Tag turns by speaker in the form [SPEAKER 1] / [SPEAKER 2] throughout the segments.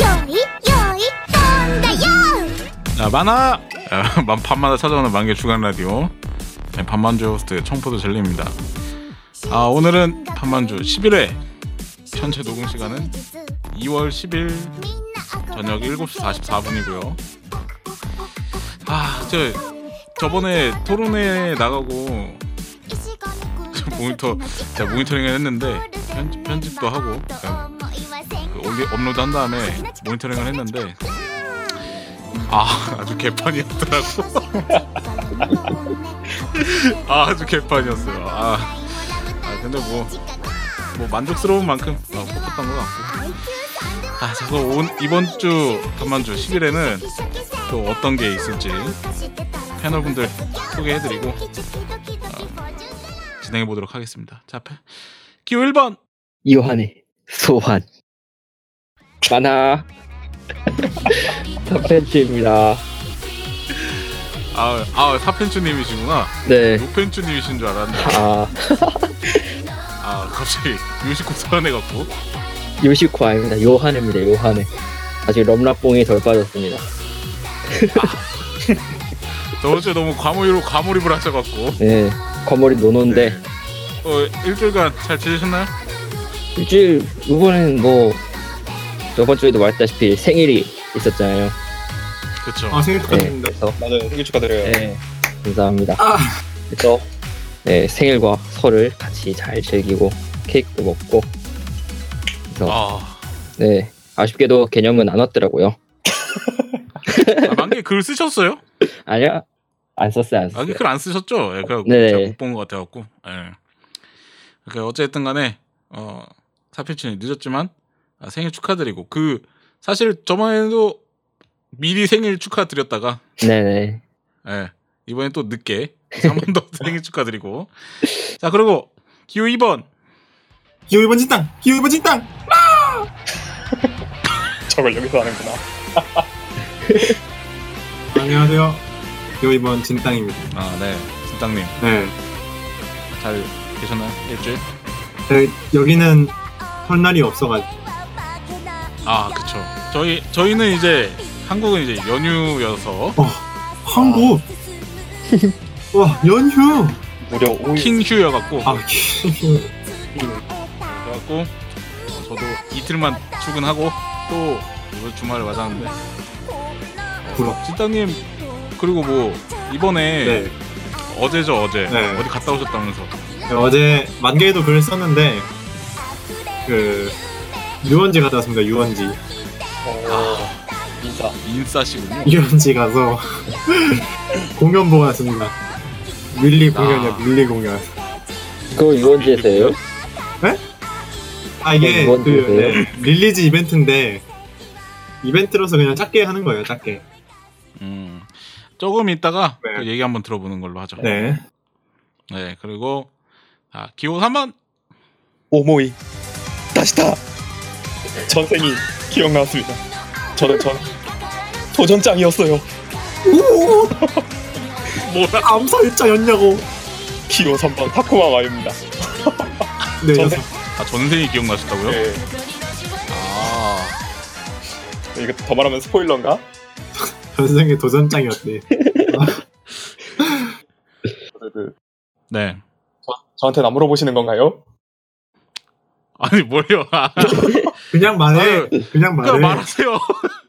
[SPEAKER 1] 요이 요이 떤가요
[SPEAKER 2] 자, 만화! 아, 만- 밤마다 찾아오는 만개 주간 라디오. 네, 밤만주 호스트 청포도 젤리입니다. 아, 오늘은 밤만주 11회. 전체 녹음 시간은 2월 10일 저녁 7시 44분이고요. 아, 저 저번에 토론회 나가고
[SPEAKER 1] 저
[SPEAKER 2] 모니터 제가 모니터링을 했는데 편집, 편집도 하고 그냥 그 올리, 업로드 한 다음에 모니터링을 했는데 아 아주 개판이었더라고 아 아주 개판이었어요 아, 아, 근데 뭐, 뭐 만족스러운 만큼 아, 뽑혔던 것 같고 아 그래서 온, 이번 주 다만 주 10일에는 또 어떤 게 있을지 패널분들 소개해드리고 진행해 보도록 하겠습니다 자 패- 기호 1번
[SPEAKER 3] 이환의 소환 만화 탑팬츠입니다
[SPEAKER 2] 아, 아 사펜추님이시구나
[SPEAKER 3] 네
[SPEAKER 2] 육펜추님이신 줄 알았는데
[SPEAKER 3] 아,
[SPEAKER 2] 아 갑자기 유식코 살아내갖고
[SPEAKER 3] 요시코 아닙니다 요한입니다 요한의 아직 럼라뽕이 덜 빠졌습니다
[SPEAKER 2] 저번 주에 너무 과몰입으로 과몰입을 하셔갖고
[SPEAKER 3] 네 거머리 노노인데
[SPEAKER 2] 어 일주일간 잘 지내셨나요?
[SPEAKER 3] 일주일 이번에는 뭐 저번 주에도 말했다시피 생일이 있었잖아요
[SPEAKER 2] 그쵸
[SPEAKER 4] 아 생일
[SPEAKER 3] 네
[SPEAKER 4] 축하드립니다.
[SPEAKER 3] 그래서
[SPEAKER 5] 맞아요. 생일 축하드려요.
[SPEAKER 3] 네 감사합니다 그래서 네 생일과 설을 같이 잘 즐기고 케이크도 먹고 어.
[SPEAKER 2] 아,
[SPEAKER 3] 네 아쉽게도 개념은 안 왔더라고요
[SPEAKER 2] 아 만개 글 쓰셨어요?
[SPEAKER 3] 아니요 안 썼어요 안 썼어요
[SPEAKER 2] 만개 글 안 쓰셨죠? 예, 그래갖고
[SPEAKER 3] 네.
[SPEAKER 2] 제가 못 본 것 같아갖고 예. 그러니까 어쨌든 간에 어 사필치는 늦었지만 아, 생일 축하드리고 그 사실 저번에도 미리 생일 축하드렸다가
[SPEAKER 3] 네네
[SPEAKER 2] 예, 이번엔 또 늦게 한 번 더 생일 축하드리고 자 그리고 기호 2번
[SPEAKER 4] 기호 1번 진땅! 기호 1번 진땅!
[SPEAKER 5] 저걸 여기서 하는구나.
[SPEAKER 4] 안녕하세요. 기호 1번 진땅입니다.
[SPEAKER 2] 아네 진땅님
[SPEAKER 4] 네.
[SPEAKER 2] 잘 계셨나요? 일주일?
[SPEAKER 4] 저희 네, 여기는 설날이 없어가지고.
[SPEAKER 2] 아 그쵸 저희 저희는 이제 한국은 이제 연휴여서
[SPEAKER 4] 어, 한국! 와, 연휴!
[SPEAKER 5] 무려 5일.
[SPEAKER 2] 킹휴여갖고
[SPEAKER 4] 아, 킹.
[SPEAKER 2] 그래갖고 어, 저도 이틀만 출근하고 또 이번 주말을 맞았는데 그
[SPEAKER 4] 부럽.
[SPEAKER 2] 진땅님 그리고 뭐 이번에
[SPEAKER 4] 네.
[SPEAKER 2] 어제죠 어제
[SPEAKER 4] 네.
[SPEAKER 2] 어디 갔다 오셨다면서
[SPEAKER 4] 네, 어제 만개에도 글을 썼는데, 그, 유원지 갔다 왔습니다, 유원지.
[SPEAKER 5] 어, 인사.
[SPEAKER 2] 인싸시군요
[SPEAKER 4] 유원지 가서 공연 보고 왔습니다. 밀리 공연이야,
[SPEAKER 2] 아.
[SPEAKER 4] 밀리 공연.
[SPEAKER 3] 그거 유원지에서요?
[SPEAKER 4] 아 이게
[SPEAKER 3] 그건
[SPEAKER 4] 그
[SPEAKER 3] 뭔데요?
[SPEAKER 4] 네, 릴리즈 이벤트인데 이벤트로서 그냥 작게 하는 거예요 작게
[SPEAKER 2] 음 조금 있다가
[SPEAKER 4] 네.
[SPEAKER 2] 그 얘기 한번 들어보는 걸로 하죠 네,
[SPEAKER 4] 네
[SPEAKER 2] 그리고 아, 기호 3번
[SPEAKER 5] 오모이. 다시다. 전생이 기억나왔습니다. 저는 전 도전장이었어요.
[SPEAKER 2] 뭐라
[SPEAKER 4] 암살자였냐고
[SPEAKER 5] 기호 3번 타쿠마 마유입니다.
[SPEAKER 4] 네 녀석.
[SPEAKER 5] 전생-
[SPEAKER 2] 아 전생이 기억나셨다고요?
[SPEAKER 5] 네.
[SPEAKER 2] 아
[SPEAKER 5] 이거 더 말하면 스포일러인가?
[SPEAKER 4] 전생의 도전장이었대
[SPEAKER 5] 그, 그,
[SPEAKER 2] 네.
[SPEAKER 5] 저한테 나 물어보시는 건가요?
[SPEAKER 2] 아니 뭘요? 아,
[SPEAKER 4] 그냥 말해
[SPEAKER 2] 아유,
[SPEAKER 4] 그냥 말해
[SPEAKER 2] 그러니까 말하세요.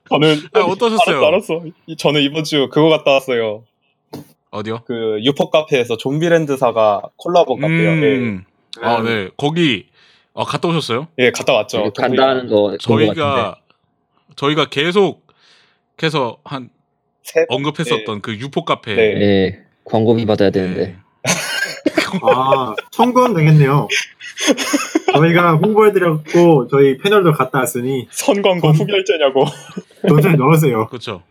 [SPEAKER 5] 저는
[SPEAKER 2] 아, 어떠셨어요?
[SPEAKER 5] 알았어, 알았어. 이- 저는 이번 주 그거 갔다 왔어요.
[SPEAKER 2] 어디요?
[SPEAKER 5] 그 유포 카페에서 좀비랜드사가 콜라보 카페요. 예.
[SPEAKER 2] 음. 아 네. 거기 아, 갔다 오셨어요?
[SPEAKER 5] 예, 갔다 왔죠.
[SPEAKER 3] 간다는 거본것 같은데
[SPEAKER 2] 저희가 저희가 계속 해서 한
[SPEAKER 5] 세
[SPEAKER 2] 언급했었던 그 유포 카페.
[SPEAKER 5] 네.
[SPEAKER 3] 예 광고비 받아야
[SPEAKER 2] 네.
[SPEAKER 3] 되는데
[SPEAKER 4] 아 청구하면 되겠네요 저희가 홍보해드렸고 저희 패널도 갔다 왔으니
[SPEAKER 5] 선광고 후결제냐고.
[SPEAKER 4] 돈을 넣으세요
[SPEAKER 2] 그렇죠.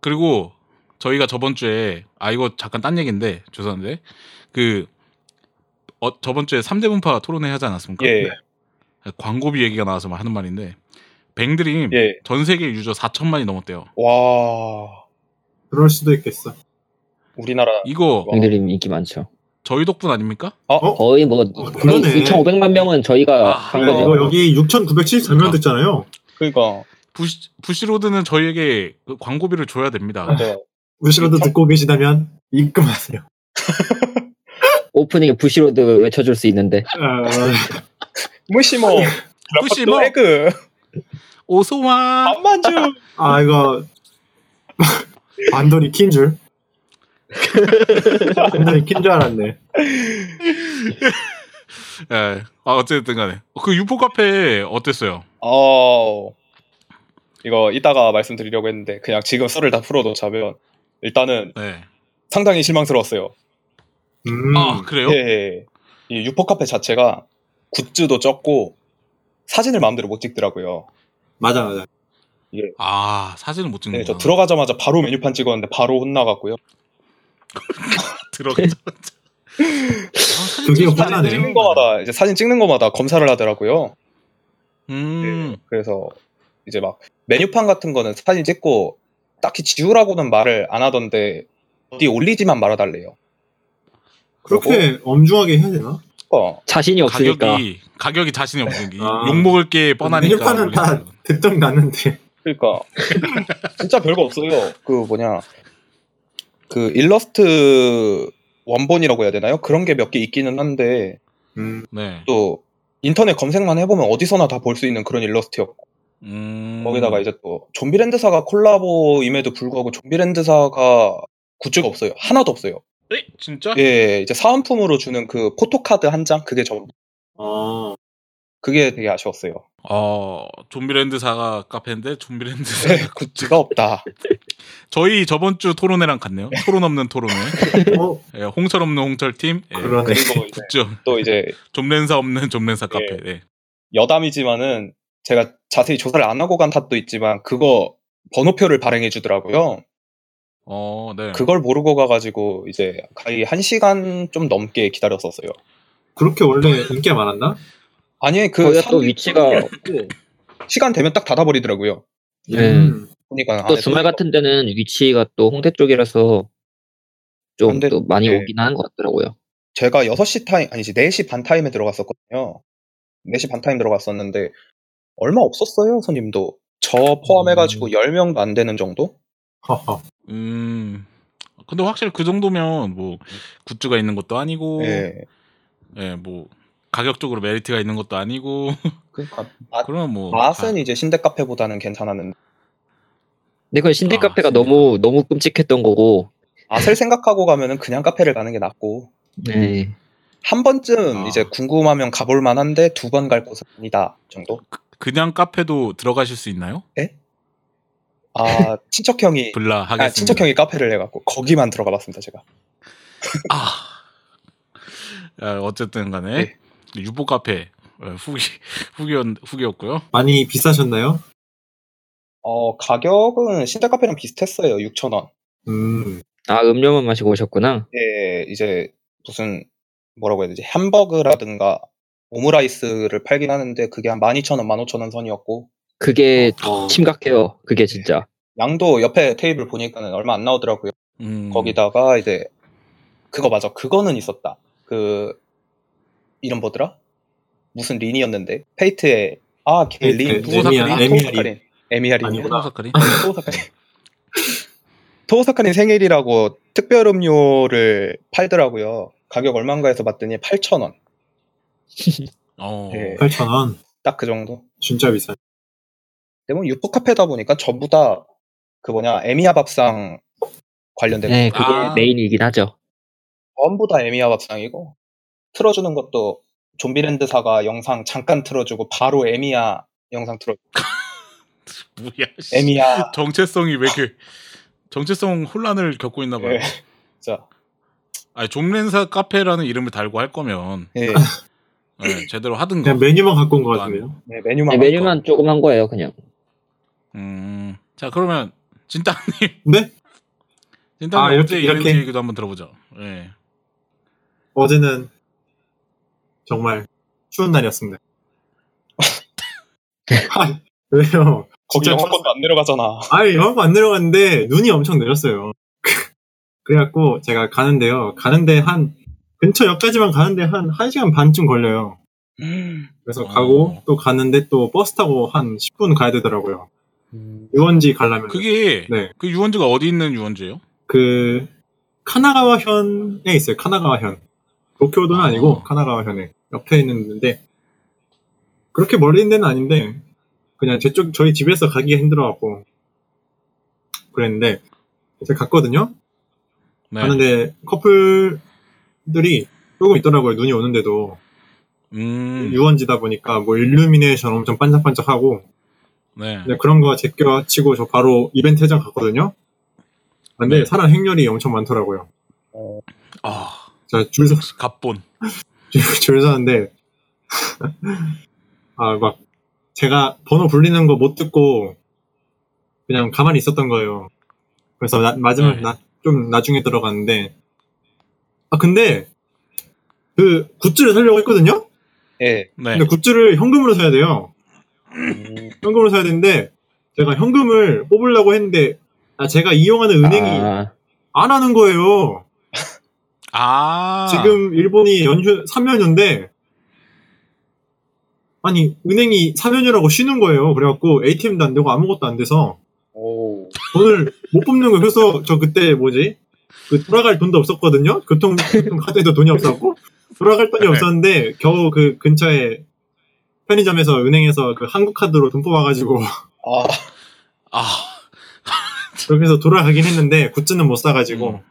[SPEAKER 2] 그리고 저희가 저번 주에 아 이거 잠깐 딴 얘기인데 죄송한데 그 어, 저번 주에 3대 분파 토론회 하지 않았습니까? 네,
[SPEAKER 5] 예,
[SPEAKER 2] 광고비 얘기가 나와서 하는 말인데 뱅드림
[SPEAKER 5] 예.
[SPEAKER 2] 전 세계 유저 4천만이 넘었대요.
[SPEAKER 5] 와,
[SPEAKER 4] 그럴 수도 있겠어
[SPEAKER 5] 우리나라
[SPEAKER 2] 이거
[SPEAKER 3] 팬들이 인기 많죠
[SPEAKER 2] 저희 덕분 아닙니까?
[SPEAKER 3] 거의 뭐 거의
[SPEAKER 4] 어? 그러네. 어,
[SPEAKER 3] 2,500만 명은 저희가
[SPEAKER 2] 아,
[SPEAKER 3] 한
[SPEAKER 4] 네, 이거
[SPEAKER 3] 거죠
[SPEAKER 4] 여기 6,974명 됐잖아요
[SPEAKER 5] 그러니까
[SPEAKER 2] 부시, 부시로드는 저희에게 그 광고비를 줘야 됩니다.
[SPEAKER 5] 네.
[SPEAKER 4] 무시로도 듣고 계시다면 입금하세요.
[SPEAKER 3] 오프닝에 부시로드 외쳐줄 수 있는데
[SPEAKER 4] 아,
[SPEAKER 5] 무시모.
[SPEAKER 2] 무시모.
[SPEAKER 5] 에그.
[SPEAKER 2] 오소와
[SPEAKER 5] 안만주.
[SPEAKER 4] 아 이거 반돌이 킨 줄? 반돌이 킨 줄 알았네.
[SPEAKER 2] 예. 아 어쨌든 간에 그 유포 카페 어땠어요?
[SPEAKER 5] 어. 이거 이따가 말씀드리려고 했는데 그냥 지금 썰을 다 풀어놓자면 일단은
[SPEAKER 2] 네.
[SPEAKER 5] 상당히 실망스러웠어요.
[SPEAKER 4] 음,
[SPEAKER 2] 아 그래요?
[SPEAKER 5] 예, 예. 이 유포 카페 자체가 굿즈도 적고 사진을 마음대로 못 찍더라고요.
[SPEAKER 4] 맞아 맞아.
[SPEAKER 2] 아 사진을 못 찍는
[SPEAKER 5] 네,
[SPEAKER 2] 구
[SPEAKER 5] 저
[SPEAKER 2] 나
[SPEAKER 5] 들어가자마자 바로 메뉴판 찍었는데 바로 혼나갔고요.
[SPEAKER 2] 들어가자.
[SPEAKER 4] 네.
[SPEAKER 2] 아,
[SPEAKER 4] 그게
[SPEAKER 5] 사진
[SPEAKER 4] 화나네요.
[SPEAKER 5] 찍는 거마다 이제 사진 찍는 거마다 검사를 하더라고요.
[SPEAKER 2] 음.
[SPEAKER 5] 네. 그래서 이제 막 메뉴판 같은 거는 사진 찍고 딱히 지우라고는 말을 안 하던데 어디 올리지만 말아달래요.
[SPEAKER 4] 그렇게 엄중하게 해야 되나?
[SPEAKER 5] 어,
[SPEAKER 3] 자신이 없으니까
[SPEAKER 2] 가격이 가격이 자신이 없는 게
[SPEAKER 4] 네. 아.
[SPEAKER 2] 욕먹을 게 뻔하니까.
[SPEAKER 4] 메뉴판은 다
[SPEAKER 2] 올리는 거.
[SPEAKER 4] 대점 났는데.
[SPEAKER 5] 그러니까 진짜 별거 없어요. 그 뭐냐 그 일러스트 원본이라고 해야 되나요? 그런 게 몇 개 있기는 한데
[SPEAKER 4] 음,
[SPEAKER 2] 네.
[SPEAKER 5] 또 인터넷 검색만 해보면 어디서나 다 볼 수 있는 그런 일러스트였고
[SPEAKER 2] 음.
[SPEAKER 5] 거기다가 이제 또 좀비랜드사가 콜라보임에도 불구하고 좀비랜드사가 굿즈가 없어요. 하나도 없어요.
[SPEAKER 2] 에? 진짜?
[SPEAKER 5] 예, 이제 사은품으로 주는 그 포토카드 한 장 그게 전부.
[SPEAKER 4] 어,
[SPEAKER 5] 그게 되게 아쉬웠어요.
[SPEAKER 2] 어 좀비랜드사가 카페인데 좀비랜드
[SPEAKER 5] 네, 굿즈가 없다.
[SPEAKER 2] 저희 저번 주 토론회랑 같네요. 토론 없는 토론회.
[SPEAKER 4] 어
[SPEAKER 2] 예, 홍철 없는 홍철 팀. 예,
[SPEAKER 4] 그러네.
[SPEAKER 5] 그리고 이제
[SPEAKER 2] 국정.
[SPEAKER 5] 또 이제
[SPEAKER 2] 좀랜사 없는
[SPEAKER 5] 네.
[SPEAKER 2] 좀랜사 카페. 예.
[SPEAKER 5] 여담이지만은 제가 자세히 조사를 안 하고 간 탓도 있지만 그거 번호표를 발행해 주더라고요.
[SPEAKER 2] 어, 네.
[SPEAKER 5] 그걸 모르고 가가지고 이제 거의 한 시간 좀 넘게 기다렸었어요.
[SPEAKER 4] 그렇게 원래 인기가 많았나?
[SPEAKER 5] 아니 그
[SPEAKER 3] 거기가 또
[SPEAKER 5] 산-
[SPEAKER 3] 위치가
[SPEAKER 5] 시간 되면 딱 닫아버리더라고요.
[SPEAKER 3] 네.
[SPEAKER 4] 음,
[SPEAKER 5] 그러니까
[SPEAKER 3] 또
[SPEAKER 5] 안에
[SPEAKER 3] 주말
[SPEAKER 5] 들어가-
[SPEAKER 3] 같은 데는 위치가 또 홍대 쪽이라서 좀
[SPEAKER 5] 근데-
[SPEAKER 3] 또 많이
[SPEAKER 5] 네.
[SPEAKER 3] 오긴 하는 것 같더라고요.
[SPEAKER 5] 제가 6시 타임 아니지 4시 반 타임에 들어갔었거든요. 4시 반 타임 들어갔었는데 얼마 없었어요 손님도. 저 포함해가지고 10명도 안 되는 정도?
[SPEAKER 4] 허허.
[SPEAKER 2] 음. 근데 확실히 그 정도면 뭐 굿즈가 있는 것도 아니고 예,
[SPEAKER 5] 예.
[SPEAKER 2] 뭐 가격적으로 메리트가 있는 것도 아니고
[SPEAKER 5] 그러니까 맛,
[SPEAKER 2] 그러면 뭐
[SPEAKER 5] 맛은
[SPEAKER 2] 아,
[SPEAKER 5] 이제 신대 카페보다는 괜찮았는데
[SPEAKER 3] 근데 그건 신대
[SPEAKER 2] 아,
[SPEAKER 3] 카페가
[SPEAKER 2] 신대
[SPEAKER 3] 너무 너무 끔찍했던 거고.
[SPEAKER 2] 아.
[SPEAKER 5] 맛을 생각하고 가면은 그냥 카페를 가는 게 낫고
[SPEAKER 3] 네.
[SPEAKER 5] 한 번쯤
[SPEAKER 2] 아.
[SPEAKER 5] 이제 궁금하면 가볼 만한데 두 번 갈 곳은 아니다 정도.
[SPEAKER 2] 그냥 카페도 들어가실 수 있나요?
[SPEAKER 5] 아 친척 형이
[SPEAKER 2] 블라 하겠습니다.
[SPEAKER 5] 아, 친척 형이 카페를 해갖고 거기만 들어가봤습니다 제가.
[SPEAKER 2] 아. 야, 어쨌든
[SPEAKER 5] 네.
[SPEAKER 2] 간에 유보 카페 예, 후기 후기였, 후기였고요.
[SPEAKER 4] 많이 비싸셨나요?
[SPEAKER 5] 어 가격은 신대 카페랑 비슷했어요 6천 원.
[SPEAKER 4] 음,
[SPEAKER 3] 아 음료만 마시고 오셨구나.
[SPEAKER 5] 예 이제 무슨 뭐라고 해야 되지 햄버그라든가 오므라이스를 팔긴 하는데 그게 한 12,000원, 15,000원 선이었고
[SPEAKER 3] 그게
[SPEAKER 4] 어.
[SPEAKER 3] 심각해요. 그게 진짜.
[SPEAKER 5] 양도 옆에 테이블 보니까는 얼마 안 나오더라고요.
[SPEAKER 2] 음.
[SPEAKER 5] 거기다가 이제 그거 맞아 그거는 있었다 그 이름 뭐더라 무슨 린이었는데 페이트의 아걔
[SPEAKER 4] 페이트,
[SPEAKER 5] 린,
[SPEAKER 2] 에미야,
[SPEAKER 4] 에미야
[SPEAKER 5] 토사카린 에미아 린
[SPEAKER 4] 아니구나.
[SPEAKER 2] 사카리.
[SPEAKER 5] 토사카린 토사카린 생일이라고 특별 음료를 팔더라고요 가격 얼마인가 해서 봤더니 8,000원
[SPEAKER 2] 어.
[SPEAKER 5] 예,
[SPEAKER 4] 8,000원.
[SPEAKER 5] 딱 그 정도
[SPEAKER 4] 진짜 비싸.
[SPEAKER 5] 근데 뭐 유포 카페다 보니까 전부 다 그 뭐냐 에미야 밥상 관련된
[SPEAKER 3] 네, 그게
[SPEAKER 2] 아.
[SPEAKER 3] 메인이긴 하죠.
[SPEAKER 5] 전부 다 에미야 밥상이고 틀어주는 것도 좀비랜드사가 영상 잠깐 틀어주고 바로 에미야 영상 틀어
[SPEAKER 2] 뭐야. 씨.
[SPEAKER 5] 에미야
[SPEAKER 2] 정체성이 왜 이렇게 정체성 혼란을 겪고 있나 봐요.
[SPEAKER 5] 예. 자
[SPEAKER 2] 아니 좀렌사 카페라는 이름을 달고 할 거면
[SPEAKER 5] 예,
[SPEAKER 2] 예, 제대로 하든가.
[SPEAKER 4] 그냥 메뉴만 갖고 온 것 같은데요.
[SPEAKER 5] 네, 메뉴만
[SPEAKER 3] 네, 메뉴만 조금 한 거예요, 그냥.
[SPEAKER 2] 음. 자 그러면 진따님
[SPEAKER 4] 네?
[SPEAKER 2] 진따님
[SPEAKER 4] 아, 이렇게,
[SPEAKER 2] 어제 이런지
[SPEAKER 4] 이렇게?
[SPEAKER 2] 얘기도 한번 들어보자. 예.
[SPEAKER 4] 어제는 정말 추운 날이었습니다. 아, 왜요?
[SPEAKER 5] 거기
[SPEAKER 4] 진짜
[SPEAKER 5] 영어권도 안 내려가잖아
[SPEAKER 4] 아니, 영화안 내려갔는데 눈이 엄청 내렸어요. 그래갖고 제가 가는데요. 가는데 한 근처 역까지만 가는데 한 1시간 반쯤 걸려요. 그래서
[SPEAKER 2] 어.
[SPEAKER 4] 가고 또 가는데 또 버스 타고 한 10분 가야 되더라고요. 유원지 가려면
[SPEAKER 2] 그게
[SPEAKER 4] 네.
[SPEAKER 2] 그 유원지가 어디 있는 유원지예요?
[SPEAKER 4] 그 카나가와 현에 있어요. 카나가와 현. 도쿄도는
[SPEAKER 2] 아.
[SPEAKER 4] 아니고 카나가와 현에 옆에 있는데 그렇게 멀리 있는 데는 아닌데 그냥 제쪽 저희 집에서 가기가 힘들어갖고 그랬는데 제가 갔거든요.
[SPEAKER 2] 네.
[SPEAKER 4] 갔는데 커플들이 조금 있더라고요. 눈이 오는데도
[SPEAKER 2] 음.
[SPEAKER 4] 유원지다 보니까 뭐 일루미네이션 엄청 반짝반짝하고
[SPEAKER 2] 네.
[SPEAKER 4] 근데 그런 거 제껴치고 저 바로 이벤트 회장 갔거든요. 근데
[SPEAKER 2] 네.
[SPEAKER 4] 사람 행렬이 엄청 많더라고요.
[SPEAKER 2] 아,
[SPEAKER 4] 제가 줄 서,
[SPEAKER 2] 역시 갑본.
[SPEAKER 4] 줄 서는데, 아, 막, 제가 번호 불리는 거 못 듣고, 그냥 가만히 있었던 거예요. 그래서 나- 마지막,
[SPEAKER 2] 네.
[SPEAKER 4] 나, 좀 나중에 들어갔는데, 아, 근데, 그, 굿즈를 사려고 했거든요?
[SPEAKER 5] 예.
[SPEAKER 2] 네.
[SPEAKER 4] 근데 굿즈를 현금으로 사야 돼요.
[SPEAKER 5] 음,
[SPEAKER 4] 현금으로 사야 되는데, 제가 현금을 뽑으려고 했는데, 아, 제가 이용하는 은행이
[SPEAKER 3] 아,
[SPEAKER 4] 안 하는 거예요.
[SPEAKER 2] 아.
[SPEAKER 4] 지금 일본이 연휴 3연휴인데 아니 은행이 3연휴라고 쉬는 거예요. 그래갖고 ATM도 안 되고 아무것도 안 돼서
[SPEAKER 5] 오.
[SPEAKER 4] 돈을 못 뽑는 거예요. 그래서 저 그때 뭐지 그 돌아갈 돈도 없었거든요. 교통 교통 카드에도 돈이 없었고 돌아갈 돈이 없었는데 겨우 그 근처에 편의점에서 은행에서 그 한국 카드로 돈 뽑아가지고
[SPEAKER 5] 아,
[SPEAKER 2] 아.
[SPEAKER 4] 그렇게 해서 돌아가긴 했는데 굿즈는 못 사가지고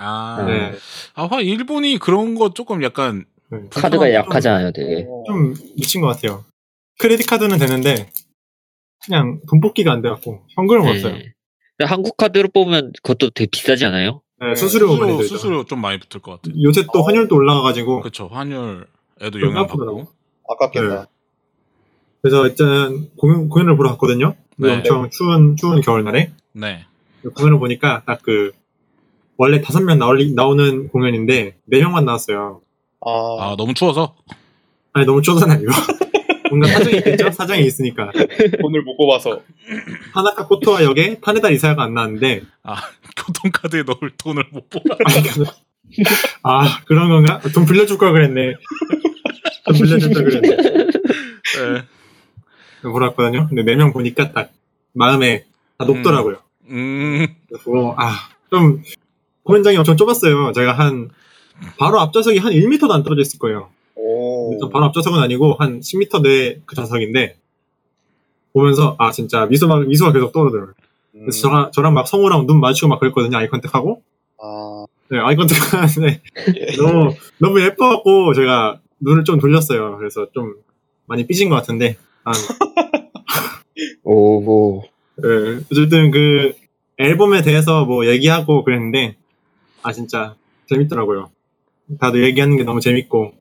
[SPEAKER 2] 아.
[SPEAKER 4] 네.
[SPEAKER 2] 아, 화 일본이 그런 거 조금 약간
[SPEAKER 4] 네.
[SPEAKER 3] 카드가 약하잖아요, 되게.
[SPEAKER 5] 좀
[SPEAKER 4] 좀 미친 것 같아요. 크레딧 카드는 되는데 그냥 돈 뽑기가 안 돼갖고 현금을 못 써요.
[SPEAKER 3] 네. 근데 한국 카드로 뽑으면 그것도 되게 비싸지 않아요?
[SPEAKER 4] 네, 수수료 많이
[SPEAKER 2] 수수료,
[SPEAKER 4] 들죠. 음.
[SPEAKER 2] 수수료 좀 많이 붙을 것 같아요.
[SPEAKER 4] 요새 또 환율도 올라가가지고
[SPEAKER 2] 그렇죠. 환율에도
[SPEAKER 4] 좀
[SPEAKER 2] 영향받고.
[SPEAKER 5] 아깝겠다.
[SPEAKER 4] 네. 그래서 일단 공연, 공연을 보러 갔거든요.
[SPEAKER 2] 네.
[SPEAKER 4] 엄청 추운 추운 겨울날에
[SPEAKER 2] 네.
[SPEAKER 4] 공연을 보니까 딱 그 원래 다섯 명 나올, 나오는 공연인데 네 명만 나왔어요.
[SPEAKER 5] 아,
[SPEAKER 2] 아, 너무 추워서.
[SPEAKER 4] 아니 너무 쪼잔 아니고 뭔가 사정이 있겠죠? 사정이 있으니까
[SPEAKER 5] 돈을 못 뽑아서.
[SPEAKER 4] 하나카 코토와 역에 타네다 이사야가 안 나왔는데
[SPEAKER 2] 교통카드에 넣을 돈을 못 뽑아.
[SPEAKER 4] 아 그런 건가? 돈 빌려줄 걸 그랬네. 돈 빌려줄 걸 그랬네.
[SPEAKER 2] 네.
[SPEAKER 4] 물었거든요. 근데 네 명 보니까 딱 마음에 다 녹더라고요.
[SPEAKER 2] 음.
[SPEAKER 4] 그래서 아, 좀 공연장이 엄청 좁았어요. 제가 한 바로 앞좌석이 한 1m도 안 떨어져 있을 거예요.
[SPEAKER 5] 오. 음.
[SPEAKER 4] 일단 바로 앞좌석은 아니고 한 10m 내 그 좌석인데 보면서 아 진짜 미소만 미소가 계속 떠오르더라고요.
[SPEAKER 5] 음,
[SPEAKER 4] 그래서 저랑 저랑 막 성우랑 눈 마주치고 막 그랬거든요. 아이컨택하고
[SPEAKER 5] 아,
[SPEAKER 4] 네, 아이컨택하는데 네.
[SPEAKER 5] 예.
[SPEAKER 4] 너무 너무 예뻐갖고 제가 눈을 좀 돌렸어요. 그래서 좀 많이 삐진 것 같은데 한
[SPEAKER 3] 오, 오.
[SPEAKER 4] 예, 어쨌든 그 앨범에 대해서 뭐 얘기하고 그랬는데 아 진짜 재밌더라고요. 다들 얘기하는 게 너무 재밌고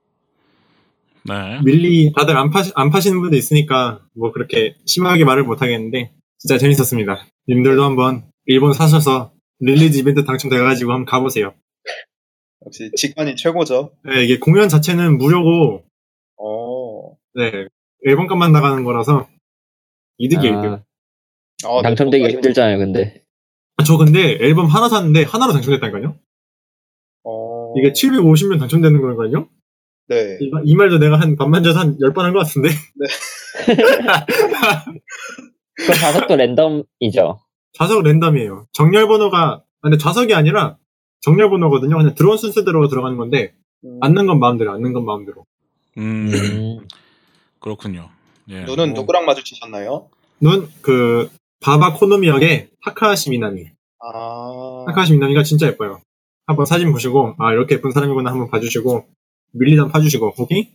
[SPEAKER 2] 네.
[SPEAKER 4] 밀리 다들 안, 파시, 안 파시는 분도 있으니까 뭐 그렇게 심하게 말을 못 하겠는데 진짜 재밌었습니다. 님들도 한번 일본 사셔서 릴리즈 이벤트 당첨돼가지고 한번 가보세요.
[SPEAKER 5] 역시 직관이 최고죠.
[SPEAKER 4] 예, 이게 공연 자체는 무료고
[SPEAKER 5] 어.
[SPEAKER 4] 네 앨범값만 나가는 거라서 이득이에요. 이득.
[SPEAKER 3] 아,
[SPEAKER 5] 아,
[SPEAKER 3] 당첨되기
[SPEAKER 5] 네,
[SPEAKER 3] 힘들잖아요, 근데.
[SPEAKER 4] 아, 저 근데 앨범 하나 샀는데 하나로 당첨됐다니까요.
[SPEAKER 5] 어.
[SPEAKER 4] 이게 750명 당첨되는 거니까요.
[SPEAKER 5] 네.
[SPEAKER 4] 이, 마- 이 말도 내가 한 반만 줘서 한 10번 한 것 같은데.
[SPEAKER 3] 그 다섯 개 랜덤이죠.
[SPEAKER 4] 좌석 랜덤이에요. 정렬 번호가, 아, 근데 좌석이 아니라 정렬 번호거든요. 그냥 들어온 순서대로 들어가는 건데,
[SPEAKER 5] 음,
[SPEAKER 4] 앉는 건 마음대로, 앉는 건 마음대로.
[SPEAKER 2] 음. 그렇군요. 예.
[SPEAKER 5] 눈은
[SPEAKER 2] 뭐,
[SPEAKER 5] 누구랑 마주치셨나요?
[SPEAKER 4] 눈, 그, 바바 코노미 역의 타카하시 미나미.
[SPEAKER 5] 아.
[SPEAKER 4] 타카하시 미나미가 진짜 예뻐요. 한번 사진 보시고, 아, 이렇게 예쁜 사람이구나 한번 봐주시고, 밀리단 파주시고, 거기?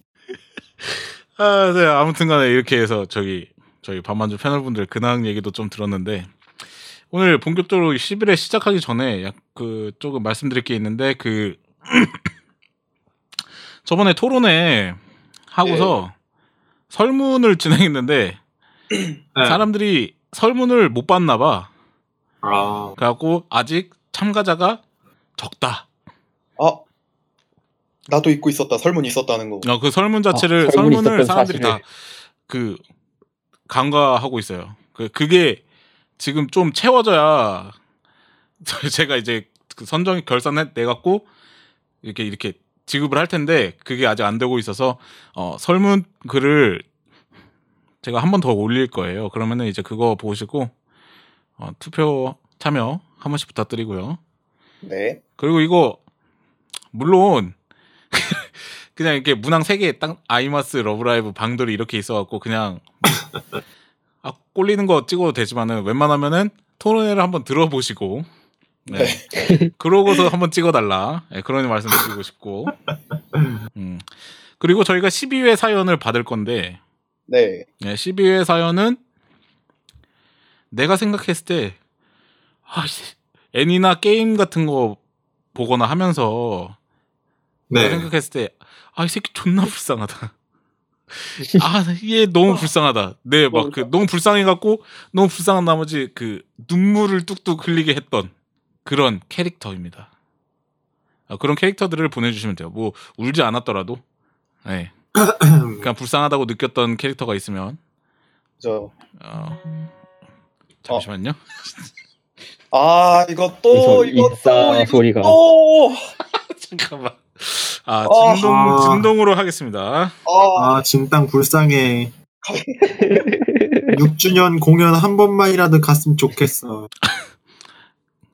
[SPEAKER 2] 아, 네. 아무튼 간에 이렇게 해서 저기, 저희 밤만주 패널분들 근황 얘기도 좀 들었는데, 오늘 본격적으로 10일에 시작하기 전에 약, 그, 조금 말씀드릴 게 있는데, 그, 저번에 토론회 하고서
[SPEAKER 5] 네.
[SPEAKER 2] 설문을 진행했는데,
[SPEAKER 4] 네.
[SPEAKER 2] 사람들이 설문을 못 봤나 봐.
[SPEAKER 4] 아,
[SPEAKER 2] 그래갖고 아직 참가자가 적다.
[SPEAKER 5] 아, 나도 잊고 있었다. 설문 있었다는 거.
[SPEAKER 2] 어, 그 설문 자체를
[SPEAKER 3] 아, 설문이
[SPEAKER 2] 설문을
[SPEAKER 3] 있었던
[SPEAKER 2] 사람들이
[SPEAKER 3] 사실을.
[SPEAKER 2] 다 그 간과하고 있어요. 그 그게 지금 좀 채워져야 제가 이제 그 선정 결산해 내 갖고 이렇게 이렇게 지급을 할 텐데 그게 아직 안 되고 있어서 어, 설문 글을 제가 한 번 더 올릴 거예요. 그러면은 이제 그거 보시고 어, 투표 참여 한 번씩 부탁드리고요. 어.
[SPEAKER 5] 네.
[SPEAKER 2] 그리고 이거 물론 그냥 이렇게 문항 세개에딱 아이마스 러브라이브 방돌이 이렇게 있어갖고 그냥 아 꼴리는 거 찍어도 되지만은 웬만하면은 토론회를 한번 들어보시고 네. 그러고서 한번 찍어달라 네, 그런 말씀 드리고 싶고 음. 그리고 저희가 12회 사연을 받을 건데
[SPEAKER 5] 네.
[SPEAKER 2] 네, 12회 사연은 내가 생각했을 때 아, 씨, 애니나 게임 같은 거 보거나 하면서
[SPEAKER 4] 네.
[SPEAKER 2] 내가 생각했을 때 아, 이 새끼 존나 불쌍하다. 아, 얘 너무 불쌍하다. 네, 막 그 너무 불쌍해 갖고 너무 불쌍한 나머지 그 눈물을 뚝뚝 흘리게 했던 그런 캐릭터입니다. 아, 그런 캐릭터들을 보내주시면 돼요. 뭐 울지 않았더라도, 네, 그냥 불쌍하다고 느꼈던 캐릭터가 있으면
[SPEAKER 5] 저,
[SPEAKER 2] 어. 잠시만요.
[SPEAKER 5] 아, 이거 또,
[SPEAKER 3] 소리,
[SPEAKER 5] 이거 또,
[SPEAKER 3] 있다
[SPEAKER 5] 이거
[SPEAKER 3] 소리가
[SPEAKER 5] 또!
[SPEAKER 2] 잠깐만. 아,
[SPEAKER 5] 어.
[SPEAKER 2] 진동, 진동으로 하겠습니다.
[SPEAKER 5] 아,
[SPEAKER 4] 아, 진땅 불쌍해. 6주년 공연 한 번만이라도 갔으면 좋겠어.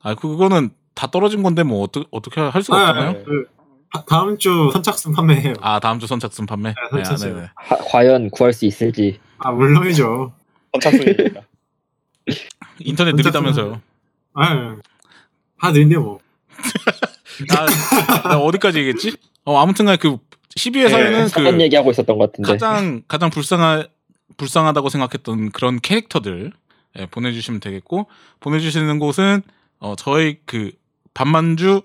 [SPEAKER 2] 아, 그거는 다 떨어진 건데 뭐 어떻게 어떻게 할 수가 없잖아요.
[SPEAKER 5] 네.
[SPEAKER 4] 그, 다- 다음 주 선착순 판매해요.
[SPEAKER 2] 아, 다음 주 선착순 판매. 네, 아,
[SPEAKER 4] 선착순.
[SPEAKER 2] 네네.
[SPEAKER 3] 하- 과연 구할 수 있을지
[SPEAKER 4] 아, 물론이죠.
[SPEAKER 5] 번창순입니다.
[SPEAKER 2] 인터넷 느리다면서요.
[SPEAKER 4] 아, 다 느린데 뭐.
[SPEAKER 2] 아, 나 어디까지 얘기했지? 어, 아무튼간 그 12회
[SPEAKER 5] 네,
[SPEAKER 2] 사연은
[SPEAKER 3] 사건
[SPEAKER 2] 그
[SPEAKER 3] 얘기하고 있었던 것 같은데
[SPEAKER 2] 가장 가장 불쌍하 불쌍하다고 생각했던 그런 캐릭터들 예, 보내주시면 되겠고 보내주시는 곳은 어, 저희 그 반만주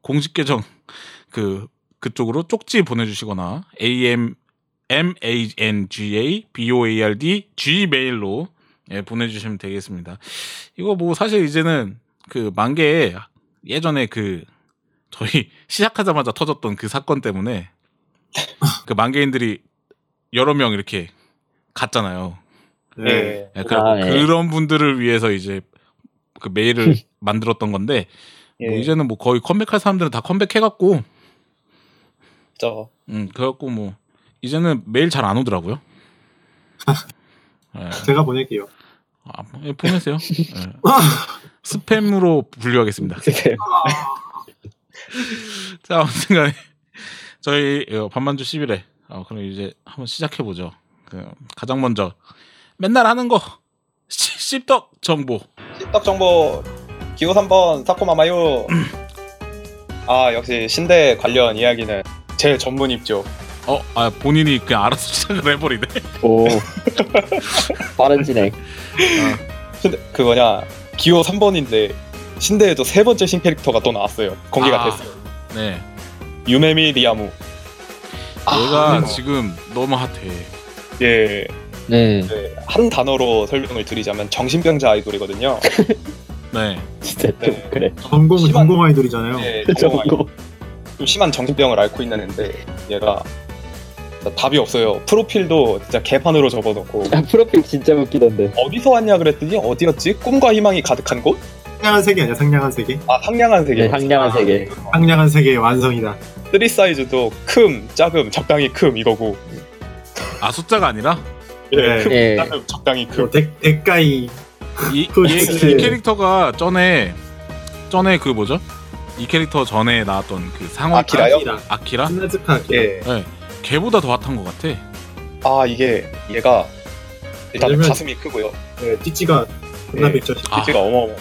[SPEAKER 2] 공식 계정 그 그쪽으로 쪽지 보내주시거나 am m a n g a b o a r d g 메일로 예, 보내주시면 되겠습니다. 이거 뭐 사실 이제는 그 만개에 예전에 그 저희 시작하자마자 터졌던 그 사건 때문에 그 만개인들이 여러 명 이렇게 갔잖아요.
[SPEAKER 4] 네.
[SPEAKER 5] 네.
[SPEAKER 2] 예, 그래갖고
[SPEAKER 3] 아, 예.
[SPEAKER 2] 그런 분들을 위해서 이제 그 메일을 만들었던 건데
[SPEAKER 5] 예.
[SPEAKER 2] 뭐 이제는 뭐 거의 컴백할 사람들은 다 컴백해갖고
[SPEAKER 5] 저,
[SPEAKER 2] 음 그래갖고 뭐 이제는 메일 잘 안 오더라고요. 예.
[SPEAKER 4] 제가 보낼게요. 아,
[SPEAKER 2] 아, 뭐, 예, 보내세요. 예. 스팸으로 분류하겠습니다.
[SPEAKER 5] 네.
[SPEAKER 2] 자, 아무튼간에 저희 어, 반만주 11회 어, 그럼 이제 한번 시작해 보죠. 그 가장 먼저 맨날 하는 거 씹- 씹덕 정보.
[SPEAKER 5] 씹덕 정보, 기호 3번, 사코마마요. 아, 역시 신대 관련 이야기는 제 전문 입죠.
[SPEAKER 2] 어, 아 본인이 그냥 알아서 시작을 해버리네.
[SPEAKER 3] 오 빠른 진행
[SPEAKER 5] 근데 그 뭐냐, 기호 3번인데, 신대에도 세 번째 신캐릭터가 또 나왔어요. 공개가
[SPEAKER 2] 아.
[SPEAKER 5] 됐어요.
[SPEAKER 2] 네,
[SPEAKER 5] 유메미 리아무.
[SPEAKER 2] 얘가
[SPEAKER 5] 아,
[SPEAKER 2] 지금 너무 핫해.
[SPEAKER 5] 예.
[SPEAKER 3] 네
[SPEAKER 5] 네, 한 단어로 설명을 드리자면 정신병자 아이돌이거든요.
[SPEAKER 2] 네,
[SPEAKER 3] 진짜 좀
[SPEAKER 5] 네.
[SPEAKER 3] 그래
[SPEAKER 4] 전공,
[SPEAKER 5] 심한-
[SPEAKER 4] 전공 어, 아이돌이잖아요.
[SPEAKER 5] 예, 정말
[SPEAKER 3] 저거
[SPEAKER 5] 좀 심한 정신병을 앓고 있는 애인데 얘가 진짜 답이 없어요. 프로필도 진짜 개판으로 접어놓고
[SPEAKER 3] 아, 프로필 진짜 웃기던데
[SPEAKER 5] 어디서 왔냐 그랬더니 어디였지? 꿈과 희망이 가득한 곳?
[SPEAKER 4] 상냥한 세계 아니야, 상냥한 세계?
[SPEAKER 5] 아 상냥한
[SPEAKER 3] 네,
[SPEAKER 5] 세계.
[SPEAKER 3] 상냥한 세계
[SPEAKER 4] 상냥한 세계의 완성이다.
[SPEAKER 5] 쓰리 사이즈도 큼, 작음, 적당히 큼 이거고.
[SPEAKER 2] 아 숫자가 아니라
[SPEAKER 4] 네.
[SPEAKER 5] 큼,
[SPEAKER 3] 예
[SPEAKER 5] 작음, 적당히
[SPEAKER 4] 그
[SPEAKER 5] 큼.
[SPEAKER 4] 대, 대가이
[SPEAKER 2] 이,
[SPEAKER 4] 그거
[SPEAKER 2] 이,
[SPEAKER 4] 진짜-
[SPEAKER 2] 이 캐릭터가 전에 전에 그 뭐죠? 이 캐릭터 전에 나왔던 그 상어
[SPEAKER 5] 아키라. 아키라요?
[SPEAKER 2] 아키라?
[SPEAKER 4] 신나즈카 아키라.
[SPEAKER 5] 예.
[SPEAKER 2] 네, 걔보다 더 핫한 것 같아.
[SPEAKER 5] 아 이게 얘가 일단
[SPEAKER 4] 왜냐면-
[SPEAKER 5] 가슴이 크고요.
[SPEAKER 4] 네, 찌찌가 존나
[SPEAKER 5] 예.
[SPEAKER 4] 백조시.
[SPEAKER 2] 아.
[SPEAKER 5] 키가 어마어마.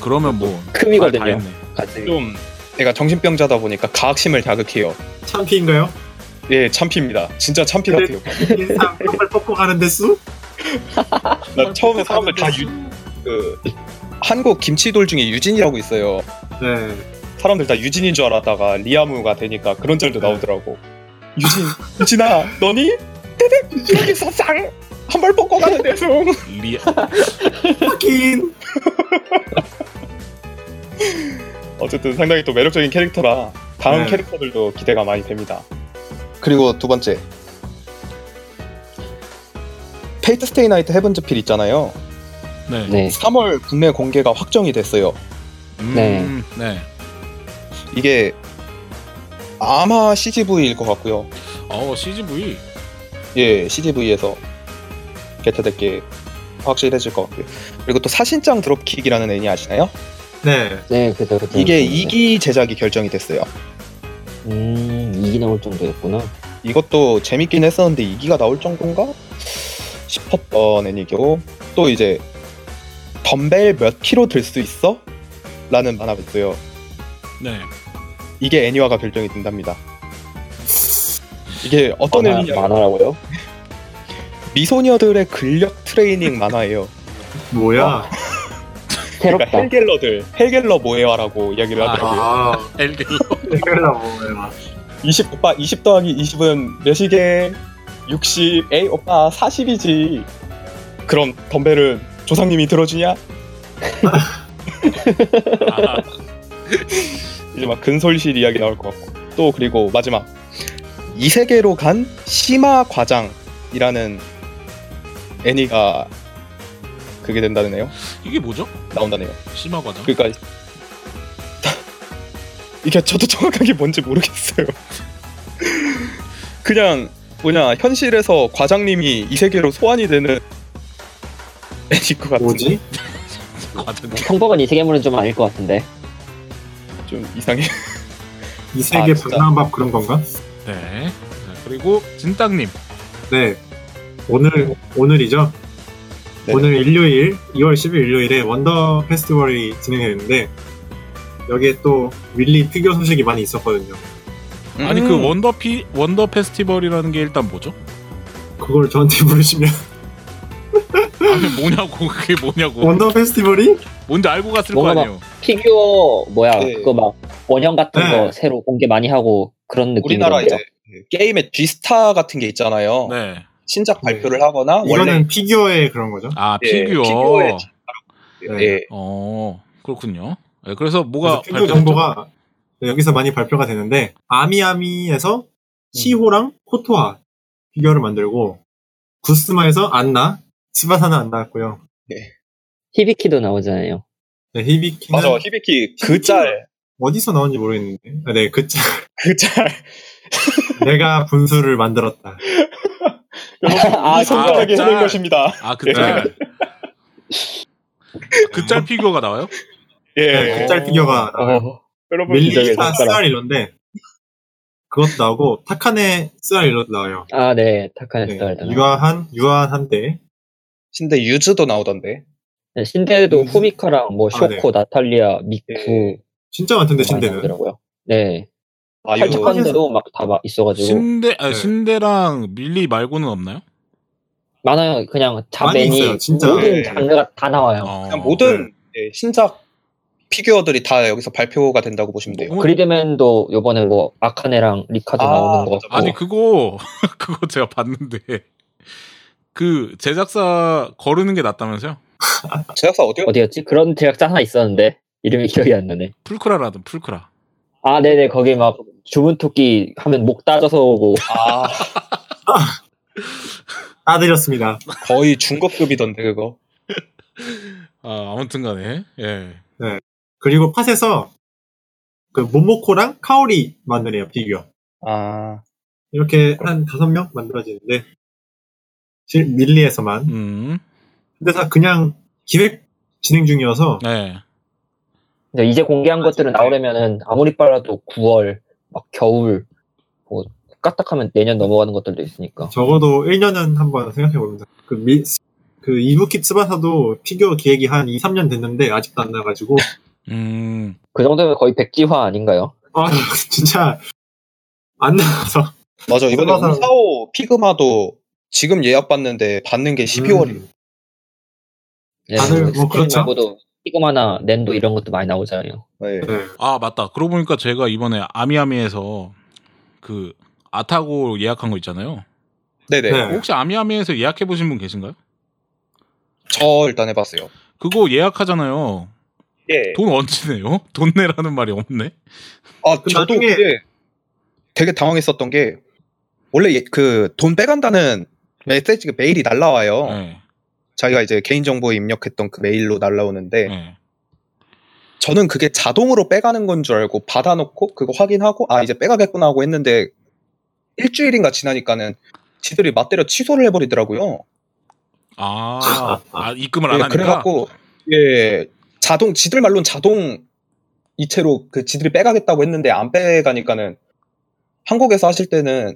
[SPEAKER 2] 그러면 뭐
[SPEAKER 5] 아,
[SPEAKER 2] 다
[SPEAKER 3] 크미거든요
[SPEAKER 2] 했네.
[SPEAKER 3] 같은
[SPEAKER 5] 좀 얘가 정신병자다 보니까 가학심을 자극해요.
[SPEAKER 4] 참피인가요?
[SPEAKER 5] 예, 참피입니다. 진짜 참피 같아요.
[SPEAKER 4] 인상 턱을 뻑뻑 하는데 수?
[SPEAKER 5] 나 처음에 사람들 다 유, 그 한국 김치돌 중에 유진이라고 있어요.
[SPEAKER 4] 네.
[SPEAKER 5] 사람들 다 유진인 줄 알았다가 리아무가 되니까 그런 절도 나오더라고. 유진, 유진아, 너니? 대대 여기서 쌍! 한발 뻗고 가는데 송!
[SPEAKER 2] 리,
[SPEAKER 4] 하긴!
[SPEAKER 5] 어쨌든 상당히 또 매력적인 캐릭터라 다음
[SPEAKER 4] 네.
[SPEAKER 5] 캐릭터들도 기대가 많이 됩니다. 그리고 두 번째. 페이트 스테이 나이트 헤븐즈 필 있잖아요.
[SPEAKER 2] 네.
[SPEAKER 3] 네
[SPEAKER 5] 3월 국내 공개가 확정이 됐어요.
[SPEAKER 2] 음,
[SPEAKER 3] 네.
[SPEAKER 2] 네.
[SPEAKER 5] 이게 아마 CGV일 것 같고요.
[SPEAKER 2] 어, CGV.
[SPEAKER 5] 예, CGV에서 게타댓게 확실해질 것 같고요. 그리고 또 사신장 드롭킥이라는 애니 아시나요?
[SPEAKER 4] 네.
[SPEAKER 3] 네, 그죠, 그죠.
[SPEAKER 5] 이게 2기 제작이 결정이 됐어요.
[SPEAKER 3] 음, 2기 나올 정도였구나.
[SPEAKER 5] 이것도 재밌긴 했었는데 2기가 나올 정도인가 싶었던 애니고 또 이제 덤벨 몇 키로 들 수 있어? 라는 만화가 있어요.
[SPEAKER 2] 네.
[SPEAKER 5] 이게 애니화가 결정이 된답니다. 이게 어떤
[SPEAKER 3] 만화,
[SPEAKER 5] 애니냐?
[SPEAKER 3] 만화라고요?
[SPEAKER 5] 미소녀들의 근력 트레이닝 만화예요.
[SPEAKER 4] 뭐야?
[SPEAKER 3] 새롭다.
[SPEAKER 5] 그러니까 헬겔러들 헬겔러 모에와라고 이야기를
[SPEAKER 2] 아.
[SPEAKER 5] 하더라고요.
[SPEAKER 4] 아,
[SPEAKER 2] 엘게로.
[SPEAKER 4] 해결다 뭐야.
[SPEAKER 5] 20 오빠 20 더하기 20은 몇이게? 60 에이 오빠 40이지. 그럼 덤벨을 조상님이 들어주냐?
[SPEAKER 2] 아,
[SPEAKER 5] 이제 막 근솔실 이야기 나올 것 같고 또 그리고 마지막 이 세계로 간 시마 과장이라는 애니가 그게 된다네요
[SPEAKER 2] 이게 뭐죠?
[SPEAKER 5] 나온다네요
[SPEAKER 2] 심화 과정.
[SPEAKER 5] 그러니까 이게 저도 정확하게 뭔지 모르겠어요 그냥 뭐냐 현실에서 과장님이 이 세계로 소환이 되는 애니일 것 같은데
[SPEAKER 4] 뭐지?
[SPEAKER 2] 과정.
[SPEAKER 3] 형법은 이 세계물은 좀 아닐 것 같은데.
[SPEAKER 5] 좀 이상해
[SPEAKER 4] 이 세계
[SPEAKER 5] 아, 진짜.
[SPEAKER 4] 박나밥 그런 건가?
[SPEAKER 2] 네. 자, 그리고 진땅님.
[SPEAKER 4] 네. 오늘 오늘이죠.
[SPEAKER 5] 네.
[SPEAKER 4] 오늘 일요일 2월 10일 일요일에 원더 페스티벌이 진행되는데 여기에 또 윌리 피규어 소식이 많이 있었거든요.
[SPEAKER 2] 아니 그
[SPEAKER 4] 음.
[SPEAKER 2] 원더피 원더 페스티벌이라는 게 일단 뭐죠?
[SPEAKER 4] 그걸 저한테 물으시면
[SPEAKER 2] 아니 뭐냐고 그게
[SPEAKER 5] 음.
[SPEAKER 2] 뭐냐고.
[SPEAKER 4] 원더 페스티벌이
[SPEAKER 2] 뭔지 알고 갔을 거
[SPEAKER 3] 뭔가
[SPEAKER 2] 아니에요.
[SPEAKER 3] 피규어, 뭐야,
[SPEAKER 5] 네.
[SPEAKER 3] 그거 막, 원형 같은
[SPEAKER 4] 네.
[SPEAKER 3] 거 새로 공개 많이 하고, 그런 느낌이
[SPEAKER 5] 우리나라 이제 그 게임에 G스타 같은 게
[SPEAKER 4] 어.
[SPEAKER 5] 있잖아요
[SPEAKER 2] 네.
[SPEAKER 5] 신작 발표를 하거나 원래
[SPEAKER 4] 이거는 피규어의 그런 거죠.
[SPEAKER 2] 아
[SPEAKER 5] 예,
[SPEAKER 2] 피규어.
[SPEAKER 5] 피규어의
[SPEAKER 4] 네.
[SPEAKER 5] 예.
[SPEAKER 2] 어 그렇군요. 네, 그래서
[SPEAKER 4] 그래서
[SPEAKER 2] 뭐가
[SPEAKER 4] 피규어
[SPEAKER 2] 발표됐죠?
[SPEAKER 4] 정보가 여기서 많이 발표가 되는데 아미아미에서 시호랑 코토아 피규어를 만들고 구스마에서 안나 치바사는 안 나왔고요.
[SPEAKER 3] 히비키도 나오잖아요.
[SPEAKER 4] 네, 히비키는
[SPEAKER 5] 맞아 히비키 그 짤
[SPEAKER 4] 어디서 나온지 모르겠는데 아, 네 그쵸
[SPEAKER 5] 그짤
[SPEAKER 4] 내가 분수를 만들었다.
[SPEAKER 3] 아,
[SPEAKER 5] 이 손가락이
[SPEAKER 2] 그 짤.
[SPEAKER 5] 하는 것입니다
[SPEAKER 2] 아
[SPEAKER 4] 네.
[SPEAKER 2] 그짤. 그짤 피규어가 나와요?
[SPEAKER 5] 예 음.
[SPEAKER 4] 짤 네. 피규어가 나와요.
[SPEAKER 5] 여러분
[SPEAKER 4] 그 밀리타
[SPEAKER 5] 손가락.
[SPEAKER 4] 쓰알 일러인데 그것도 나오고 타카네 쓰알 일러도 나와요.
[SPEAKER 3] 아, 네, 타카네
[SPEAKER 4] 네,
[SPEAKER 3] 스타일다.
[SPEAKER 4] 유아한 유아한데
[SPEAKER 5] 근데 유즈도 나오던데
[SPEAKER 3] 네,
[SPEAKER 5] 음.
[SPEAKER 3] 신데도 후미카랑 뭐,
[SPEAKER 4] 아,
[SPEAKER 5] 네.
[SPEAKER 3] 쇼코, 나탈리아, 미쿠.
[SPEAKER 4] 진짜 많던데
[SPEAKER 3] 많이
[SPEAKER 4] 신대는
[SPEAKER 3] 나오더라고요. 네.
[SPEAKER 5] 아
[SPEAKER 4] 아이고.
[SPEAKER 5] 유즈
[SPEAKER 4] 팔뚝-
[SPEAKER 3] 팔뚝한데도 막다 있어가지고.
[SPEAKER 2] 신데 아,
[SPEAKER 4] 네.
[SPEAKER 2] 신데랑 밀리 말고는 없나요?
[SPEAKER 3] 많아요. 그냥
[SPEAKER 4] 많이
[SPEAKER 3] 자벤이
[SPEAKER 4] 있어요, 진짜.
[SPEAKER 5] 네.
[SPEAKER 3] 모든 장르가 다 나와요.
[SPEAKER 2] 어.
[SPEAKER 5] 그냥 모든
[SPEAKER 4] 네.
[SPEAKER 5] 예, 신작 피규어들이 다 여기서 발표가 된다고 보시면 돼요
[SPEAKER 2] 어,
[SPEAKER 3] 그리드맨도 요번에 뭐 아카네랑 리카도
[SPEAKER 5] 아,
[SPEAKER 3] 나오는 것 같고
[SPEAKER 5] 맞아.
[SPEAKER 2] 아니 그거 그거 제가 봤는데 그 제작사 거르는 게 낫다면서요?
[SPEAKER 5] 제작사 어디요?
[SPEAKER 3] 어디였지? 그런 제작자 하나 있었는데 이름이 기억이 안 나네.
[SPEAKER 2] 풀크라라든 풀크라.
[SPEAKER 3] 아 네네 거기 막 주문 토끼 하면 목 따져서 오고
[SPEAKER 5] 아
[SPEAKER 4] 따드렸습니다.
[SPEAKER 5] 거의 중급급이던데 그거
[SPEAKER 2] 아 아무튼간에 예.
[SPEAKER 4] 그리고 팟에서 그 모모코랑 카오리 만드네요 피규어.
[SPEAKER 5] 아
[SPEAKER 4] 이렇게 한 다섯 명 만들어지는데 실- 밀리에서만.
[SPEAKER 2] 음.
[SPEAKER 4] 근데 다 그냥 기획 진행 중이어서
[SPEAKER 2] 네.
[SPEAKER 3] 이제 이제 공개한 것들은 나오려면은 아무리 빨라도 9월 막 겨울 뭐 까딱하면 내년 넘어가는 것들도 있으니까
[SPEAKER 4] 적어도 1년은 한번 생각해봅니다. 그 미, 그 이부키 츠바사도 피규어 기획이 한 2, 3년 됐는데 아직도 안 나가지고
[SPEAKER 2] 음.
[SPEAKER 3] 그 정도면 거의 백지화 아닌가요?
[SPEAKER 4] 아 진짜 안 나와서
[SPEAKER 5] 맞아 이번에
[SPEAKER 4] 맞아.
[SPEAKER 5] 사오 피그마도 지금 예약 받는데 받는 게 12월이에요
[SPEAKER 4] 음,
[SPEAKER 3] 네,
[SPEAKER 4] 다들 뭐
[SPEAKER 3] 스팀
[SPEAKER 4] 그렇죠.
[SPEAKER 3] 말고도 피그마나 낸도 이런 것도 많이 나오잖아요.
[SPEAKER 5] 예.
[SPEAKER 4] 네.
[SPEAKER 2] 아 맞다. 그러고 보니까 제가 이번에 아미아미에서 그 아타고 예약한 거 있잖아요.
[SPEAKER 5] 네네
[SPEAKER 4] 네.
[SPEAKER 2] 혹시 아미아미에서 예약해 보신 분 계신가요?
[SPEAKER 5] 저 일단 해봤어요
[SPEAKER 2] 그거 예약하잖아요.
[SPEAKER 5] 예.
[SPEAKER 2] 돈 언제 내요? 돈 내라는 말이 없네.
[SPEAKER 5] 아,
[SPEAKER 4] 그
[SPEAKER 5] 저도
[SPEAKER 4] 나중에-
[SPEAKER 5] 그게 되게 당황했었던 게 원래 그 돈 빼간다는 메시지가 메일이 날라와요.
[SPEAKER 2] 네.
[SPEAKER 5] 자기가 이제 개인정보에 입력했던 그 메일로 날라오는데
[SPEAKER 2] 네.
[SPEAKER 5] 저는 그게 자동으로 빼가는 건 줄 알고 받아놓고 그거 확인하고 아 이제 빼가겠구나 하고 했는데 일주일인가 지나니까는 지들이 맞대려 취소를 해버리더라고요.
[SPEAKER 2] 아, 아 입금을 안
[SPEAKER 5] 예,
[SPEAKER 2] 하니까.
[SPEAKER 5] 그래갖고 예 자동 지들 말론 자동 이체로 그 지들이 빼가겠다고 했는데 안 빼가니까는 한국에서 하실 때는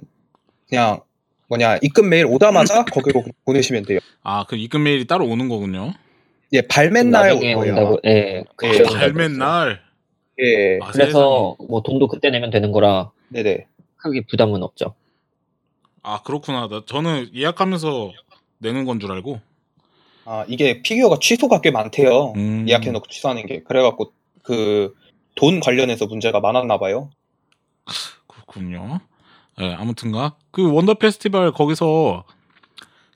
[SPEAKER 5] 그냥 뭐냐 입금 메일 오자마자 거기로 그냥 보내시면 돼요.
[SPEAKER 2] 아, 그 입금 메일이 따로 오는 거군요.
[SPEAKER 5] 예 발맨 날
[SPEAKER 3] 나중에
[SPEAKER 5] 오예요.
[SPEAKER 3] 온다고. 예.
[SPEAKER 5] 예,
[SPEAKER 3] 그때 온다고
[SPEAKER 2] 아, 발매
[SPEAKER 3] 그랬어요.
[SPEAKER 2] 날.
[SPEAKER 5] 예
[SPEAKER 2] 아, 세상에.
[SPEAKER 3] 그래서 뭐 돈도 그때 내면 되는 거라
[SPEAKER 5] 네네
[SPEAKER 3] 크게 부담은 없죠.
[SPEAKER 2] 아 그렇구나. 나 저는 예약하면서 내는 건 줄 알고.
[SPEAKER 5] 아 이게 피규어가 취소가 꽤 많대요.
[SPEAKER 2] 음.
[SPEAKER 5] 예약해놓고 취소하는 게 그래갖고 그 돈 관련해서 문제가 많았나 봐요.
[SPEAKER 2] 그렇군요. 예, 아무튼가 그 원더 페스티벌 거기서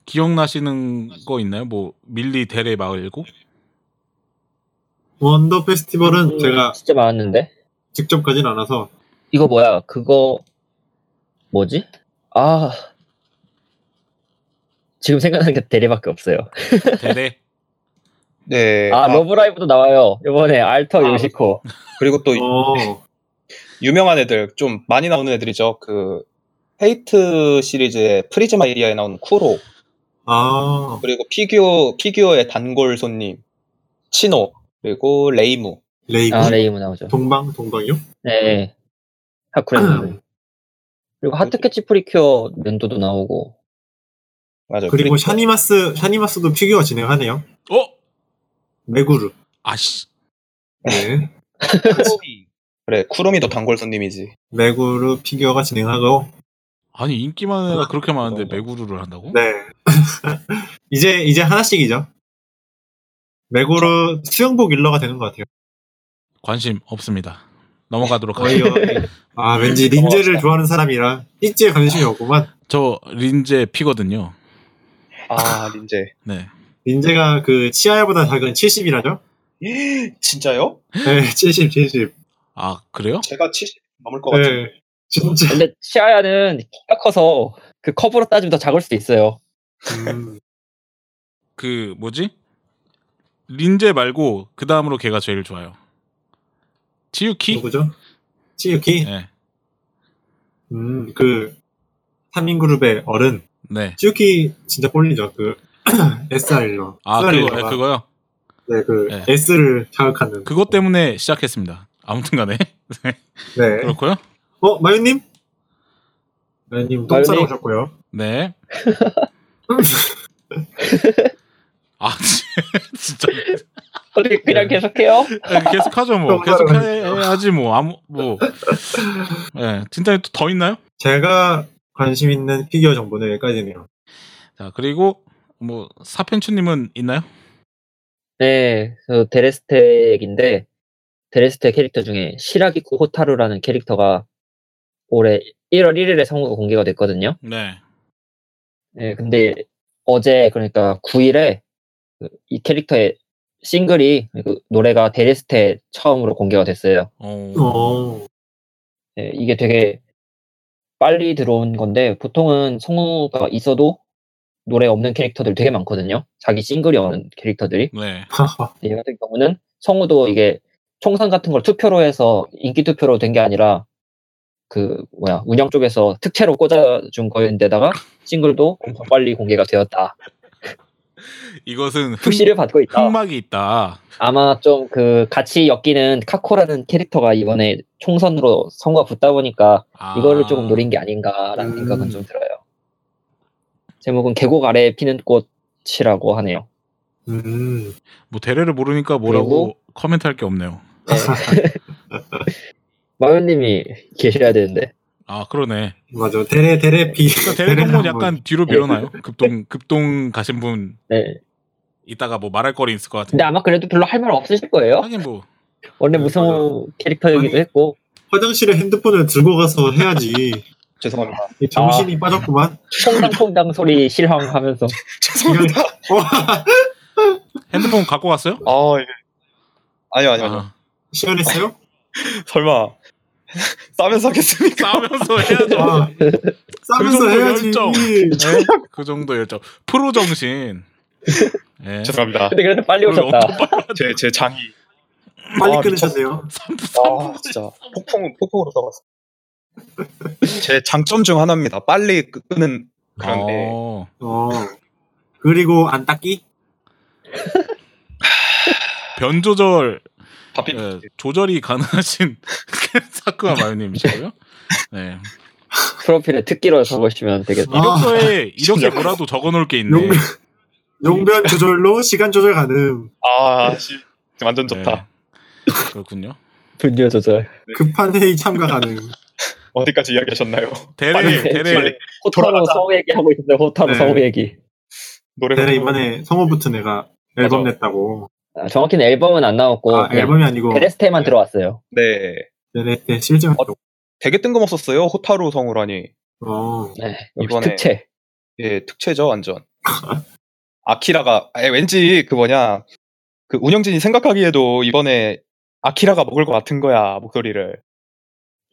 [SPEAKER 2] 기억나시는 거 있나요? 뭐 밀리 데레 말고?
[SPEAKER 4] 원더
[SPEAKER 3] 음.
[SPEAKER 4] 페스티벌은 제가
[SPEAKER 3] 진짜 많았는데
[SPEAKER 4] 직접 가진 않아서
[SPEAKER 3] 이거 뭐야? 그거 뭐지? 아 지금 생각나는 게 대리밖에 없어요.
[SPEAKER 2] 데레.
[SPEAKER 5] 네.
[SPEAKER 3] 아,
[SPEAKER 5] 아,
[SPEAKER 3] 러브라이브도 나와요. 이번에 알터 요시코.
[SPEAKER 5] 그리고 또
[SPEAKER 4] 어
[SPEAKER 5] 유명한 애들 좀 많이 나오는 애들이죠. 그 헤이트 시리즈의 프리즈마 에리아에 나온 쿠로
[SPEAKER 4] 아,
[SPEAKER 5] 그리고 피규어 피규어의 단골 손님 치노 그리고 레이무
[SPEAKER 4] 레이브
[SPEAKER 3] 아, 레이무 나오죠.
[SPEAKER 4] 동방 동방이요?
[SPEAKER 3] 네. 하쿠레. 그리고 하트캐치 프리큐어 랜도도 나오고.
[SPEAKER 5] 맞아요.
[SPEAKER 4] 그리고
[SPEAKER 5] 프리-
[SPEAKER 4] 샤니마스 샤니마스도 피규어 진행하네요.
[SPEAKER 2] 어?
[SPEAKER 4] 메구르.
[SPEAKER 2] 아씨.
[SPEAKER 4] 네.
[SPEAKER 5] 쿠로미. 그래 쿠로미도 단골 손님이지.
[SPEAKER 4] 메구르 피규어가 진행하고
[SPEAKER 2] 아니 인기만 해라 그렇게 많은데 매구르를 한다고?
[SPEAKER 4] 네. 이제 이제 하나씩이죠. 메구르 수영복 일러가 되는 것 같아요.
[SPEAKER 2] 관심 없습니다. 넘어가도록
[SPEAKER 4] 거의
[SPEAKER 2] 하죠.
[SPEAKER 4] 거의. 아 왠지 린제를 좋아하는 사람이라 삐지에 관심이 없구만.
[SPEAKER 2] 저 린제 피거든요.
[SPEAKER 5] 아 린제
[SPEAKER 2] 네.
[SPEAKER 4] 린제가 그 치아야보다 작은 70이라죠?
[SPEAKER 5] 진짜요?
[SPEAKER 4] 네, 70, 70.
[SPEAKER 2] 아 그래요?
[SPEAKER 5] 제가 70 넘을 것 같아요.
[SPEAKER 4] 네, 진짜.
[SPEAKER 3] 근데 치아야는 키가 커서 그 컵으로 따지면 더 작을 수도 있어요.
[SPEAKER 4] 음,
[SPEAKER 2] 그 뭐지? 린제 말고 그 다음으로 걔가 제일 좋아요. 치유키.
[SPEAKER 4] 누구죠? 치유키.
[SPEAKER 2] 네.
[SPEAKER 4] 음, 그 3인 그룹의 어른.
[SPEAKER 2] 네.
[SPEAKER 4] 치유키 진짜 꼴리죠. 그 SR 일러.
[SPEAKER 2] 아
[SPEAKER 4] SR
[SPEAKER 2] 그거
[SPEAKER 4] 일러가.
[SPEAKER 2] 그거요.
[SPEAKER 4] 네, 그
[SPEAKER 2] 네.
[SPEAKER 4] S를 자극하는.
[SPEAKER 2] 그것 때문에 시작했습니다. 아무튼간에 네,
[SPEAKER 4] 네.
[SPEAKER 2] 그렇고요.
[SPEAKER 4] 어, 마유님? 마유님 똥
[SPEAKER 3] 마유님.
[SPEAKER 4] 싸러 오셨고요.
[SPEAKER 2] 네. 아 진짜
[SPEAKER 3] 어떻게 그냥
[SPEAKER 4] 네.
[SPEAKER 3] 계속해요?
[SPEAKER 2] 계속하죠 뭐 계속해야지 뭐 아무 뭐. 네. 진짜 더 있나요?
[SPEAKER 4] 제가 관심 있는 피규어 정보는 여기까지네요.
[SPEAKER 2] 자 그리고 뭐 사펜추님은 있나요?
[SPEAKER 3] 네, 그 데레스테 얘긴데, 데레스테 캐릭터 중에 시라기쿠 호타루라는 캐릭터가 올해 1월 1일에 성우가 공개가 됐거든요.
[SPEAKER 2] 네.
[SPEAKER 3] 네, 근데 어제 그러니까 9일에 그 이 캐릭터의 싱글이 그 노래가 데레스테 처음으로 공개가 됐어요.
[SPEAKER 2] 어.
[SPEAKER 4] 어,
[SPEAKER 3] 네, 이게 되게 빨리 들어온 건데 보통은 성우가 있어도 노래 없는 캐릭터들 되게 많거든요. 자기 싱글이 없는 캐릭터들이.
[SPEAKER 2] 네.
[SPEAKER 3] 이 같은 경우는 성우도 이게 총선 같은 걸 투표로 해서 인기 투표로 된 게 아니라 그 뭐야 운영 쪽에서 특채로 꽂아준 거인데다가 싱글도 엄청 빨리 공개가 되었다.
[SPEAKER 2] 이것은 흥,
[SPEAKER 3] 그 푸시를 받고 있다.
[SPEAKER 2] 흥막이 있다.
[SPEAKER 3] 아마 좀 그 같이 엮이는 카코라는 캐릭터가 이번에 총선으로 선거 붙다 보니까
[SPEAKER 2] 아.
[SPEAKER 3] 이거를 조금 노린 게 아닌가라는
[SPEAKER 4] 음.
[SPEAKER 3] 생각은 좀 들어요. 제목은 계곡 아래 피는 꽃이라고 하네요.
[SPEAKER 4] 음,
[SPEAKER 2] 뭐 대례를 모르니까 뭐라고 커멘트 할 게 없네요.
[SPEAKER 3] 마요님이 계셔야 되는데.
[SPEAKER 2] 아 그러네.
[SPEAKER 4] 맞아. 데레, 데레 피.
[SPEAKER 2] 그러니까 대례 동문
[SPEAKER 4] 한번.
[SPEAKER 2] 약간 뒤로
[SPEAKER 5] 네.
[SPEAKER 2] 밀어놔요. 급동 급동 가신 분
[SPEAKER 3] 네.
[SPEAKER 2] 이따가 뭐 말할 거리 있을 것
[SPEAKER 3] 근데
[SPEAKER 2] 같은데.
[SPEAKER 3] 아마 그래도 별로 할 말 없으실 거예요.
[SPEAKER 2] 하긴 뭐
[SPEAKER 3] 원래
[SPEAKER 4] 네,
[SPEAKER 3] 무성 캐릭터이기도
[SPEAKER 4] 아니,
[SPEAKER 3] 했고.
[SPEAKER 4] 화장실에 핸드폰을 들고 가서 해야지.
[SPEAKER 5] 죄송합니다.
[SPEAKER 4] 이 정신이 빠졌구만.
[SPEAKER 3] 퐁당퐁당 소리 실황하면서.
[SPEAKER 5] 죄송합니다.
[SPEAKER 2] 핸드폰 갖고 갔어요?
[SPEAKER 5] 아 이게 아니요 아니요 아니요.
[SPEAKER 2] 아,
[SPEAKER 4] 시원했어요?
[SPEAKER 5] 설마 싸면서 하겠습니까?
[SPEAKER 2] 싸면서 해야죠.
[SPEAKER 4] 아, 싸면서
[SPEAKER 2] 정도
[SPEAKER 4] 해야지.
[SPEAKER 2] 열정. 네? 그 정도 열정. 프로 정신. 예.
[SPEAKER 5] 죄송합니다.
[SPEAKER 3] 근데 그래도 빨리
[SPEAKER 2] 그리고
[SPEAKER 3] 오셨다.
[SPEAKER 2] 엄청 빨리
[SPEAKER 5] 제 제 장이
[SPEAKER 4] 빨리
[SPEAKER 5] 아,
[SPEAKER 4] 끊으셨네요.
[SPEAKER 5] 아 진짜 폭풍은 폭풍으로 써봤어. 제 장점 중 하나입니다. 빨리 끄는 그런데
[SPEAKER 2] 어,
[SPEAKER 4] 어. 그리고 안 닦기?
[SPEAKER 2] 변 조절
[SPEAKER 5] 바삐
[SPEAKER 2] 예, 조절이 가능하신 사쿠아 마요님이시고요. 네.
[SPEAKER 3] 프로필에 특기로 적으시면 되겠네요.
[SPEAKER 4] 아,
[SPEAKER 2] 이력서에 이렇게
[SPEAKER 5] 진짜.
[SPEAKER 2] 뭐라도 적어놓을 게 있네.
[SPEAKER 4] 용변, 용변 조절로 시간 조절 가능.
[SPEAKER 5] 아 씨, 완전 좋다.
[SPEAKER 2] 네. 그렇군요.
[SPEAKER 3] 분뇨 조절.
[SPEAKER 4] 급한 회의 참가 가능.
[SPEAKER 5] 어디까지 이야기하셨나요?
[SPEAKER 2] 대래
[SPEAKER 5] 빨리,
[SPEAKER 2] 대래
[SPEAKER 5] 빨리.
[SPEAKER 3] 호타로
[SPEAKER 5] 돌아가자.
[SPEAKER 3] 성 얘기하고 있는데 호타로
[SPEAKER 4] 네.
[SPEAKER 3] 성 얘기.
[SPEAKER 5] 노래
[SPEAKER 4] 내가 이번에 성우부터 내가 앨범
[SPEAKER 5] 맞아.
[SPEAKER 4] 냈다고.
[SPEAKER 3] 아, 정확히는 앨범은 안 나왔고
[SPEAKER 4] 아,
[SPEAKER 3] 그냥
[SPEAKER 4] 앨범이 아니고
[SPEAKER 3] 베레스테만 들어왔어요.
[SPEAKER 5] 네
[SPEAKER 4] 내내 때 실제 활동.
[SPEAKER 5] 되게 뜬금없었어요. 호타루 성우라니.
[SPEAKER 4] 어,
[SPEAKER 3] 네, 역시
[SPEAKER 5] 이번에-
[SPEAKER 3] 특채.
[SPEAKER 5] 예, 특채죠, 완전. 아키라가, 아, 왠지 그 뭐냐, 그 운영진이 생각하기에도 이번에 아키라가 먹을 것 같은 거야, 목소리를.
[SPEAKER 3] 총선으로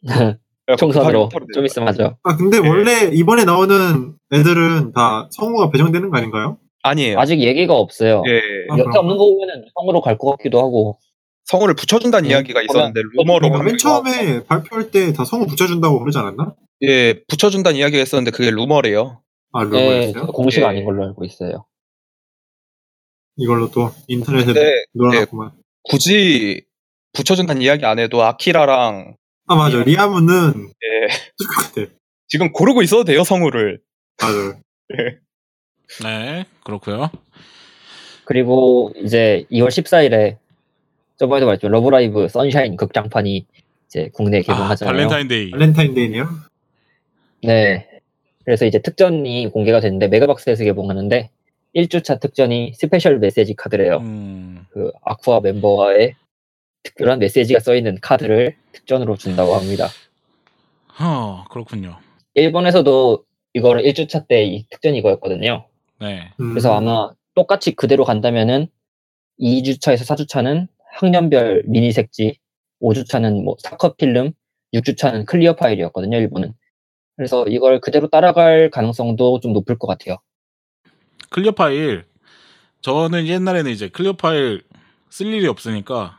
[SPEAKER 5] 급하게 아, 호타로
[SPEAKER 3] 좀 있으면 하죠.
[SPEAKER 4] 아 근데
[SPEAKER 5] 네.
[SPEAKER 4] 원래 이번에 나오는 애들은 다 성우가 배정되는 거 아닌가요?
[SPEAKER 5] 아니에요.
[SPEAKER 3] 아직 얘기가 없어요.
[SPEAKER 5] 예,
[SPEAKER 4] 아,
[SPEAKER 3] 여태
[SPEAKER 4] 그런가?
[SPEAKER 3] 없는 거 보면은 성으로 갈 것 같기도 하고.
[SPEAKER 5] 성우를 붙여준다는
[SPEAKER 3] 음,
[SPEAKER 5] 이야기가 있었는데, 루머로.
[SPEAKER 4] 그러니까 맨
[SPEAKER 5] 보면-
[SPEAKER 4] 처음에 발표할 때 다 성우 붙여준다고 그러지 않았나?
[SPEAKER 5] 예, 붙여준다는 이야기가 있었는데, 그게 루머래요.
[SPEAKER 4] 아, 루머였어요?
[SPEAKER 3] 예, 공식
[SPEAKER 5] 예.
[SPEAKER 3] 아닌 걸로 알고 있어요.
[SPEAKER 4] 이걸로 또 인터넷에
[SPEAKER 5] 근데
[SPEAKER 4] 놀아놨구만.
[SPEAKER 5] 굳이 붙여준다는 이야기 안 해도 아키라랑,
[SPEAKER 4] 아, 맞아. 리아무는
[SPEAKER 5] 예,
[SPEAKER 4] 똑같아.
[SPEAKER 5] 지금 고르고 있어도 돼요, 성우를.
[SPEAKER 4] 맞아.
[SPEAKER 2] 네 그렇고요.
[SPEAKER 3] 그리고 이제 2월 14일에 저번에도 말했지만 러브라이브 선샤인 극장판이 이제 국내에
[SPEAKER 2] 아,
[SPEAKER 3] 개봉하잖아요.
[SPEAKER 2] 발렌타인데이.
[SPEAKER 4] 발렌타인데이네요. 음.
[SPEAKER 3] 네. 그래서 이제 특전이 공개가 됐는데 메가박스에서 개봉하는데 1주차 특전이 스페셜 메시지 카드래요.
[SPEAKER 2] 음,
[SPEAKER 3] 그 아쿠아 멤버와의 특별한 메시지가 써있는 카드를 특전으로 준다고 합니다.
[SPEAKER 2] 어 그렇군요.
[SPEAKER 3] 일본에서도 이거를 1주차 때 이 특전이 이거였거든요.
[SPEAKER 2] 네.
[SPEAKER 4] 음.
[SPEAKER 3] 그래서 아마 똑같이 그대로 간다면은 2주차에서 4주차는 학년별 미니 색지, 5주차는 뭐 사컷 필름, 6주차는 클리어 파일이었거든요, 일본은. 그래서 이걸 그대로 따라갈 가능성도 좀 높을 것 같아요.
[SPEAKER 2] 클리어 파일. 저는 옛날에는 이제 클리어 파일 쓸 일이 없으니까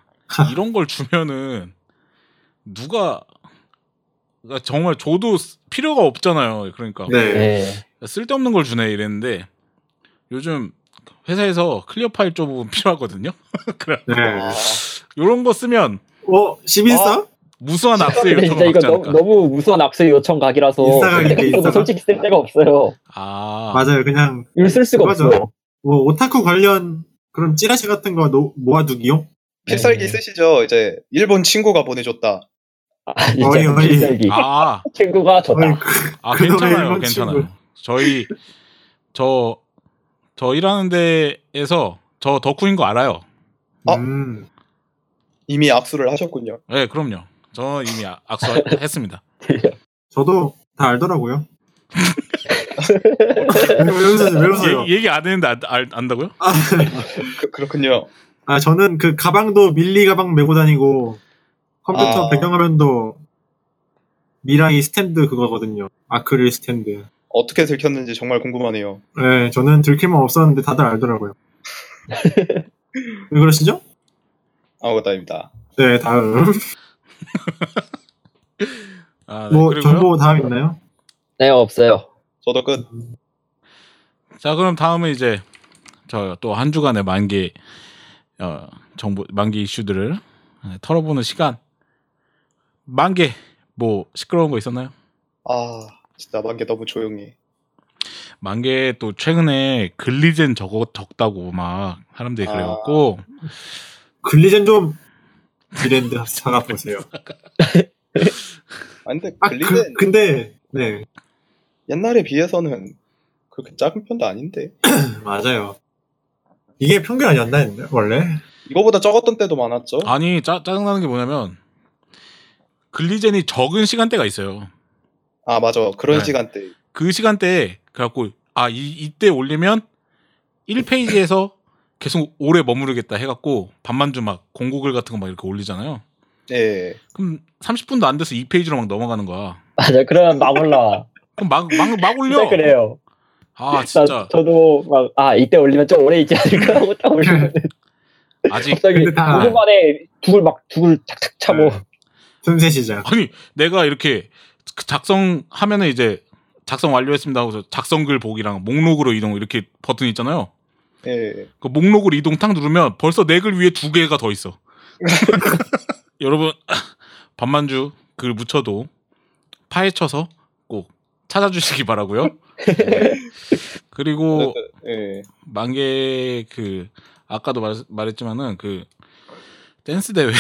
[SPEAKER 2] 이런 걸 주면은 누가 그러니까 정말 저도 쓰- 필요가 없잖아요. 그러니까
[SPEAKER 4] 네.
[SPEAKER 3] 예.
[SPEAKER 2] 쓸데없는 걸 주네 이랬는데 요즘 회사에서 클리어 파일 쪽 부분 필요하거든요. 그래
[SPEAKER 4] 네.
[SPEAKER 5] 아,
[SPEAKER 2] 이런 거 쓰면
[SPEAKER 4] 어, 11사?
[SPEAKER 2] 무수한 악세
[SPEAKER 3] 근데 진짜
[SPEAKER 2] 요청을
[SPEAKER 3] 이거
[SPEAKER 2] 받지
[SPEAKER 3] 너무,
[SPEAKER 2] 않을까.
[SPEAKER 3] 너무 무수한 악수 요청 각이라서
[SPEAKER 4] 인싸가 이게 인싸가?
[SPEAKER 3] 솔직히 쓸 데가 없어요.
[SPEAKER 2] 아
[SPEAKER 4] 맞아요. 그냥,
[SPEAKER 3] 이걸 쓸 수가
[SPEAKER 4] 맞아.
[SPEAKER 3] 없어요.
[SPEAKER 4] 뭐, 오타쿠 관련 그런 찌라시 같은 거 노- 모아두기용?
[SPEAKER 3] 네.
[SPEAKER 5] 필살기 쓰시죠. 이제, 일본 친구가 보내줬다.
[SPEAKER 3] 아, 진짜
[SPEAKER 4] 어이, 어이.
[SPEAKER 3] 필살기.
[SPEAKER 2] 아,
[SPEAKER 3] 친구가 저다.
[SPEAKER 4] 어이,
[SPEAKER 2] 아
[SPEAKER 4] 그놈의
[SPEAKER 2] 괜찮아요,
[SPEAKER 4] 일본
[SPEAKER 2] 괜찮아요.
[SPEAKER 4] 친구.
[SPEAKER 2] 저희 저 저 일하는 데에서 저 덕후인 거 알아요.
[SPEAKER 5] 어?
[SPEAKER 4] 음.
[SPEAKER 5] 이미 악수를 하셨군요.
[SPEAKER 2] 네, 그럼요. 저 이미 아- 악수했습니다.
[SPEAKER 4] 저도 다 알더라고요. 왜 웃으세요? 왜 웃어요?
[SPEAKER 2] 얘기, 얘기 안 했는데 안, 알- 안다고요?
[SPEAKER 4] 아,
[SPEAKER 5] 그, 그렇군요.
[SPEAKER 4] 아, 저는 그 가방도 밀리 가방 메고 다니고 컴퓨터
[SPEAKER 5] 아.
[SPEAKER 4] 배경화면도 미라이 스탠드 그거거든요. 아크릴 스탠드.
[SPEAKER 5] 어떻게 들켰는지 정말 궁금하네요.
[SPEAKER 4] 네, 저는 들킬만 없었는데 다들 알더라고요. 왜 그러시죠?
[SPEAKER 5] 아무것도 아닙니다.
[SPEAKER 4] 네, 다음.
[SPEAKER 2] 아, 네,
[SPEAKER 4] 뭐
[SPEAKER 2] 그리고요.
[SPEAKER 4] 정보 다음 있나요?
[SPEAKER 3] 네, 없어요.
[SPEAKER 5] 저도 끝.
[SPEAKER 2] 자, 그럼 다음은 이제 저 또 한 주간의 만기 어, 정보 만기 이슈들을 네, 털어보는 시간. 만개 뭐 시끄러운 거 있었나요?
[SPEAKER 5] 아, 진짜 만개 너무 조용해.
[SPEAKER 2] 만개 또 최근에 글리젠 저거 적다고 막 사람들이
[SPEAKER 5] 아.
[SPEAKER 2] 그래갖고
[SPEAKER 4] 글리젠 좀 이랜드 사가 보세요.
[SPEAKER 5] 아, 근데
[SPEAKER 4] 아,
[SPEAKER 5] 글리는
[SPEAKER 4] 그, 근데 네
[SPEAKER 5] 옛날에 비해서는 그렇게 작은 편도 아닌데.
[SPEAKER 4] 맞아요. 이게 평균 아니었나 했나, 원래?
[SPEAKER 5] 이거보다 적었던 때도 많았죠.
[SPEAKER 2] 아니 짜, 짜증나는 게 뭐냐면 글리젠이 적은 시간대가 있어요.
[SPEAKER 5] 아, 맞아. 그런
[SPEAKER 2] 네.
[SPEAKER 5] 시간대.
[SPEAKER 2] 그 시간대에 그래갖고 아 이, 이때 올리면 1페이지에서 계속 오래 머무르겠다 해갖고 반만주 막 공고글 같은 거 막 이렇게 올리잖아요.
[SPEAKER 5] 예.
[SPEAKER 2] 그럼 30분도 안 돼서 2페이지로 막 넘어가는 거야.
[SPEAKER 3] 맞아, 네, 그러면 막 올라.
[SPEAKER 2] 그럼 막 막 막 올려.
[SPEAKER 3] 진짜 그래요.
[SPEAKER 2] 아
[SPEAKER 3] 나-
[SPEAKER 2] 진짜
[SPEAKER 3] 저도 막, 아, 이때 올리면 좀 오래 있지 않을까 하고 딱 올리면
[SPEAKER 2] 아직
[SPEAKER 3] 갑자기
[SPEAKER 4] 근데 다-
[SPEAKER 3] 5분 만에 죽을 막, 죽을 탁탁 차고.
[SPEAKER 4] 네. 틈새 시작.
[SPEAKER 2] 아니 내가 그 이렇게 작성 화면에 이제 작성 완료했습니다 하고서 작성글 보기랑 목록으로 이동 이렇게 버튼 있잖아요.
[SPEAKER 5] 예.
[SPEAKER 2] 그 목록으로 이동 탁 누르면 벌써 네 글 위에 두 개가 더 있어. 여러분 반만주 글 묻혀도 파헤쳐서 꼭 찾아주시기 바라고요. 네. 그리고
[SPEAKER 5] 예.
[SPEAKER 2] 만개 그 아까도 말, 말했지만은 그 댄스 대회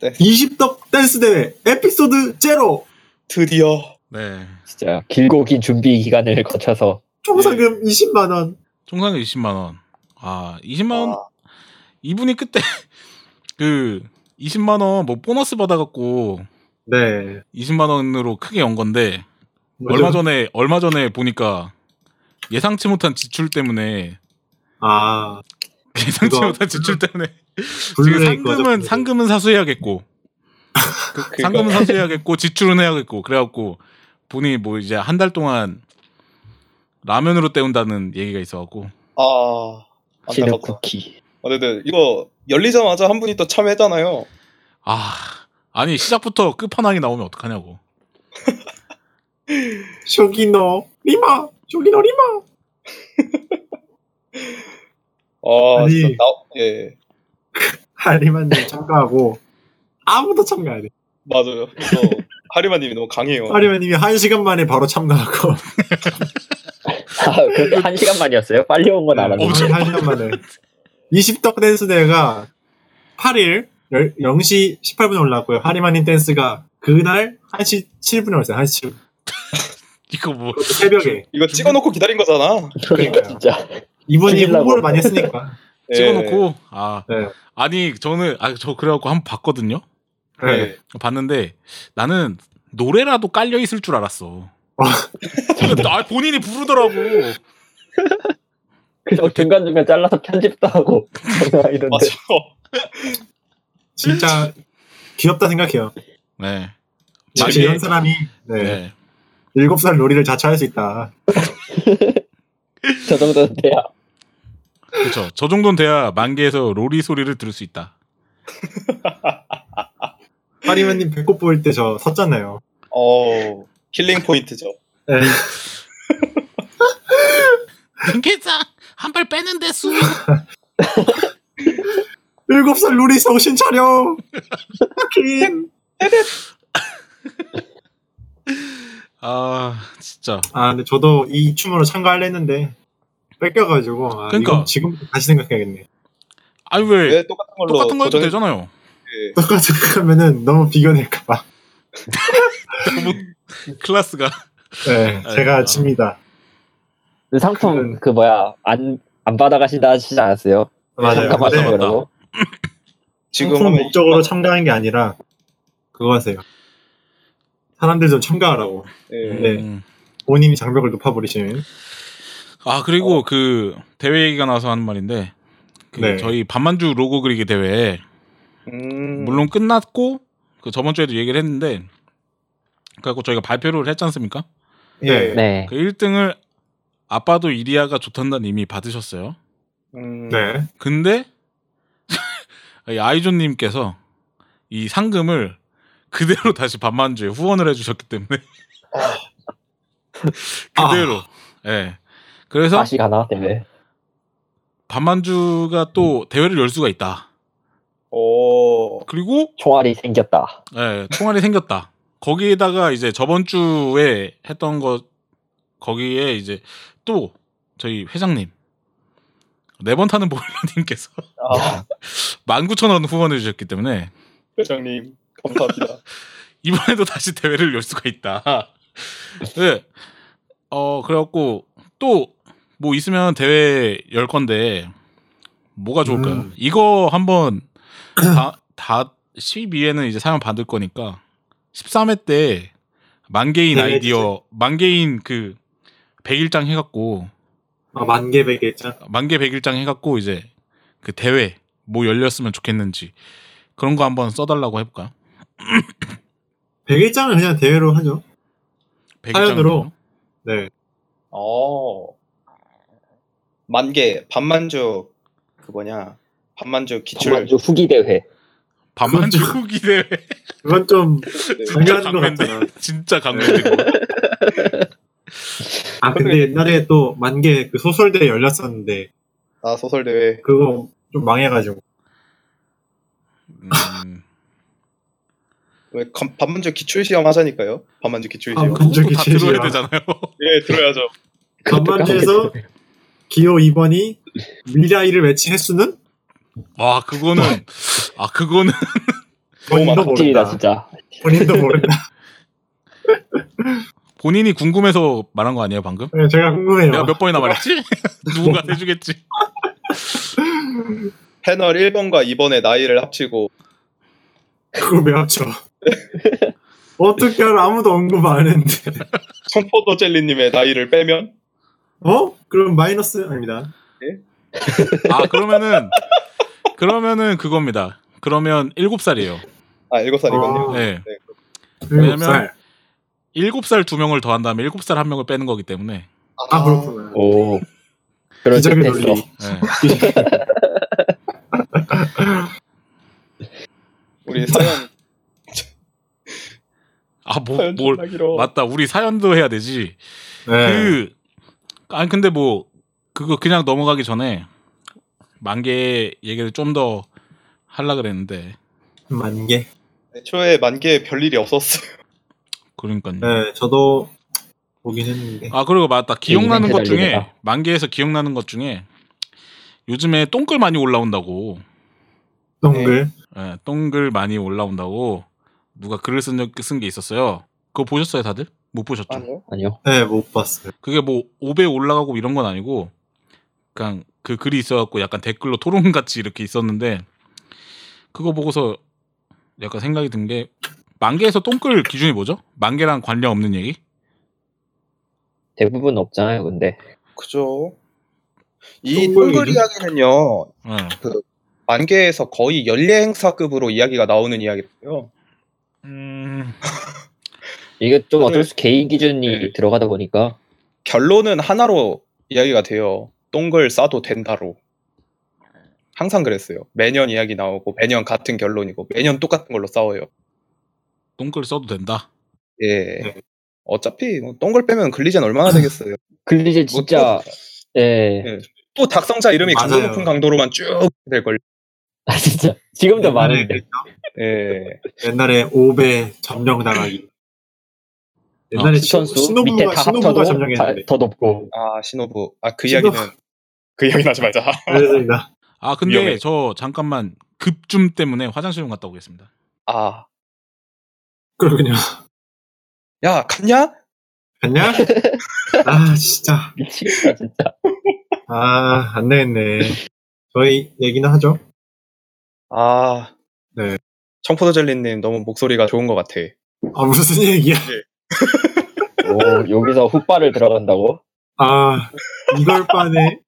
[SPEAKER 4] 20덕 댄스 대회 에피소드 제로
[SPEAKER 5] 드디어
[SPEAKER 2] 네
[SPEAKER 3] 진짜 길고 긴 준비 기간을 거쳐서
[SPEAKER 5] 네.
[SPEAKER 4] 총상금 20만 원.
[SPEAKER 2] 총상 20만 원. 아 20만 원
[SPEAKER 5] 아,
[SPEAKER 2] 이분이 그때 그 20만 원 뭐 보너스 받아갖고
[SPEAKER 4] 네.
[SPEAKER 2] 20만 원으로 크게 연 건데 얼마 전에 얼마 전에 보니까 예상치 못한 지출 때문에
[SPEAKER 4] 아
[SPEAKER 2] 예상치
[SPEAKER 4] 그거-
[SPEAKER 2] 못한 지출 때문에 지금
[SPEAKER 4] 블루레이
[SPEAKER 2] 상금은
[SPEAKER 4] 거죠.
[SPEAKER 2] 상금은 사수해야겠고
[SPEAKER 5] 그,
[SPEAKER 4] 그러니까.
[SPEAKER 2] 상금은 사수해야겠고 지출은 해야겠고 그래갖고 본인이 뭐 이제 한 달 동안 라면으로 때운다는 얘기가 있어갖고
[SPEAKER 5] 아
[SPEAKER 3] 치는
[SPEAKER 5] 안타깝다.
[SPEAKER 3] 쿠키.
[SPEAKER 5] 어쨌든 이거 열리자마자 한 분이 또 참여했잖아요.
[SPEAKER 2] 아 아니 시작부터 끝판왕이 나오면 어떡하냐고
[SPEAKER 4] 쇼기노 리마 쇼기노 리마.
[SPEAKER 5] 아,
[SPEAKER 4] 아니.
[SPEAKER 5] 진짜 나, 예
[SPEAKER 4] 하리만님 참가하고 아무도 참가 안 해.
[SPEAKER 5] 맞아요. 이거 하리마님이 너무 강해요.
[SPEAKER 2] 어.
[SPEAKER 4] 하리만님이 한 시간 만에 바로 참가하고
[SPEAKER 3] 아, 그렇게 한 시간만이었어요? 빨리 온 건 알았는데.
[SPEAKER 2] 엄청
[SPEAKER 4] 한 시간 만에 20덕 댄스 대회가 8일 0시 18분에 올라왔고요. 하리만님 댄스가 그날 1시 7분에 올랐어요. 1시 7분.
[SPEAKER 2] 이거 뭐
[SPEAKER 4] 새벽에.
[SPEAKER 5] 이거 찍어놓고 기다린 거잖아.
[SPEAKER 3] 그러니까 진짜
[SPEAKER 4] 이분이
[SPEAKER 3] 죽이려고.
[SPEAKER 4] 홍보를 많이 했으니까.
[SPEAKER 5] 예.
[SPEAKER 2] 찍어놓고 아
[SPEAKER 4] 네.
[SPEAKER 2] 아니 저는 아 저 그래갖고 한번 봤거든요
[SPEAKER 4] 네.
[SPEAKER 5] 예.
[SPEAKER 2] 봤는데 나는 노래라도 깔려 있을 줄 알았어. 근데 나 본인이 부르더라고.
[SPEAKER 3] 그래서 중간 중간 잘라서 편집도 하고 이런데
[SPEAKER 5] 맞아.
[SPEAKER 4] 진짜 귀엽다 생각해요.
[SPEAKER 2] 네.
[SPEAKER 4] 진짜
[SPEAKER 2] 만개-
[SPEAKER 4] 이런 사람이 아, 네.
[SPEAKER 2] 네.
[SPEAKER 4] 7살 놀이를 자처할 수 있다.
[SPEAKER 3] 저 정도는 돼야
[SPEAKER 2] 그렇죠. 저 정도는 돼야 만개에서 로리 소리를 들을 수 있다.
[SPEAKER 4] 파리맨님 배꼽 보일 때 저 섰잖아요.
[SPEAKER 5] 어 힐링 포인트죠.
[SPEAKER 4] 네.
[SPEAKER 2] 만개상 한 발 빼는데 수.
[SPEAKER 4] 7살 놀이 정신 차려! 킨!
[SPEAKER 2] 아 진짜.
[SPEAKER 4] 아, 근데 저도 이 춤으로 참가하려 했는데, 뺏겨가지고, 아,
[SPEAKER 2] 그러니까.
[SPEAKER 4] 이건 지금 다시 생각해야겠네.
[SPEAKER 2] 아니 왜
[SPEAKER 4] 네,
[SPEAKER 5] 왜 똑같은
[SPEAKER 2] 네.
[SPEAKER 5] 걸로
[SPEAKER 2] 똑같은 거 해도
[SPEAKER 5] 도전해-
[SPEAKER 2] 되잖아요.
[SPEAKER 5] 예.
[SPEAKER 4] 똑같이 하면은 너무 비교낼까봐.
[SPEAKER 2] 너무 클라스가.
[SPEAKER 4] 네, 제가
[SPEAKER 2] 아이고.
[SPEAKER 4] 집니다.
[SPEAKER 3] 상품
[SPEAKER 4] 그건-
[SPEAKER 3] 그 뭐야 안 안 받아가신다 하시지 않았어요?
[SPEAKER 4] 네, 맞아요.
[SPEAKER 3] 네,
[SPEAKER 2] 맞아,
[SPEAKER 3] 잠깐 받아
[SPEAKER 2] 맞아.
[SPEAKER 4] 근데
[SPEAKER 3] 그러고
[SPEAKER 5] 지금
[SPEAKER 4] 상품
[SPEAKER 5] 하면
[SPEAKER 4] 목적으로 참가한 게 아니라, 그거 하세요. 사람들 좀 참가하라고.
[SPEAKER 5] 예.
[SPEAKER 4] 네.
[SPEAKER 2] 음.
[SPEAKER 4] 본인이 장벽을 높아버리시는.
[SPEAKER 2] 아 그리고 그 대회 얘기가 나와서 하는 말인데 그
[SPEAKER 4] 네.
[SPEAKER 2] 저희 반만주 로고 그리기 대회에
[SPEAKER 5] 음,
[SPEAKER 2] 물론 끝났고 그 저번 주에도 얘기를 했는데 그래갖고 저희가 발표를 했지 않습니까?
[SPEAKER 4] 네. 네.
[SPEAKER 3] 네
[SPEAKER 2] 그 1등을 아빠도 이리아가 좋단다는 이미 받으셨어요.
[SPEAKER 3] 네.
[SPEAKER 5] 음,
[SPEAKER 4] 네.
[SPEAKER 2] 근데 이 아이존님께서 이 상금을 그대로 다시 반만주에 후원을 해주셨기 때문에 그대로 예 그래서
[SPEAKER 3] 다시 가나 때문에
[SPEAKER 2] 반만주가 또 대회를 열 수가 있다
[SPEAKER 5] 오.
[SPEAKER 2] 그리고
[SPEAKER 3] 총알이 생겼다.
[SPEAKER 2] 네, 총알이 생겼다. 거기에다가 이제 저번 주에 했던 것 거기에 이제 또 저희 회장님 네 번 타는 보일러님께서
[SPEAKER 5] 아,
[SPEAKER 2] 19,000원 후원해 주셨기 때문에
[SPEAKER 5] 회장님 감사합니다.
[SPEAKER 2] 이번에도 다시 대회를 열 수가 있다. 네. 어, 그래갖고 또 뭐 있으면 대회 열 건데 뭐가 좋을까요?
[SPEAKER 4] 음.
[SPEAKER 2] 이거 한번 다, 다 12회는 이제 사연 받을 거니까 13회 때 만개인
[SPEAKER 4] 네,
[SPEAKER 2] 아이디어, 만개인 그 100일장 해갖고
[SPEAKER 4] 아, 만개 베개 있잖아.
[SPEAKER 2] 만개 100일장 해갖고 이제 그 대회 뭐 열렸으면 좋겠는지 그런 거 한번 써달라고 해볼까요?
[SPEAKER 4] 베개장을 그냥 대회로 하죠.
[SPEAKER 2] 100일장
[SPEAKER 4] 사연으로? 네.
[SPEAKER 5] 어. 만개 반만주 그 뭐냐 반만주 기출
[SPEAKER 3] 반만주 후기 대회.
[SPEAKER 4] 그렇죠.
[SPEAKER 2] 반만주 후기 대회
[SPEAKER 4] 그건 좀,
[SPEAKER 5] 네.
[SPEAKER 4] 당연한 것 네.
[SPEAKER 2] 강맨데.
[SPEAKER 4] 같잖아.
[SPEAKER 2] 진짜 강맨데
[SPEAKER 4] 아 근데 옛날에 또 만개 그 소설대 열렸었는데
[SPEAKER 5] 아 소설 대회
[SPEAKER 4] 그거 좀 망해가지고
[SPEAKER 2] 음,
[SPEAKER 5] 왜 감- 반문제 기출 시험 하자니까요? 반문제 기출
[SPEAKER 4] 아,
[SPEAKER 5] 시험.
[SPEAKER 4] 그- 건조기
[SPEAKER 2] 다
[SPEAKER 4] 질이야.
[SPEAKER 2] 들어야 되잖아요.
[SPEAKER 5] 예 들어야죠.
[SPEAKER 4] 전반지에서 기호 2번이 미라이를 외친 횟수는
[SPEAKER 2] 와 그거는 아 그거는
[SPEAKER 4] 본인도
[SPEAKER 3] 깍질이다
[SPEAKER 4] 모른다.
[SPEAKER 3] 진짜.
[SPEAKER 4] 본인도 모른다.
[SPEAKER 2] 본인이 궁금해서 말한 거 아니에요 방금?
[SPEAKER 4] 네, 제가
[SPEAKER 2] 내가
[SPEAKER 4] 궁금해요.
[SPEAKER 2] 몇 번이나 말했지? 누군가 해주겠지.
[SPEAKER 5] 패널 1번과 2번의 나이를 합치고
[SPEAKER 4] 그걸 왜 합쳐? 어떻게 하면 아무도 언급 안 했는데.
[SPEAKER 5] 청포도 젤리님의 나이를 빼면
[SPEAKER 4] 어? 그럼 마이너스 아닙니다.
[SPEAKER 2] 아 그러면은 그러면은 그겁니다. 그러면 7살이에요.
[SPEAKER 5] 아 7살이거든요.
[SPEAKER 4] 어,
[SPEAKER 2] 네.
[SPEAKER 4] 일곱
[SPEAKER 2] 왜냐면-
[SPEAKER 4] 살.
[SPEAKER 2] 7살 두 명을 더한 다음에 7살 한 명을 빼는 거기 때문에.
[SPEAKER 4] 아 그렇구나.
[SPEAKER 3] 오. 그런
[SPEAKER 4] 기적의
[SPEAKER 3] 어
[SPEAKER 4] 논리.
[SPEAKER 2] 네.
[SPEAKER 5] 우리 사연 사연
[SPEAKER 2] 아뭐뭘
[SPEAKER 5] 존나 길어.
[SPEAKER 2] 맞다. 우리 사연도 해야 되지.
[SPEAKER 4] 네.
[SPEAKER 2] 그 아니 근데 뭐 그거 그냥 넘어가기 전에 만개 얘기를 좀 더 하려 그랬는데
[SPEAKER 4] 만개.
[SPEAKER 5] 애초에 만개에 별 일이 없었어요.
[SPEAKER 2] 그러니까요.
[SPEAKER 4] 네, 저도 보긴 했는데.
[SPEAKER 2] 아 그리고 맞다. 기억나는
[SPEAKER 3] 인생
[SPEAKER 2] 것 중에
[SPEAKER 3] 네, 달리기다.
[SPEAKER 2] 만개에서 기억나는 것 중에 요즘에 똥글 많이 올라온다고.
[SPEAKER 4] 동글.
[SPEAKER 2] 예, 똥글 많이 올라온다고 누가 글을 쓴 게 있었어요. 그거 보셨어요, 다들? 못 보셨죠?
[SPEAKER 5] 아니요.
[SPEAKER 3] 아니요.
[SPEAKER 4] 네, 못 봤어요.
[SPEAKER 2] 그게 뭐 5배 올라가고 이런 건 아니고 그냥 그 글이 있어갖고 약간 댓글로 토론같이 이렇게 있었는데 그거 보고서 약간 생각이 든 게 만개에서 똥글 기준이 뭐죠? 만개랑 관련 없는 얘기?
[SPEAKER 3] 대부분 없잖아요, 근데.
[SPEAKER 5] 그죠. 이
[SPEAKER 4] 동굴
[SPEAKER 5] 동글
[SPEAKER 4] 이름?
[SPEAKER 5] 이야기는요
[SPEAKER 2] 예.
[SPEAKER 5] 만개에서 거의 연례 행사급으로 이야기가 나오는 이야기고요.
[SPEAKER 2] 음,
[SPEAKER 3] 이게 좀 어쩔
[SPEAKER 5] 네.
[SPEAKER 3] 수 개인 기준이
[SPEAKER 5] 네.
[SPEAKER 3] 들어가다 보니까
[SPEAKER 5] 결론은 하나로 이야기가 돼요. 똥글 싸도 된다로. 항상 그랬어요. 매년 이야기 나오고 매년 같은 결론이고 매년 똑같은 걸로 싸워요.
[SPEAKER 2] 똥글 써도 된다.
[SPEAKER 5] 예. 어차피 뭐 똥글 빼면 글리젠 얼마나 되겠어요.
[SPEAKER 3] 글리제
[SPEAKER 4] 뭐
[SPEAKER 3] 진짜 예.
[SPEAKER 5] 네. 또 작성자 이름이 강도
[SPEAKER 4] 맞아요.
[SPEAKER 5] 높은 강도로만 쭉 될 걸.
[SPEAKER 3] 아 진짜
[SPEAKER 4] 네,
[SPEAKER 3] 지금도 많은데.
[SPEAKER 5] 예.
[SPEAKER 4] 옛날에 5배 점령당하기. 옛날에
[SPEAKER 3] 아, 추천수 밑에
[SPEAKER 4] 신호부가
[SPEAKER 3] 다
[SPEAKER 4] 신호부가
[SPEAKER 3] 합쳐도 다-
[SPEAKER 4] 점령했는데.
[SPEAKER 3] 더 높고
[SPEAKER 5] 아 신호부. 아 그
[SPEAKER 4] 신호-
[SPEAKER 5] 이야기는 그 이야기는 하지 말자.
[SPEAKER 4] 알겠습니다.
[SPEAKER 2] 아 근데
[SPEAKER 5] 위험해.
[SPEAKER 2] 저 잠깐만 급줌 때문에 화장실 좀 갔다 오겠습니다.
[SPEAKER 5] 아.
[SPEAKER 4] 그렇군요.
[SPEAKER 5] 야 갔냐?
[SPEAKER 4] 갔냐? 아 진짜.
[SPEAKER 3] 미치겠다 진짜.
[SPEAKER 4] 아안 되겠네. 저희 얘기나 하죠.
[SPEAKER 5] 아.
[SPEAKER 4] 네.
[SPEAKER 5] 청포도 젤리님 너무 목소리가 좋은 것 같아.
[SPEAKER 4] 아 무슨 얘기야?
[SPEAKER 3] 오 여기서 훅발을 들어간다고?
[SPEAKER 4] 아 이걸 빠네.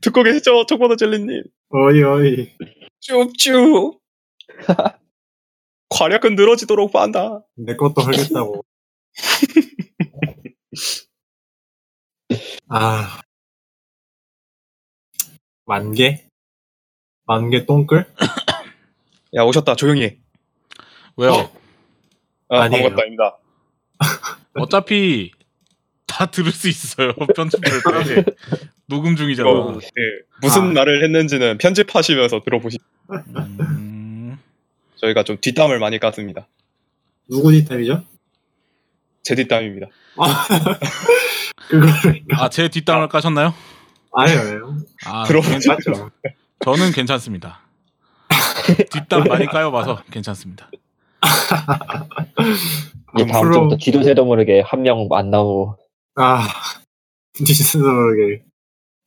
[SPEAKER 5] 듣고 계시죠 청포도 젤리님?
[SPEAKER 4] 어이 어이.
[SPEAKER 5] 쭉쭉. 과략은 늘어지도록 빤다.
[SPEAKER 4] 내 것도 하겠다고. 아 만개? 만개 똥글?
[SPEAKER 5] 야 오셨다 조용히 해.
[SPEAKER 2] 왜요?
[SPEAKER 5] 어. 아,
[SPEAKER 4] 아니에요.
[SPEAKER 5] 아무것도 아닙니다.
[SPEAKER 2] 어차피 다 들을 수 있어요. 편집될 때 녹음 중이잖아.
[SPEAKER 5] 이거, 예, 무슨
[SPEAKER 4] 아.
[SPEAKER 5] 말을 했는지는 편집하시면서 들어보시.
[SPEAKER 2] 음,
[SPEAKER 5] 저희가 좀 뒷담을 많이 깠습니다.
[SPEAKER 4] 누구 뒷담이죠?
[SPEAKER 5] 제 뒷담입니다.
[SPEAKER 4] 그거를
[SPEAKER 2] 아제 뒷담을 까셨나요?
[SPEAKER 4] 아니에요.
[SPEAKER 2] 아,
[SPEAKER 5] 들어보지
[SPEAKER 2] 괜찮-
[SPEAKER 4] 맞죠?
[SPEAKER 2] 저는 괜찮습니다. 뒷담 많이 까여봐서 괜찮습니다.
[SPEAKER 3] 이제 다음
[SPEAKER 4] 앞으로-
[SPEAKER 3] 주부터 뒤도 새도 모르게 한 명 안 나오고
[SPEAKER 4] 아, 디스너게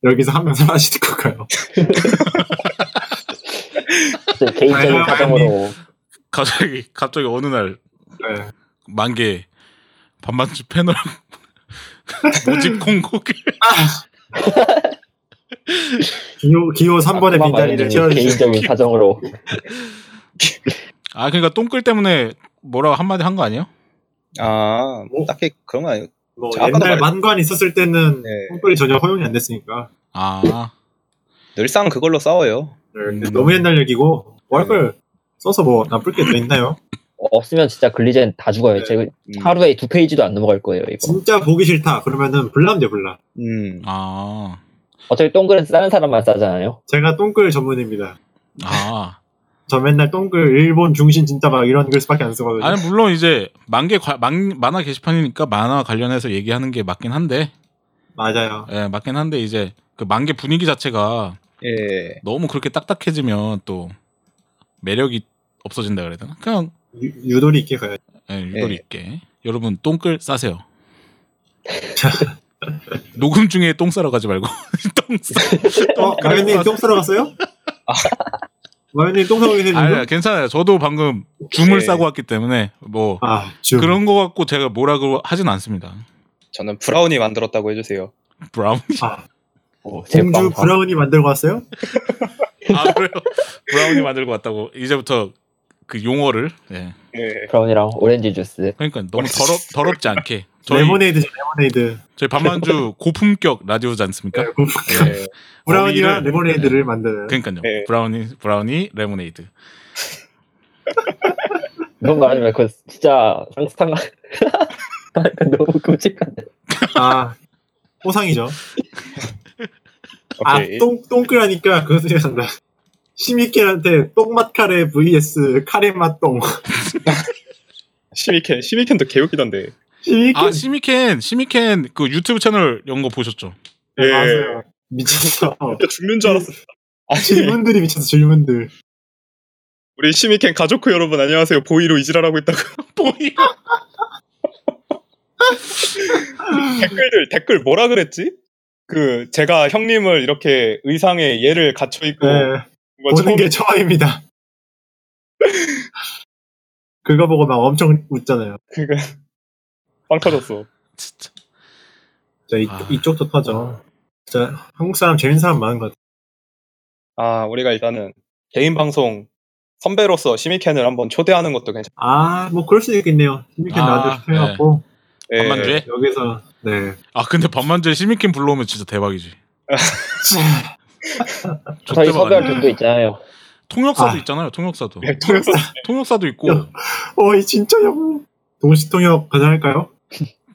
[SPEAKER 4] 여기서 한 명 사라지는 건가요?
[SPEAKER 3] 진짜 개인적인
[SPEAKER 4] 아니요,
[SPEAKER 3] 사정으로
[SPEAKER 2] 갑자기 갑자기 어느 날
[SPEAKER 4] 네.
[SPEAKER 2] 만개 반만주 패널 모집 공고기
[SPEAKER 4] 기호, 기호 3번의
[SPEAKER 3] 아까
[SPEAKER 4] 빈자리를
[SPEAKER 3] 말했더니
[SPEAKER 4] 채워주세요.
[SPEAKER 3] 개인적인 사정으로
[SPEAKER 2] 아 그러니까 똥글 때문에 뭐라고 한마디 한 거 아니에요?
[SPEAKER 5] 아,
[SPEAKER 4] 뭐?
[SPEAKER 5] 딱히 그런 거 아니에요.
[SPEAKER 4] 뭐
[SPEAKER 5] 자, 아까도
[SPEAKER 4] 옛날
[SPEAKER 5] 말했-
[SPEAKER 4] 만관 있었을 때는
[SPEAKER 5] 네.
[SPEAKER 4] 똥글이 전혀 허용이 안 됐으니까
[SPEAKER 2] 아
[SPEAKER 5] 늘상 그걸로 싸워요.
[SPEAKER 4] 네,
[SPEAKER 2] 음.
[SPEAKER 4] 너무 옛날 얘기고 뭐 할걸 써서 뭐 나쁠 게 더 있나요?
[SPEAKER 3] 없으면 진짜 글리젠 다 죽어요.
[SPEAKER 4] 네.
[SPEAKER 3] 제가
[SPEAKER 5] 음,
[SPEAKER 3] 하루에 두 페이지도 안 넘어갈 거예요, 이거.
[SPEAKER 4] 진짜 보기 싫다. 그러면은 불남 대 불남.
[SPEAKER 5] 음.
[SPEAKER 2] 아,
[SPEAKER 3] 어차피 똥글은 싸는 사람만 싸잖아요.
[SPEAKER 4] 제가 똥글 전문입니다.
[SPEAKER 2] 아.
[SPEAKER 4] 저 맨날 똥글 일본 중심 진짜 막 이런 글밖에 안 쓰거든요.
[SPEAKER 2] 아니 물론 이제 만개 과- 만, 만화 게시판이니까 만화 관련해서 얘기하는 게 맞긴 한데,
[SPEAKER 4] 맞아요.
[SPEAKER 2] 예, 맞긴 한데 이제 그 만개 분위기 자체가
[SPEAKER 5] 예.
[SPEAKER 2] 너무 그렇게 딱딱해지면 또 매력이 없어진다 그래야 되나? 그냥
[SPEAKER 4] 유, 유도리 있게 가요.
[SPEAKER 2] 예, 유도리
[SPEAKER 5] 예.
[SPEAKER 2] 있게. 여러분 똥글 싸세요. 녹음 중에 똥 싸러 가지 말고 똥 싸.
[SPEAKER 4] 어, 마연님 똥 싸러 갔어요? 마연님 똥 싸고 계시는데?
[SPEAKER 2] 아, 괜찮아요. 저도 방금 줌을
[SPEAKER 5] 예.
[SPEAKER 2] 싸고 왔기 때문에 뭐
[SPEAKER 4] 네. 아, 줌.
[SPEAKER 2] 그런 거 갖고 제가 뭐라고 하진 않습니다.
[SPEAKER 5] 저는 브라운이 만들었다고 해주세요.
[SPEAKER 2] 브라운.
[SPEAKER 4] 아,
[SPEAKER 3] 어, 제
[SPEAKER 4] 공주
[SPEAKER 3] 빵빵.
[SPEAKER 4] 브라운이 만들고 왔어요?
[SPEAKER 2] 아 그래요? 브라운이 만들고 왔다고 이제부터 그 용어를. 예.
[SPEAKER 4] 네.
[SPEAKER 5] 예.
[SPEAKER 3] 브라운이랑 오렌지 주스.
[SPEAKER 2] 그러니까 너무 더럽 더럽지 않게. 저희
[SPEAKER 4] 레모네이드, 레모네이드.
[SPEAKER 2] 저희 반만주 고품격 라디오지 않습니까?
[SPEAKER 4] 네.
[SPEAKER 5] 예.
[SPEAKER 4] 브라운이랑
[SPEAKER 2] 어휘를-
[SPEAKER 4] 레모네이드를 만드는.
[SPEAKER 2] 그러니까요.
[SPEAKER 5] 예.
[SPEAKER 2] 브라우니 브라우니 레모네이드.
[SPEAKER 3] 이런 거 아니면 그 진짜 상스탄가. 너무 끔찍한데.
[SPEAKER 4] 아, 호상이죠. 아,
[SPEAKER 5] 오케이.
[SPEAKER 4] 똥, 똥끌하니까 그거 생각난다. 시미켄한테 똥맛 카레 vs 카레 맛 똥.
[SPEAKER 5] 시미켄 시미켄도 개웃기던데.
[SPEAKER 4] 시미켄.
[SPEAKER 2] 아 시미켄 시미켄 그 유튜브 채널 연거 보셨죠?
[SPEAKER 5] 예.
[SPEAKER 4] 네, 맞아요. 미쳤어.
[SPEAKER 5] 진짜 죽는 줄 알았어. 아니
[SPEAKER 4] 질문들이 미쳤어, 질문들.
[SPEAKER 5] 우리 시미켄 가족구 여러분 안녕하세요. 보이로 이지랄하고 있다고
[SPEAKER 2] 보이.
[SPEAKER 5] 댓글들 댓글 뭐라 그랬지? 그 제가 형님을 이렇게 의상에 얘를 갖춰 입고
[SPEAKER 4] 네,
[SPEAKER 5] 그거
[SPEAKER 4] 보는
[SPEAKER 5] 뭐 처음-
[SPEAKER 4] 게 처음입니다. 그거 보고 막 엄청 웃잖아요.
[SPEAKER 5] 그거 빵 터졌어.
[SPEAKER 2] 진짜.
[SPEAKER 4] 자, 이,
[SPEAKER 2] 아.
[SPEAKER 4] 이쪽도 터져. 진짜 한국 사람 재밌는 사람 많은 것 같아.
[SPEAKER 5] 아 우리가 일단은 개인 방송 선배로서 시미켄을 한번 초대하는 것도 괜찮.
[SPEAKER 4] 아, 뭐 그럴 수도 있겠네요. 시미켄
[SPEAKER 2] 아,
[SPEAKER 4] 나한테 표현하고
[SPEAKER 5] 예.
[SPEAKER 2] 반만주에?
[SPEAKER 4] 여기서 네.
[SPEAKER 2] 아 근데 반만주에 시미켄 불러오면 진짜 대박이지.
[SPEAKER 3] 저희
[SPEAKER 2] 좆대박
[SPEAKER 3] 섭외할
[SPEAKER 2] 아니야?
[SPEAKER 3] 돈도 있잖아요.
[SPEAKER 2] 통역사도
[SPEAKER 4] 아.
[SPEAKER 2] 있잖아요. 통역사도.
[SPEAKER 5] 예, 통역사
[SPEAKER 2] 통역사도 있고.
[SPEAKER 4] 야. 어이 진짜 여보. 동시통역 가능할까요?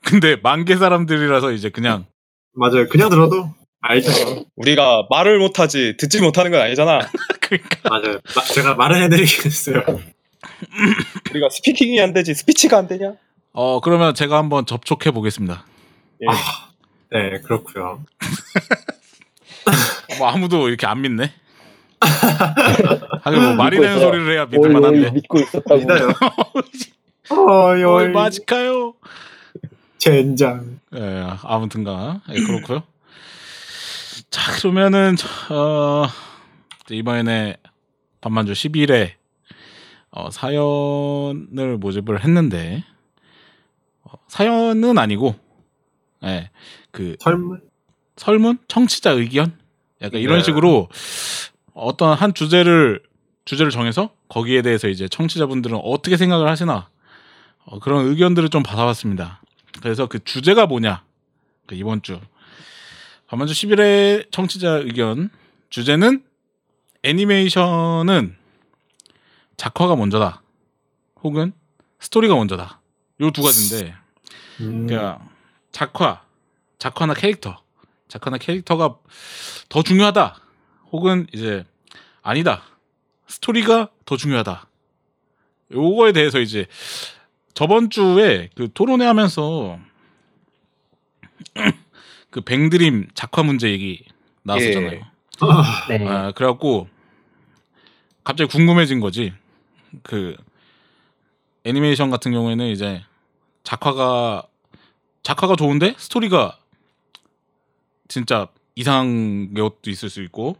[SPEAKER 2] 근데 만개 사람들이라서 이제 그냥
[SPEAKER 4] 맞아요. 그냥 들어도 알죠.
[SPEAKER 5] 우리가 말을 못하지 듣지 못하는 건 아니잖아.
[SPEAKER 2] 그러니까
[SPEAKER 4] 맞아요. 마- 제가 말은 해드리겠어요.
[SPEAKER 5] 우리가 스피킹이 안 되지 스피치가 안 되냐?
[SPEAKER 2] 어 그러면 제가 한번 접촉해 보겠습니다.
[SPEAKER 5] 예.
[SPEAKER 4] 네, 그렇고요.
[SPEAKER 2] 뭐 아무도 이렇게 안 믿네. 하긴 뭐 말이
[SPEAKER 3] 믿고
[SPEAKER 2] 되는
[SPEAKER 3] 있어요.
[SPEAKER 2] 소리를 해야
[SPEAKER 3] 오이, 오이
[SPEAKER 2] 믿을만한데.
[SPEAKER 3] 믿고 있었다고.
[SPEAKER 4] 믿어요.
[SPEAKER 2] 어이
[SPEAKER 4] 어이 어이
[SPEAKER 2] 맞을까요?
[SPEAKER 4] 젠장.
[SPEAKER 2] 예, 아무튼가 예, 그렇고요. 자 그러면은 저- 어, 이제 이번에 반만주 10일에 사연을 모집을 했는데 어, 사연은 아니고 예, 그
[SPEAKER 4] 설문.
[SPEAKER 2] 설문 청취자 의견 약간 이런
[SPEAKER 4] 네.
[SPEAKER 2] 식으로 어떤 한 주제를 주제를 정해서 거기에 대해서 이제 청취자분들은 어떻게 생각을 하시나 어, 그런 의견들을 좀 받아봤습니다. 그래서 그 주제가 뭐냐 그 이번 주 밤만주 10일의 청취자 의견 주제는 애니메이션은 작화가 먼저다 혹은 스토리가 먼저다 요 두 가지인데
[SPEAKER 4] 음,
[SPEAKER 2] 그러니까 작화, 작화나 캐릭터, 작화나 캐릭터가 더 중요하다. 혹은 이제 아니다. 스토리가 더 중요하다. 요거에 대해서 이제 저번 주에 그 토론회 하면서 그 뱅드림 작화 문제 얘기 나왔었잖아요.
[SPEAKER 5] 예.
[SPEAKER 4] 아,
[SPEAKER 3] 네.
[SPEAKER 2] 아, 그래갖고 갑자기 궁금해진 거지. 그 애니메이션 같은 경우에는 이제 작화가 작화가 좋은데 스토리가 진짜 이상한 것도 있을 수 있고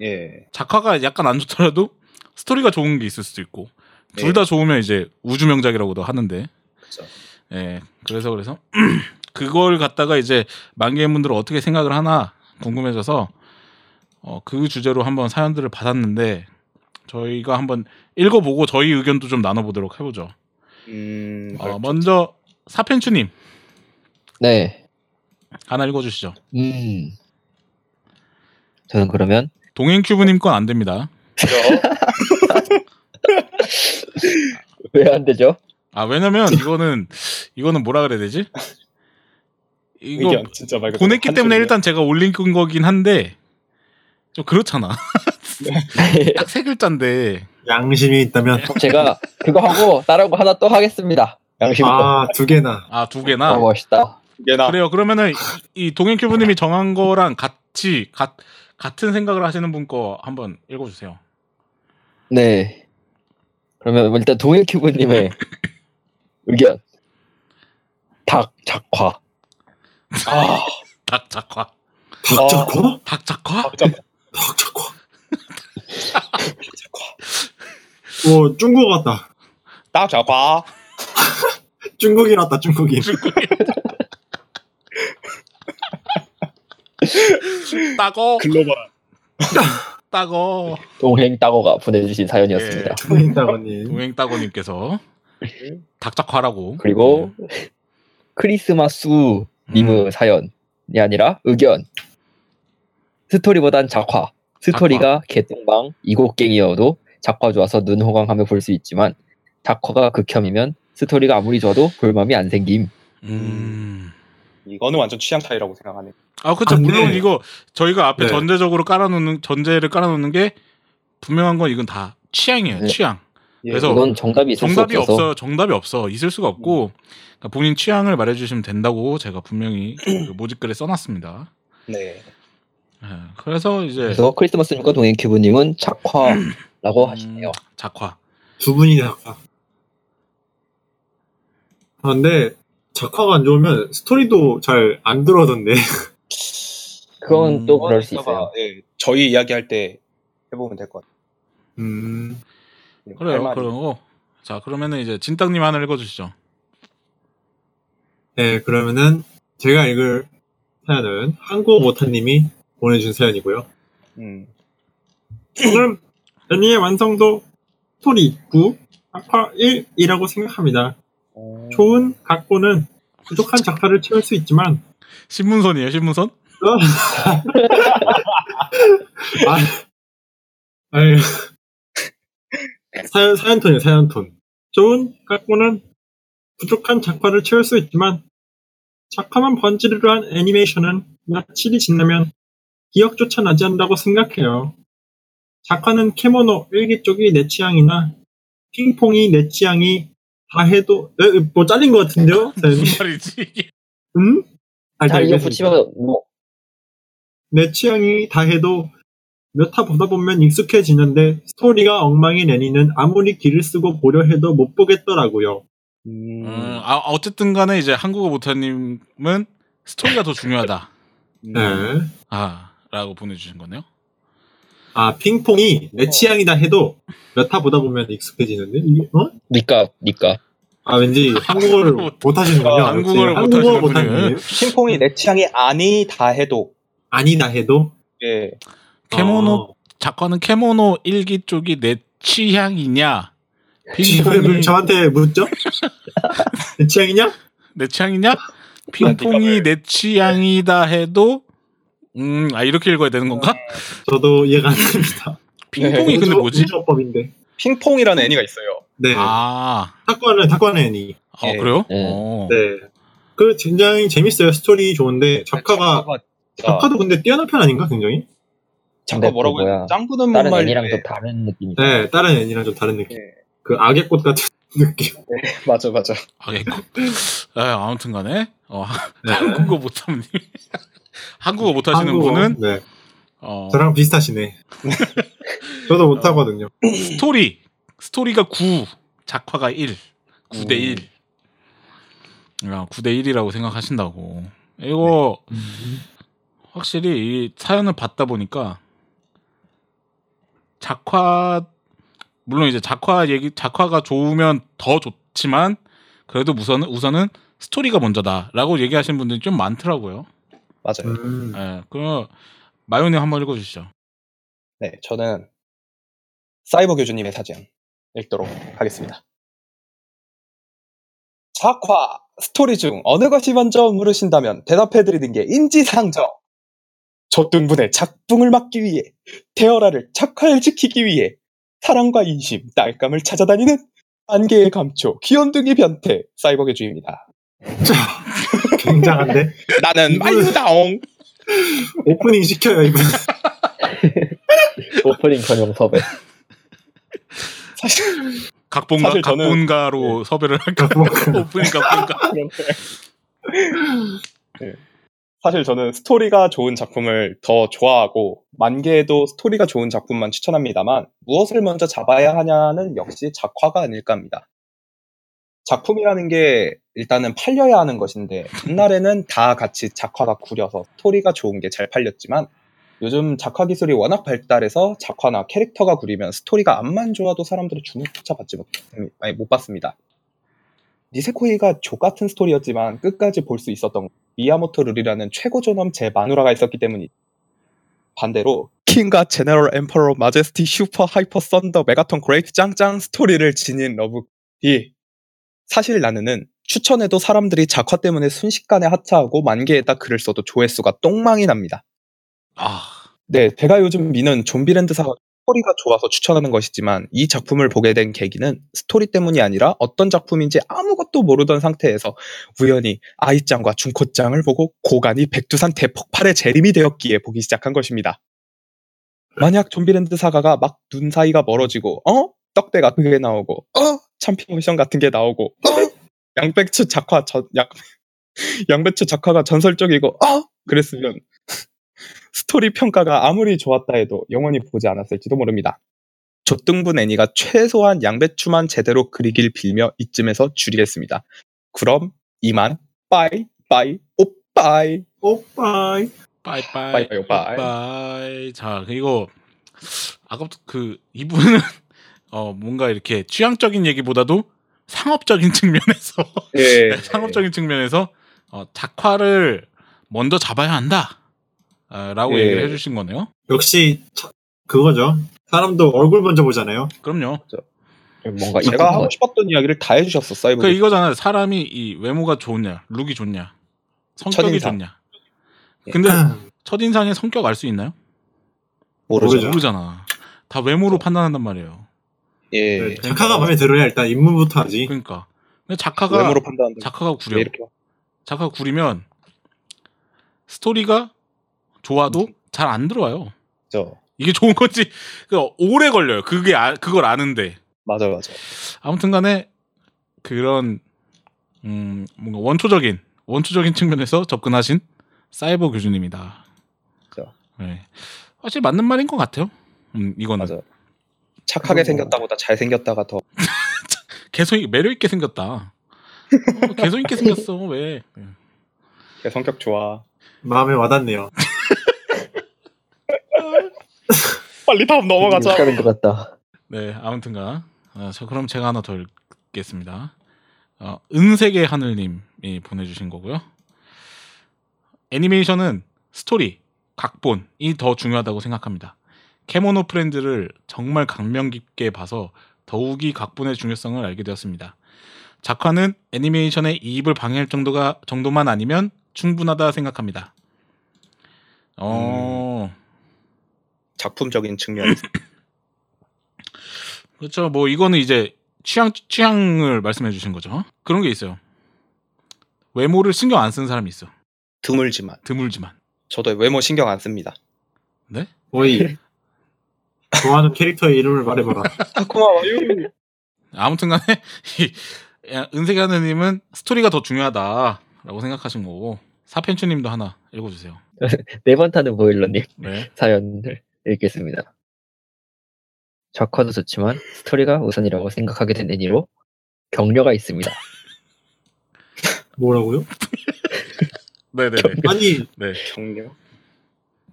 [SPEAKER 5] 예.
[SPEAKER 2] 작화가 약간 안 좋더라도 스토리가 좋은 게 있을 수도 있고 둘
[SPEAKER 5] 예.
[SPEAKER 2] 다 좋으면 이제 우주 명작이라고도 하는데
[SPEAKER 5] 그쵸.
[SPEAKER 2] 예 그래서 그래서 그걸 갖다가 이제 만개의 분들은 어떻게 생각을 하나 궁금해져서 어, 그 주제로 한번 사연들을 받았는데 저희가 한번 읽어보고 저희 의견도 좀 나눠보도록 해보죠
[SPEAKER 5] 음.
[SPEAKER 2] 어, 먼저 사펜추님
[SPEAKER 3] 네.
[SPEAKER 2] 하나 읽어주시죠
[SPEAKER 3] 음. 저는 그러면
[SPEAKER 2] 동행큐브님 건 안 됩니다
[SPEAKER 5] 그렇죠.
[SPEAKER 3] 왜 안 되죠?
[SPEAKER 2] 아 왜냐면 이거는 이거는 뭐라 그래야 되지? 이거
[SPEAKER 5] 의견 진짜 말 그대로
[SPEAKER 2] 보냈기
[SPEAKER 5] 한
[SPEAKER 2] 때문에
[SPEAKER 5] 줄이에요.
[SPEAKER 2] 일단 제가 올린 거긴 한데 좀 그렇잖아. 딱 세 글자인데
[SPEAKER 4] 양심이 있다면
[SPEAKER 3] 제가 그거 하고 다른 거 하나 또 하겠습니다.
[SPEAKER 2] 네.
[SPEAKER 3] 양심으로.
[SPEAKER 4] 아 두 개나
[SPEAKER 2] 아 두
[SPEAKER 3] 아,
[SPEAKER 2] 개나
[SPEAKER 3] 멋있다.
[SPEAKER 5] 이게 나
[SPEAKER 2] 그래요. 그러면은 이 동행 큐브님이 정한 거랑 같이 같 같은 생각을 하시는 분 거 한번 읽어주세요.
[SPEAKER 3] 네. 그러면 일단 동일큐브님의 의견. 닭 작화.
[SPEAKER 5] 아,
[SPEAKER 2] 닭 작화. 어.
[SPEAKER 4] 닥자코?
[SPEAKER 2] 닭 작화?
[SPEAKER 5] 박자
[SPEAKER 4] 닥자코. 오 중국 같다.
[SPEAKER 5] 딱 잡아.
[SPEAKER 4] 중국인 같다 중국인.
[SPEAKER 2] 따거
[SPEAKER 3] 그-
[SPEAKER 5] 글로벌.
[SPEAKER 2] 따거. 예.
[SPEAKER 3] 동행 따고가 보내주신 사연이었습니다.
[SPEAKER 4] 중국인 따거님.
[SPEAKER 2] 동행 따거님께서 닭 작화라고.
[SPEAKER 3] 음.
[SPEAKER 2] 음.
[SPEAKER 3] 그리고 크리스마스 님의 사연이 아니라 의견. 스토리보단 작화. 스토리가 개똥방 이곡갱이어도 작화 좋아서 눈 호강하며 볼 수 있지만 작화가 극혐이면 스토리가 아무리 좋아도 볼맘이 안 생김.
[SPEAKER 2] 음.
[SPEAKER 5] 이거는 완전 취향 차이라고 생각하네.
[SPEAKER 2] 아 그렇죠
[SPEAKER 4] 아, 네.
[SPEAKER 2] 물론 이거 저희가 앞에
[SPEAKER 4] 네.
[SPEAKER 2] 전제적으로 깔아놓는 전제를 깔아놓는 게 분명한 건 이건 다 취향이에요
[SPEAKER 3] 네.
[SPEAKER 2] 취향
[SPEAKER 5] 예,
[SPEAKER 2] 그래서
[SPEAKER 3] 이건 정답이 있을
[SPEAKER 2] 정답이
[SPEAKER 3] 수 없어서 음.
[SPEAKER 2] 없어요 정답이 없어 있을 수가 없고 그러니까 본인 취향을 말해주시면 된다고 제가 분명히 그 모집글에 써놨습니다 예,
[SPEAKER 5] 네.
[SPEAKER 2] 그래서 이제
[SPEAKER 3] 그래서 크리스마스님과 동행큐브님은 작화라고
[SPEAKER 2] 네. 음,
[SPEAKER 3] 하시네요.
[SPEAKER 2] 작화
[SPEAKER 4] 두 분이 작화. 아, 근데 작화가 안 좋으면 스토리도 잘 안 들어던데.
[SPEAKER 3] 그건
[SPEAKER 2] 음,
[SPEAKER 3] 또 그럴 수 있어요.
[SPEAKER 5] 예, 저희 이야기할 때 해보면 될 것 같아요.
[SPEAKER 4] 음.
[SPEAKER 5] 할
[SPEAKER 2] 그래요
[SPEAKER 5] 말이.
[SPEAKER 2] 그러고 자 그러면은 이제 진땅님 하나 읽어주시죠
[SPEAKER 4] 네, 그러면은 제가 읽을 사연은 한국 모타님이 보내준 사연이고요.
[SPEAKER 5] 음.
[SPEAKER 4] 오늘 애니의 완성도 스토리 있고 작화 1이라고 생각합니다.
[SPEAKER 5] 어.
[SPEAKER 4] 좋은 각본은
[SPEAKER 3] 그렇죠.
[SPEAKER 4] 부족한 작화를 채울 수 있지만
[SPEAKER 2] 신문선이에요 신문선
[SPEAKER 4] 음. 아, 아유. 사연, 사연톤이에요, 사연톤. 좋은 각본은 부족한 작화를 채울 수 있지만, 작화만 번지르르 한 애니메이션은 며칠이 지나면 기억조차 나지 않는다고 생각해요. 작화는 케모노 일기 쪽이 내 취향이나 핑퐁이 내 취향이 다 해도, 에, 뭐 잘린 것 같은데요? 사연이?
[SPEAKER 2] 무슨 말이지 이게
[SPEAKER 4] 응? 아,
[SPEAKER 3] 잘
[SPEAKER 4] 잘
[SPEAKER 3] 이거
[SPEAKER 4] 읽겠습니다.
[SPEAKER 3] 붙이면 뭐
[SPEAKER 4] 내 취향이 다 해도 몇 화 보다 보면 익숙해지는데 스토리가 엉망인 애니는 아무리 길을 쓰고 보려 해도 못 보겠더라고요.
[SPEAKER 5] 음.
[SPEAKER 2] 음, 아 어쨌든 간에 이제 한국어 못하님은 스토리가 더 중요하다
[SPEAKER 5] 음.
[SPEAKER 4] 네.
[SPEAKER 2] 아라고 보내주신 거네요
[SPEAKER 4] 아 핑퐁이 내 취향이다 해도 몇 화 보다 보면 익숙해지는데 이게 어?
[SPEAKER 3] 니까 니까
[SPEAKER 4] 아 왠지 한국어를
[SPEAKER 2] 못-
[SPEAKER 4] 못하시는군요.
[SPEAKER 2] 아, 한국어를
[SPEAKER 4] 역시
[SPEAKER 2] 못하시는
[SPEAKER 4] 한국어 못하는
[SPEAKER 2] 분이에요.
[SPEAKER 4] 분이에요.
[SPEAKER 5] 신봉이 내 취향이 아니다 해도
[SPEAKER 4] 아니다 해도
[SPEAKER 5] 예.
[SPEAKER 2] 케모노
[SPEAKER 4] 어,
[SPEAKER 2] 작가는 케모노 일기 쪽이 내 취향이냐?
[SPEAKER 4] 지금 왜
[SPEAKER 2] 핑퐁이
[SPEAKER 4] 저한테 묻죠? 내 취향이냐?
[SPEAKER 2] 내 취향이냐?
[SPEAKER 3] 아,
[SPEAKER 2] 핑퐁이 내 취향이다 해도 음, 아 이렇게 읽어야 되는 건가?
[SPEAKER 3] 네.
[SPEAKER 4] 저도 이해가 안 됩니다.
[SPEAKER 2] 핑퐁이 근데
[SPEAKER 4] 우주-
[SPEAKER 2] 뭐지?
[SPEAKER 4] 우주어법인데.
[SPEAKER 5] 핑퐁이라는 애니가 있어요.
[SPEAKER 4] 네.
[SPEAKER 2] 아,
[SPEAKER 4] 탁구하는 탁구하는 애니.
[SPEAKER 2] 아
[SPEAKER 5] 예.
[SPEAKER 2] 그래요?
[SPEAKER 3] 네.
[SPEAKER 2] 어.
[SPEAKER 4] 네. 그 굉장히 재밌어요. 스토리 좋은데
[SPEAKER 5] 네,
[SPEAKER 4] 작화가
[SPEAKER 5] 작화
[SPEAKER 4] 작화도 근데 뛰어난 편 아닌가 굉장히?
[SPEAKER 5] 작화 네, 뭐라고
[SPEAKER 3] 뭐야.
[SPEAKER 5] 해요? 짱구는
[SPEAKER 3] 네, 다른
[SPEAKER 5] 말
[SPEAKER 3] 애니랑 좀 다른 느낌이죠.
[SPEAKER 4] 네, 다른 애니랑 좀 다른 느낌.
[SPEAKER 5] 예.
[SPEAKER 4] 그 악의 꽃 같은 느낌.
[SPEAKER 5] 맞아 맞아.
[SPEAKER 2] 아, 예. 아, 아무튼간에 어,
[SPEAKER 4] 네.
[SPEAKER 2] 한국어 못하면 한국어 못하시는
[SPEAKER 4] 한국어.
[SPEAKER 2] 분은
[SPEAKER 4] 네,
[SPEAKER 2] 어,
[SPEAKER 4] 저랑 비슷하시네. 저도 못하거든요.
[SPEAKER 2] 스토리 스토리가 9 작화가 1 9대 1 9대 1이라고 생각하신다고 이거
[SPEAKER 5] 네.
[SPEAKER 2] 확실히 이 사연을 받다 보니까 작화 물론 이제 작화 얘기 작화가 좋으면 더 좋지만 그래도 우선은 우선은 스토리가 먼저다라고 얘기하시는 분들이 좀 많더라고요.
[SPEAKER 5] 맞아요.
[SPEAKER 4] 음.
[SPEAKER 2] 예. 그럼 마요님 한번 읽어 주시죠.
[SPEAKER 5] 네, 저는 사이버 교주님의 사전 읽도록 하겠습니다. 작화 스토리 중 어느 것이 먼저 물으신다면 대답해드리는 게 인지상정. 조뜬분의 작풍을 막기 위해 테어라를 착화를 지키기 위해 사랑과 인심, 딸감을 찾아다니는 안개의 감초, 귀염둥이 변태, 사이버계 주입니다.
[SPEAKER 4] 굉장한데?
[SPEAKER 5] 나는 마유다옹.
[SPEAKER 4] 오프닝 시켜요, 이분.
[SPEAKER 3] 오프닝 전용 섭외.
[SPEAKER 5] 사실
[SPEAKER 2] 각본가
[SPEAKER 5] 사실 저는- 예.
[SPEAKER 2] 각본가로 섭외를 할까 오프닝 각본가
[SPEAKER 5] 사실 저는 스토리가 좋은 작품을 더 좋아하고 만개에도 스토리가 좋은 작품만 추천합니다만 무엇을 먼저 잡아야 하냐는 역시 작화가 아닐까 합니다. 작품이라는 게 일단은 팔려야 하는 것인데 옛날에는 다 같이 작화가 구려서 스토리가 좋은 게 잘 팔렸지만 요즘 작화 기술이 워낙 발달해서 작화나 캐릭터가 구리면 스토리가 안만 좋아도 사람들이 주목조차 받지 못, 아니, 못 받습니다. 니세코이가 족 같은 스토리였지만 끝까지 볼 수 있었던 미야모토 룰이라는 최고 존엄 제 마누라가 있었기 때문이죠. 반대로 킹과 제너럴 엠퍼러 마제스티 슈퍼 하이퍼 썬더 메가톤 그레이트 짱짱 스토리를 지닌 러브이 사실 나는 추천해도 사람들이 작화 때문에 순식간에 하차하고 만개에다 글을 써도 조회수가 똥망이 납니다.
[SPEAKER 2] 아
[SPEAKER 5] 네, 제가 요즘 미는 좀비랜드사가 스토리가 좋아서 추천하는 것이지만 이 작품을 보게 된 계기는 스토리 때문이 아니라 어떤 작품인지 아무것도 모르던 상태에서 우연히 아이짱과 중코짱을 보고 고간이 백두산 대폭발의 재림이 되었기에 보기 시작한 것입니다. 만약 좀비랜드 사가가 막 눈 사이가 멀어지고 어? 떡대가 그게 나오고 어? 참피모션 같은 게 나오고 어? 양배추 작화 전, 양, 양배추 작화가 전설적이고 어? 그랬으면 스토리 평가가 아무리 좋았다 해도 영원히 보지 않았을지도 모릅니다. 조등분 애니가 최소한 양배추만 제대로 그리길 빌며 이쯤에서 줄이겠습니다. 그럼 이만 빠이 빠이 오빠이
[SPEAKER 4] 오빠이.
[SPEAKER 2] 빠이빠이
[SPEAKER 5] 빠이빠이 오빠이
[SPEAKER 2] 빠이 자 그리고 아까 그 이분은 어 뭔가 이렇게 취향적인 얘기보다도 상업적인 측면에서
[SPEAKER 5] 예.
[SPEAKER 2] 상업적인 측면에서 어, 작화를 먼저 잡아야 한다 아, 라고
[SPEAKER 5] 예.
[SPEAKER 2] 얘기를 해주신 거네요
[SPEAKER 4] 역시, 차- 그거죠. 사람도 얼굴 먼저 보잖아요.
[SPEAKER 2] 그럼요
[SPEAKER 3] 뭔가
[SPEAKER 5] 아, 제가 하고
[SPEAKER 3] 이런
[SPEAKER 5] 싶었던 이야기를 다 해주셨어 사이버
[SPEAKER 2] 그 이거잖아요. 사람이 이 외모가 좋냐, 룩이 좋냐, 성격이
[SPEAKER 5] 첫인상. 예.
[SPEAKER 2] 좋냐. 근데
[SPEAKER 4] 음.
[SPEAKER 2] 첫인상의 성격 알 수 있나요?
[SPEAKER 4] 모르죠.
[SPEAKER 2] 모르잖아. 다
[SPEAKER 5] 어.
[SPEAKER 2] 외모로 판단한단 말이에요.
[SPEAKER 5] 예
[SPEAKER 4] 네, 작화가 마음에 들어야 일단 입문부터 하지.
[SPEAKER 2] 그러니까. 근데 작가가
[SPEAKER 5] 외모로 판단한다
[SPEAKER 2] 작가가
[SPEAKER 5] 네. 왜
[SPEAKER 2] 구려.
[SPEAKER 5] 이렇게
[SPEAKER 2] 작가가 구리면 스토리가
[SPEAKER 5] 음.
[SPEAKER 2] 좋아도 잘 안 들어와요.
[SPEAKER 5] 죠
[SPEAKER 2] 이게 좋은 건지 그 오래 걸려요. 그게 아- 그걸 아는데
[SPEAKER 5] 맞아 맞아
[SPEAKER 2] 아무튼간에 그런 음, 뭔가 원초적인 원초적인 측면에서 접근하신 사이버 교수님이다.
[SPEAKER 5] 그죠.
[SPEAKER 2] 네. 사실 맞는 말인 것 같아요. 음, 이거는
[SPEAKER 5] 맞아요. 착하게
[SPEAKER 4] 뭐.
[SPEAKER 5] 생겼다보다 잘 생겼다가 더
[SPEAKER 2] 개성 있- 매력 있게 생겼다. 어, 개성 있게 생겼어 왜? 네.
[SPEAKER 5] 걔 성격 좋아
[SPEAKER 4] 마음에 와닿네요.
[SPEAKER 5] 빨리 다음 넘어가자
[SPEAKER 3] 하는 것 같다.
[SPEAKER 2] 네 아무튼간 아, 저 그럼 제가 하나 더 읽겠습니다. 어, 은색의 하늘님이 보내주신 거고요. 애니메이션은 스토리, 각본이 더 중요하다고 생각합니다. 캐모노 프렌즈를 정말 감명 깊게 봐서 더욱이 각본의 중요성을 알게 되었습니다. 작화는 애니메이션의 이입을 방해할 정도가 정도만 아니면 충분하다 생각합니다. 어,
[SPEAKER 5] 작품적인 측면
[SPEAKER 2] 그렇죠. 뭐 이거는 이제 취향 취향을 말씀해 주신 거죠. 그런 게 있어요. 외모를 신경 안 쓰는 사람이 있어.
[SPEAKER 5] 드물지만
[SPEAKER 2] 드물지만.
[SPEAKER 5] 저도 외모 신경 안 씁니다
[SPEAKER 4] 오이. 좋아하는 캐릭터의 이름을 말해봐라.
[SPEAKER 5] 타쿠마 와유
[SPEAKER 2] 아무튼간에 이 은색이 하느님은 스토리가 더 중요하다라고 생각하신 거고 사펜추님도 하나 읽어주세요.
[SPEAKER 3] 네번 타는 보일러님
[SPEAKER 2] 네.
[SPEAKER 3] 사연을 읽겠습니다. 작화도 좋지만 스토리가 우선이라고 생각하게 된 애니로 격려가 있습니다.
[SPEAKER 4] 뭐라고요?
[SPEAKER 2] 네네네.
[SPEAKER 3] 그러니까
[SPEAKER 4] 아니,
[SPEAKER 2] 네.
[SPEAKER 5] 격려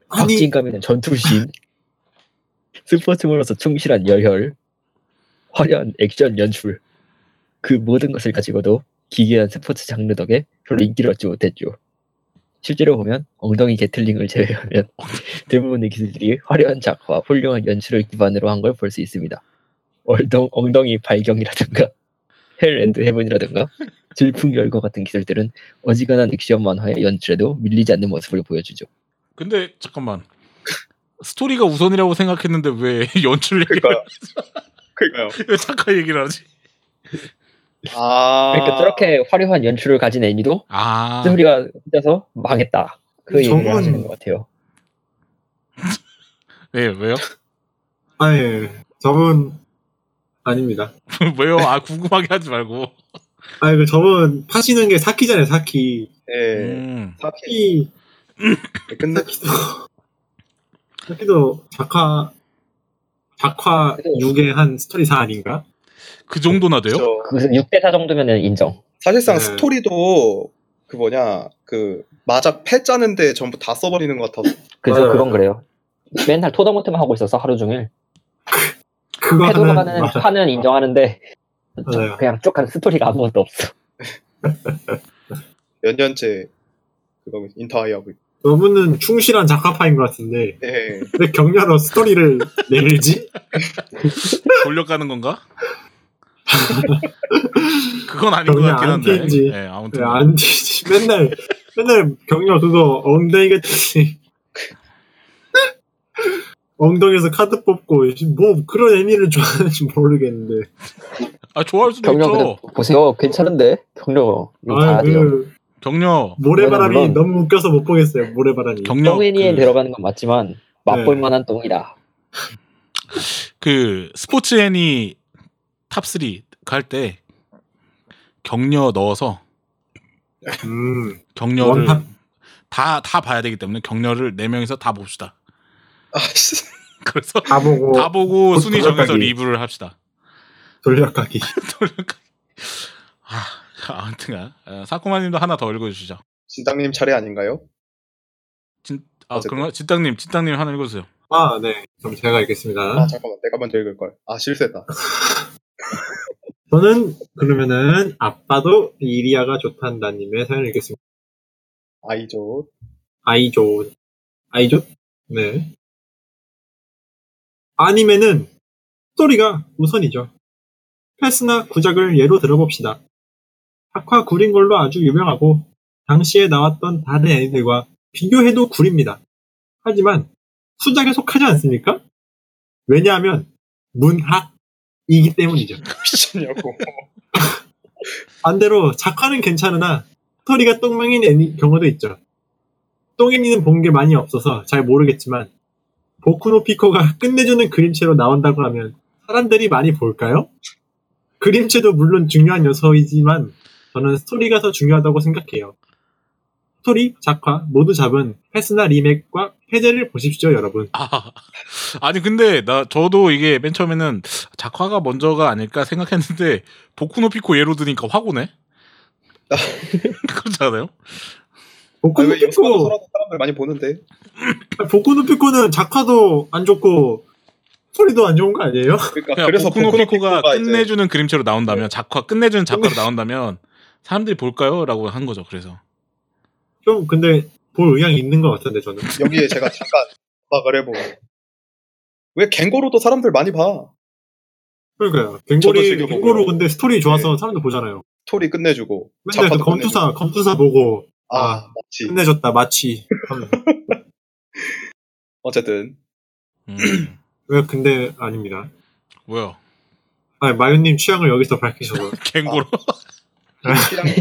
[SPEAKER 4] 아니,
[SPEAKER 3] 박진감이는 전투신, 스포츠물로서 충실한 여혈, 화려한 액션 연출, 그 모든 것을 가지고도 기괴한 스포츠 장르 덕에 별로 인기를 얻지 못했죠. 실제로 보면 엉덩이 게틀링을 제외하면 대부분의 기술들이 화려한 작화와 훌륭한 연출을 기반으로 한 걸 볼 수 있습니다. 얼동, 엉덩이 발경이라든가 헬앤드 헤븐이라든가 질풍 열거 같은 기술들은 어지간한 액션 만화의 연출에도 밀리지 않는 모습을 보여주죠.
[SPEAKER 2] 근데 잠깐만 스토리가 우선이라고 생각했는데 왜 연출 얘기를
[SPEAKER 5] 그니까요 그니까요
[SPEAKER 2] 왜 작가 얘기를 하지?
[SPEAKER 5] 아.
[SPEAKER 3] 그러니까 저렇게 화려한 연출을 가진 애니도
[SPEAKER 2] 아
[SPEAKER 3] 스토리가 혼자서 망했다. 그 얘기를
[SPEAKER 4] 저건-
[SPEAKER 3] 하시는 것 같아요.
[SPEAKER 2] 예, 왜요?
[SPEAKER 4] 아, 예. 저분, 아닙니다.
[SPEAKER 2] 왜요? 아 궁금하게 하지 말고.
[SPEAKER 4] 아, 그 저분 파시는 게 사키잖아요, 사키.
[SPEAKER 5] 예.
[SPEAKER 2] 음.
[SPEAKER 5] 사키.
[SPEAKER 4] 사키,
[SPEAKER 5] 근데
[SPEAKER 4] 사키도, 사키도 작화, 작화 6의 한 스토리 4 아닌가?
[SPEAKER 2] 그 정도나 돼요?
[SPEAKER 5] 저
[SPEAKER 3] 그 6대4 정도면 인정.
[SPEAKER 5] 사실상
[SPEAKER 4] 네.
[SPEAKER 5] 스토리도 그 뭐냐 그 마작 패 짜는데 전부 다 써버리는 것 같아서
[SPEAKER 3] 그래서
[SPEAKER 4] 맞아요.
[SPEAKER 3] 그건 그래요. 맨날 토너먼트만 하고 있어서 하루 종일.
[SPEAKER 4] 그거
[SPEAKER 3] 패돌아가는
[SPEAKER 4] 하나는, 맞아,
[SPEAKER 3] 판은 인정하는데
[SPEAKER 4] 맞아요.
[SPEAKER 3] 그냥 쭉 한 스토리가 아무것도 없어.
[SPEAKER 5] 몇 년째 그거 인터하이 하고 있-
[SPEAKER 4] 너무는 충실한 작화파인 것 같은데,
[SPEAKER 5] 예.
[SPEAKER 4] 왜 격려로 스토리를 내밀지?
[SPEAKER 2] 돌려가는 건가? 그건 아닌 것
[SPEAKER 4] 그냥
[SPEAKER 2] 같긴
[SPEAKER 4] 안
[SPEAKER 2] 한데.
[SPEAKER 4] 튀는지.
[SPEAKER 2] 예, 아무튼
[SPEAKER 4] 왜 안 되지? 맨날, 맨날 격려 그거 엉덩이겠지. 엉덩이에서 카드 뽑고, 뭐 그런 의미를 좋아하는지 모르겠는데.
[SPEAKER 2] 아 좋아할 수도
[SPEAKER 3] 경력
[SPEAKER 2] 있죠.
[SPEAKER 3] 근데 보세요. 괜찮은데? 경력 이거
[SPEAKER 4] 아,
[SPEAKER 3] 다 돼요.
[SPEAKER 4] 그
[SPEAKER 2] 경력,
[SPEAKER 4] 모래바람이
[SPEAKER 3] 물론-
[SPEAKER 4] 너무 웃겨서 못 보겠어요. 모래바람이.
[SPEAKER 2] 경력.
[SPEAKER 3] 똥애니에
[SPEAKER 2] 그,
[SPEAKER 3] 들어가는 건 맞지만
[SPEAKER 4] 네.
[SPEAKER 3] 맛볼 만한 똥이다.
[SPEAKER 2] 그 스포츠 애니 탑3 갈 때 경력 넣어서
[SPEAKER 4] 음.
[SPEAKER 2] 경력을
[SPEAKER 4] 원탑.
[SPEAKER 2] 다 다 봐야 되기 때문에 경력을 네 명이서 다 봅시다.
[SPEAKER 5] 아, 씨.
[SPEAKER 2] 그래서
[SPEAKER 4] 다 보고
[SPEAKER 2] 다 보고
[SPEAKER 4] 곧
[SPEAKER 2] 순위 정해서
[SPEAKER 4] 뭐, 돌려가기.
[SPEAKER 2] 리뷰를 합시다.
[SPEAKER 4] 돌려가기.
[SPEAKER 2] 돌려가기. 아, 아무튼가 사쿠마님도 하나 더 읽어주시죠.
[SPEAKER 5] 진당님 차례 아닌가요?
[SPEAKER 2] 아
[SPEAKER 5] 어쨌든.
[SPEAKER 2] 그런가? 지땅님, 지땅님 하나 읽어주세요.
[SPEAKER 4] 아, 네. 그럼 제가
[SPEAKER 5] 아
[SPEAKER 4] 읽겠습니다.
[SPEAKER 5] 잠깐만 내가 먼저 읽을 걸. 아 실수했다.
[SPEAKER 4] 저는 그러면은 아빠도 이리아가 좋단다님의 사연을 읽겠습니다.
[SPEAKER 5] 아이조.
[SPEAKER 4] 아이조. 아이조? 네. 아니면은 스토리가 우선이죠. 패스나 구작을 예로 들어봅시다. 학화 구린 걸로 아주 유명하고 당시에 나왔던 다른 애들과 비교해도 구립니다. 하지만 수작에 속하지 않습니까? 왜냐하면 문학이기 때문이죠.
[SPEAKER 5] 미쳤냐고.
[SPEAKER 4] 반대로 작화는 괜찮으나 스토리가 똥망인 애니 경우도 있죠. 똥애니는 본 게 많이 없어서 잘 모르겠지만 보쿠노 피코가 끝내주는 그림체로 나온다고 하면 사람들이 많이 볼까요? 그림체도 물론 중요한 요소이지만 저는 스토리가 더 중요하다고 생각해요. 스토리, 작화 모두 잡은 패스나 리맥과 패제를 보십시오, 여러분.
[SPEAKER 2] 아, 아니 근데 나 저도 이게 맨 처음에는 작화가 먼저가 아닐까 생각했는데 보쿠노피코 예로 드니까 화고네. 그렇지 않아요?
[SPEAKER 5] 아니,
[SPEAKER 4] 보쿠노
[SPEAKER 5] 왜 영상으로
[SPEAKER 4] 피코
[SPEAKER 5] 살아도 사람들 많이 보는데.
[SPEAKER 4] 보쿠노 피코는 작화도 안 좋고 스토리도 안 좋은 거 아니에요?
[SPEAKER 5] 그러니까
[SPEAKER 2] 그냥
[SPEAKER 5] 그래서
[SPEAKER 2] 보쿠노피코가
[SPEAKER 5] 보쿠노피코가 이제 네.
[SPEAKER 2] 끝내주는 그림체로 나온다면 작화 끝내주는 작화로 나온다면 사람들이 볼까요?라고 한 거죠. 그래서
[SPEAKER 4] 좀 근데 볼 의향이 있는 것 같은데 저는.
[SPEAKER 5] 여기에 제가 잠깐 막을 해보고 왜 갱고로도 사람들 많이 봐
[SPEAKER 4] 그러니까요.
[SPEAKER 5] 저도
[SPEAKER 4] 갱고리,
[SPEAKER 5] 즐겨 보고요. 네.
[SPEAKER 4] 갱고로 근데 스토리 좋아서 사람들 보잖아요.
[SPEAKER 5] 스토리 끝내주고
[SPEAKER 4] 맨날 그
[SPEAKER 5] 작화도
[SPEAKER 4] 검투사,
[SPEAKER 5] 끝내주고.
[SPEAKER 4] 검투사 보고
[SPEAKER 5] 아 맞지
[SPEAKER 4] 끝내줬다, 마치. 하면서.
[SPEAKER 5] 어쨌든
[SPEAKER 2] 음,
[SPEAKER 4] 왜 근데 아닙니다.
[SPEAKER 2] 뭐야?
[SPEAKER 4] 아니, 마윤님 취향을 여기서 밝히셔서.
[SPEAKER 2] 갱고로
[SPEAKER 5] 아, 필요한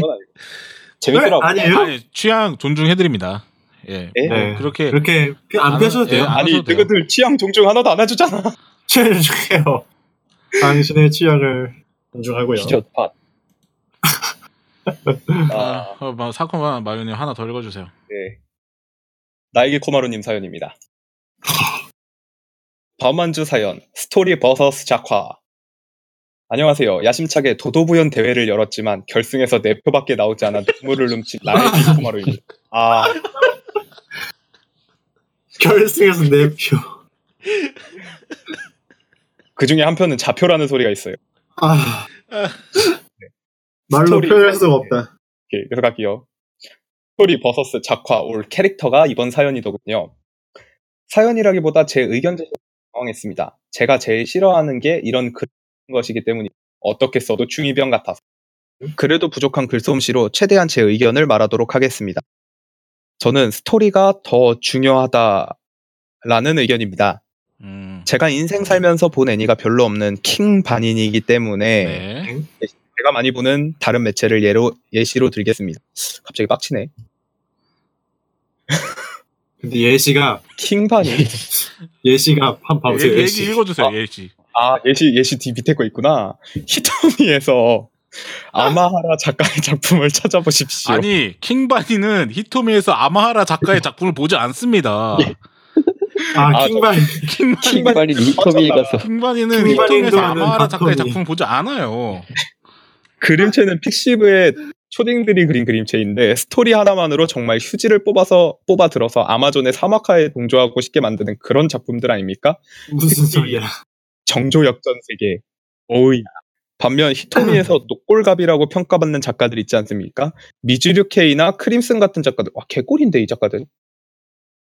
[SPEAKER 5] 건 아니고
[SPEAKER 4] 왜? 아니에요?
[SPEAKER 2] 아니 취향 존중해드립니다. 예.
[SPEAKER 5] 예?
[SPEAKER 4] 네.
[SPEAKER 2] 네. 그렇게
[SPEAKER 4] 그렇게 피-
[SPEAKER 2] 안-
[SPEAKER 4] 안 피하셔도
[SPEAKER 2] 예,
[SPEAKER 4] 돼요.
[SPEAKER 2] 안-
[SPEAKER 5] 아니
[SPEAKER 2] 하셔도 돼요.
[SPEAKER 5] 너희들 취향 종종 하나도 안 해주잖아
[SPEAKER 4] 취해주세요. 당신의 취향을 존중하고요.
[SPEAKER 3] 기저팟.
[SPEAKER 5] 아,
[SPEAKER 2] 아, 어, 마- 사쿠마 마요님 하나 더 읽어주세요.
[SPEAKER 5] 예. 나에게 코마루님 사연입니다. 범한주 사연, 스토리 버서스 작화. 안녕하세요. 야심차게 도도부연 대회를 열었지만 결승에서 4표밖에 나오지 않아 눈물을 훔친 나에게 코마루입니다. 아,
[SPEAKER 4] 결승에서 내 표.
[SPEAKER 5] 그 중에 한 편은 자표라는 소리가 있어요.
[SPEAKER 4] 아. 말로
[SPEAKER 5] 스토리.
[SPEAKER 4] 표현할 수가 없다.
[SPEAKER 5] 오케이, 계속 할게요. 스토리 버서스 작화 올 캐릭터가 이번 사연이더군요. 사연이라기보다 제 의견 제시에 당황했습니다. 제가 제일 싫어하는 게 이런 글 것이기 때문이 어떻게 써도 중이병 같아서. 그래도 부족한 글솜씨로 최대한 제 의견을 말하도록 하겠습니다. 저는 스토리가 더 중요하다라는 의견입니다.
[SPEAKER 2] 음,
[SPEAKER 5] 제가 인생 살면서 본 애니가 별로 없는 킹 반인이기 때문에
[SPEAKER 2] 네.
[SPEAKER 5] 제가 많이 보는 다른 매체를 예로 예시로 들겠습니다. 갑자기 빡치네.
[SPEAKER 4] 근데 예시가
[SPEAKER 5] 킹반이
[SPEAKER 4] 예시가 한 봐보세요.
[SPEAKER 2] 얘기,
[SPEAKER 4] 예시.
[SPEAKER 2] 얘기 읽어주세요.
[SPEAKER 5] 아.
[SPEAKER 2] 예시.
[SPEAKER 5] 아 예시 예시 뒤 밑에 거 있구나. 히토미에서 아마하라 작가의 작품을 찾아보십시오.
[SPEAKER 2] 아니 킹바니는 히토미에서 아마하라 작가의 작품을 보지 않습니다.
[SPEAKER 4] 아
[SPEAKER 5] 아,
[SPEAKER 4] 킹반
[SPEAKER 5] 킹반-
[SPEAKER 3] 킹발이 히토미 가서
[SPEAKER 2] 킹바니는
[SPEAKER 4] 킹바니도
[SPEAKER 2] 히토미에서
[SPEAKER 4] 하는
[SPEAKER 2] 아마하라 작가의
[SPEAKER 4] 박터미.
[SPEAKER 2] 작품을 보지 않아요.
[SPEAKER 5] 그림체는 픽시브의 초딩들이 그린 그림체인데 스토리 하나만으로 정말 휴지를 뽑아서 뽑아 들어서 아마존의 사막화에 동조하고 싶게 만드는 그런 작품들 아닙니까?
[SPEAKER 4] 무슨 소리야?
[SPEAKER 5] 정조역전 세계. 오이. 반면 히토미에서 녹골갑이라고 평가받는 작가들 있지 않습니까? 미즈류케이나 크림슨 같은 작가들. 와 개꿀인데 이 작가들.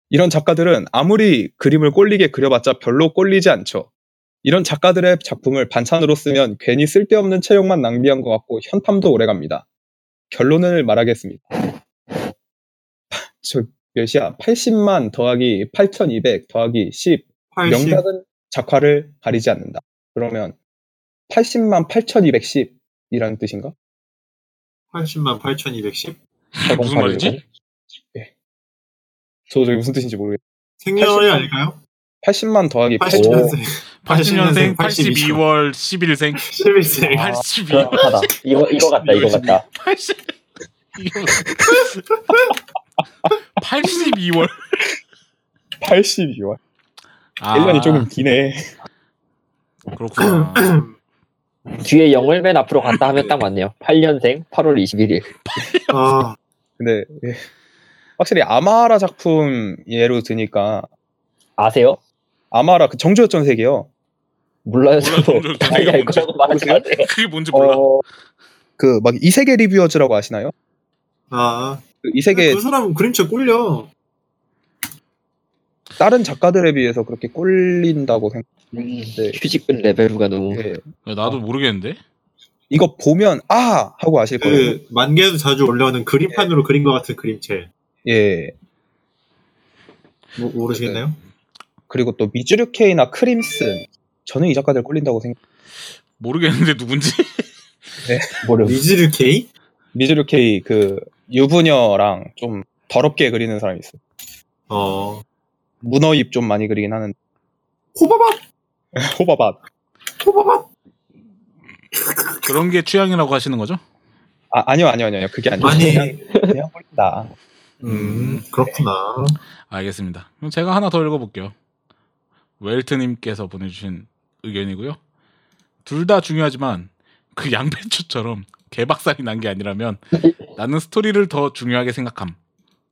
[SPEAKER 5] 이런 작가들은 아무리 그림을 꼴리게 그려봤자 별로 꼴리지 않죠. 이런 작가들의 작품을 반찬으로 쓰면 괜히 쓸데없는 체력만 낭비한 것 같고 현탐도 오래갑니다. 결론을 말하겠습니다. 저 몇이야? 80만 더하기 8,200 더하기 10
[SPEAKER 4] 80.
[SPEAKER 5] 명작은 작화를 가리지 않는다. 그러면 80만 8,210이라는 뜻인가?
[SPEAKER 4] 80만 8,210.
[SPEAKER 2] 아, 무슨 말이지?
[SPEAKER 5] 예. 저도 저게 무슨 뜻인지 모르겠어요.
[SPEAKER 4] 생년월일
[SPEAKER 5] 80만
[SPEAKER 4] 아닐까요?
[SPEAKER 5] 80만 더하기 100.
[SPEAKER 4] 80년생,
[SPEAKER 2] 80년생, 예.
[SPEAKER 4] 82.
[SPEAKER 2] 82월 11생,
[SPEAKER 4] 11생.
[SPEAKER 2] 82,
[SPEAKER 3] 정확하다. 아, 이거 이거 같다 이거 같다.
[SPEAKER 2] 80. 82월.
[SPEAKER 5] 82월.
[SPEAKER 2] 아,
[SPEAKER 5] 1년이 조금 기네.
[SPEAKER 2] 그렇구나.
[SPEAKER 3] 뒤에 영을 맨 앞으로 갔다 하면 딱 맞네요. 8년생 8월 21일.
[SPEAKER 4] 아,
[SPEAKER 5] 근데 예. 확실히 아마라 작품 예로 드니까
[SPEAKER 3] 아세요?
[SPEAKER 5] 아마라 그 정조였던 세계요.
[SPEAKER 3] 몰라요 저도.
[SPEAKER 2] 몰라, 저도
[SPEAKER 3] 아니
[SPEAKER 2] 이거
[SPEAKER 3] 알
[SPEAKER 2] 뭔지
[SPEAKER 3] 거라고 말하지 마세요.
[SPEAKER 2] 그게 뭔지 몰라.
[SPEAKER 3] 어,
[SPEAKER 5] 그 막 이세계 리뷰어즈라고 아시나요?
[SPEAKER 4] 아.
[SPEAKER 5] 그
[SPEAKER 2] 네,
[SPEAKER 5] 이세계
[SPEAKER 4] 그 사람은 그림체 꿀려.
[SPEAKER 2] 그
[SPEAKER 5] 다른 작가들에 비해서 그렇게 꿀린다고
[SPEAKER 3] 음,
[SPEAKER 5] 네.
[SPEAKER 3] 휴지끈 레벨루가 너무.
[SPEAKER 5] 생각해요.
[SPEAKER 2] 야, 나도 모르겠는데.
[SPEAKER 5] 이거 보면 아 하고 아실 거예요.
[SPEAKER 4] 그 만개에서 자주 올라오는 그림판으로 그린 것 같은 그림체.
[SPEAKER 5] 예.
[SPEAKER 4] 모, 모르시겠나요?
[SPEAKER 5] 그리고 또 미즈류케이나 크림슨. 저는 이 작가들 꿀린다고 생각.
[SPEAKER 2] 모르겠는데 누군지.
[SPEAKER 3] 모름.
[SPEAKER 4] 미즈르 케이?
[SPEAKER 5] 미즈류케이 그 유부녀랑 좀 더럽게 그리는 사람이 있어. 요
[SPEAKER 4] 어.
[SPEAKER 5] 문어잎 좀 많이 그리긴 하는데
[SPEAKER 4] 호바밥!
[SPEAKER 5] 호바밭.
[SPEAKER 4] 호바밥!
[SPEAKER 2] 그런 게 취향이라고 하시는 거죠?
[SPEAKER 5] 아 아니요 아니요 아니요 그게 아니에요.
[SPEAKER 4] 아니.
[SPEAKER 5] 그냥, 그냥 꿀린다.
[SPEAKER 4] 음, 그렇구나.
[SPEAKER 2] 알겠습니다. 그럼 제가 하나 더 읽어볼게요. 웰트님께서 보내주신 의견이고요. 둘 다 중요하지만 그 양배추처럼 개박살이 난 게 아니라면 나는 스토리를 더 중요하게 생각함.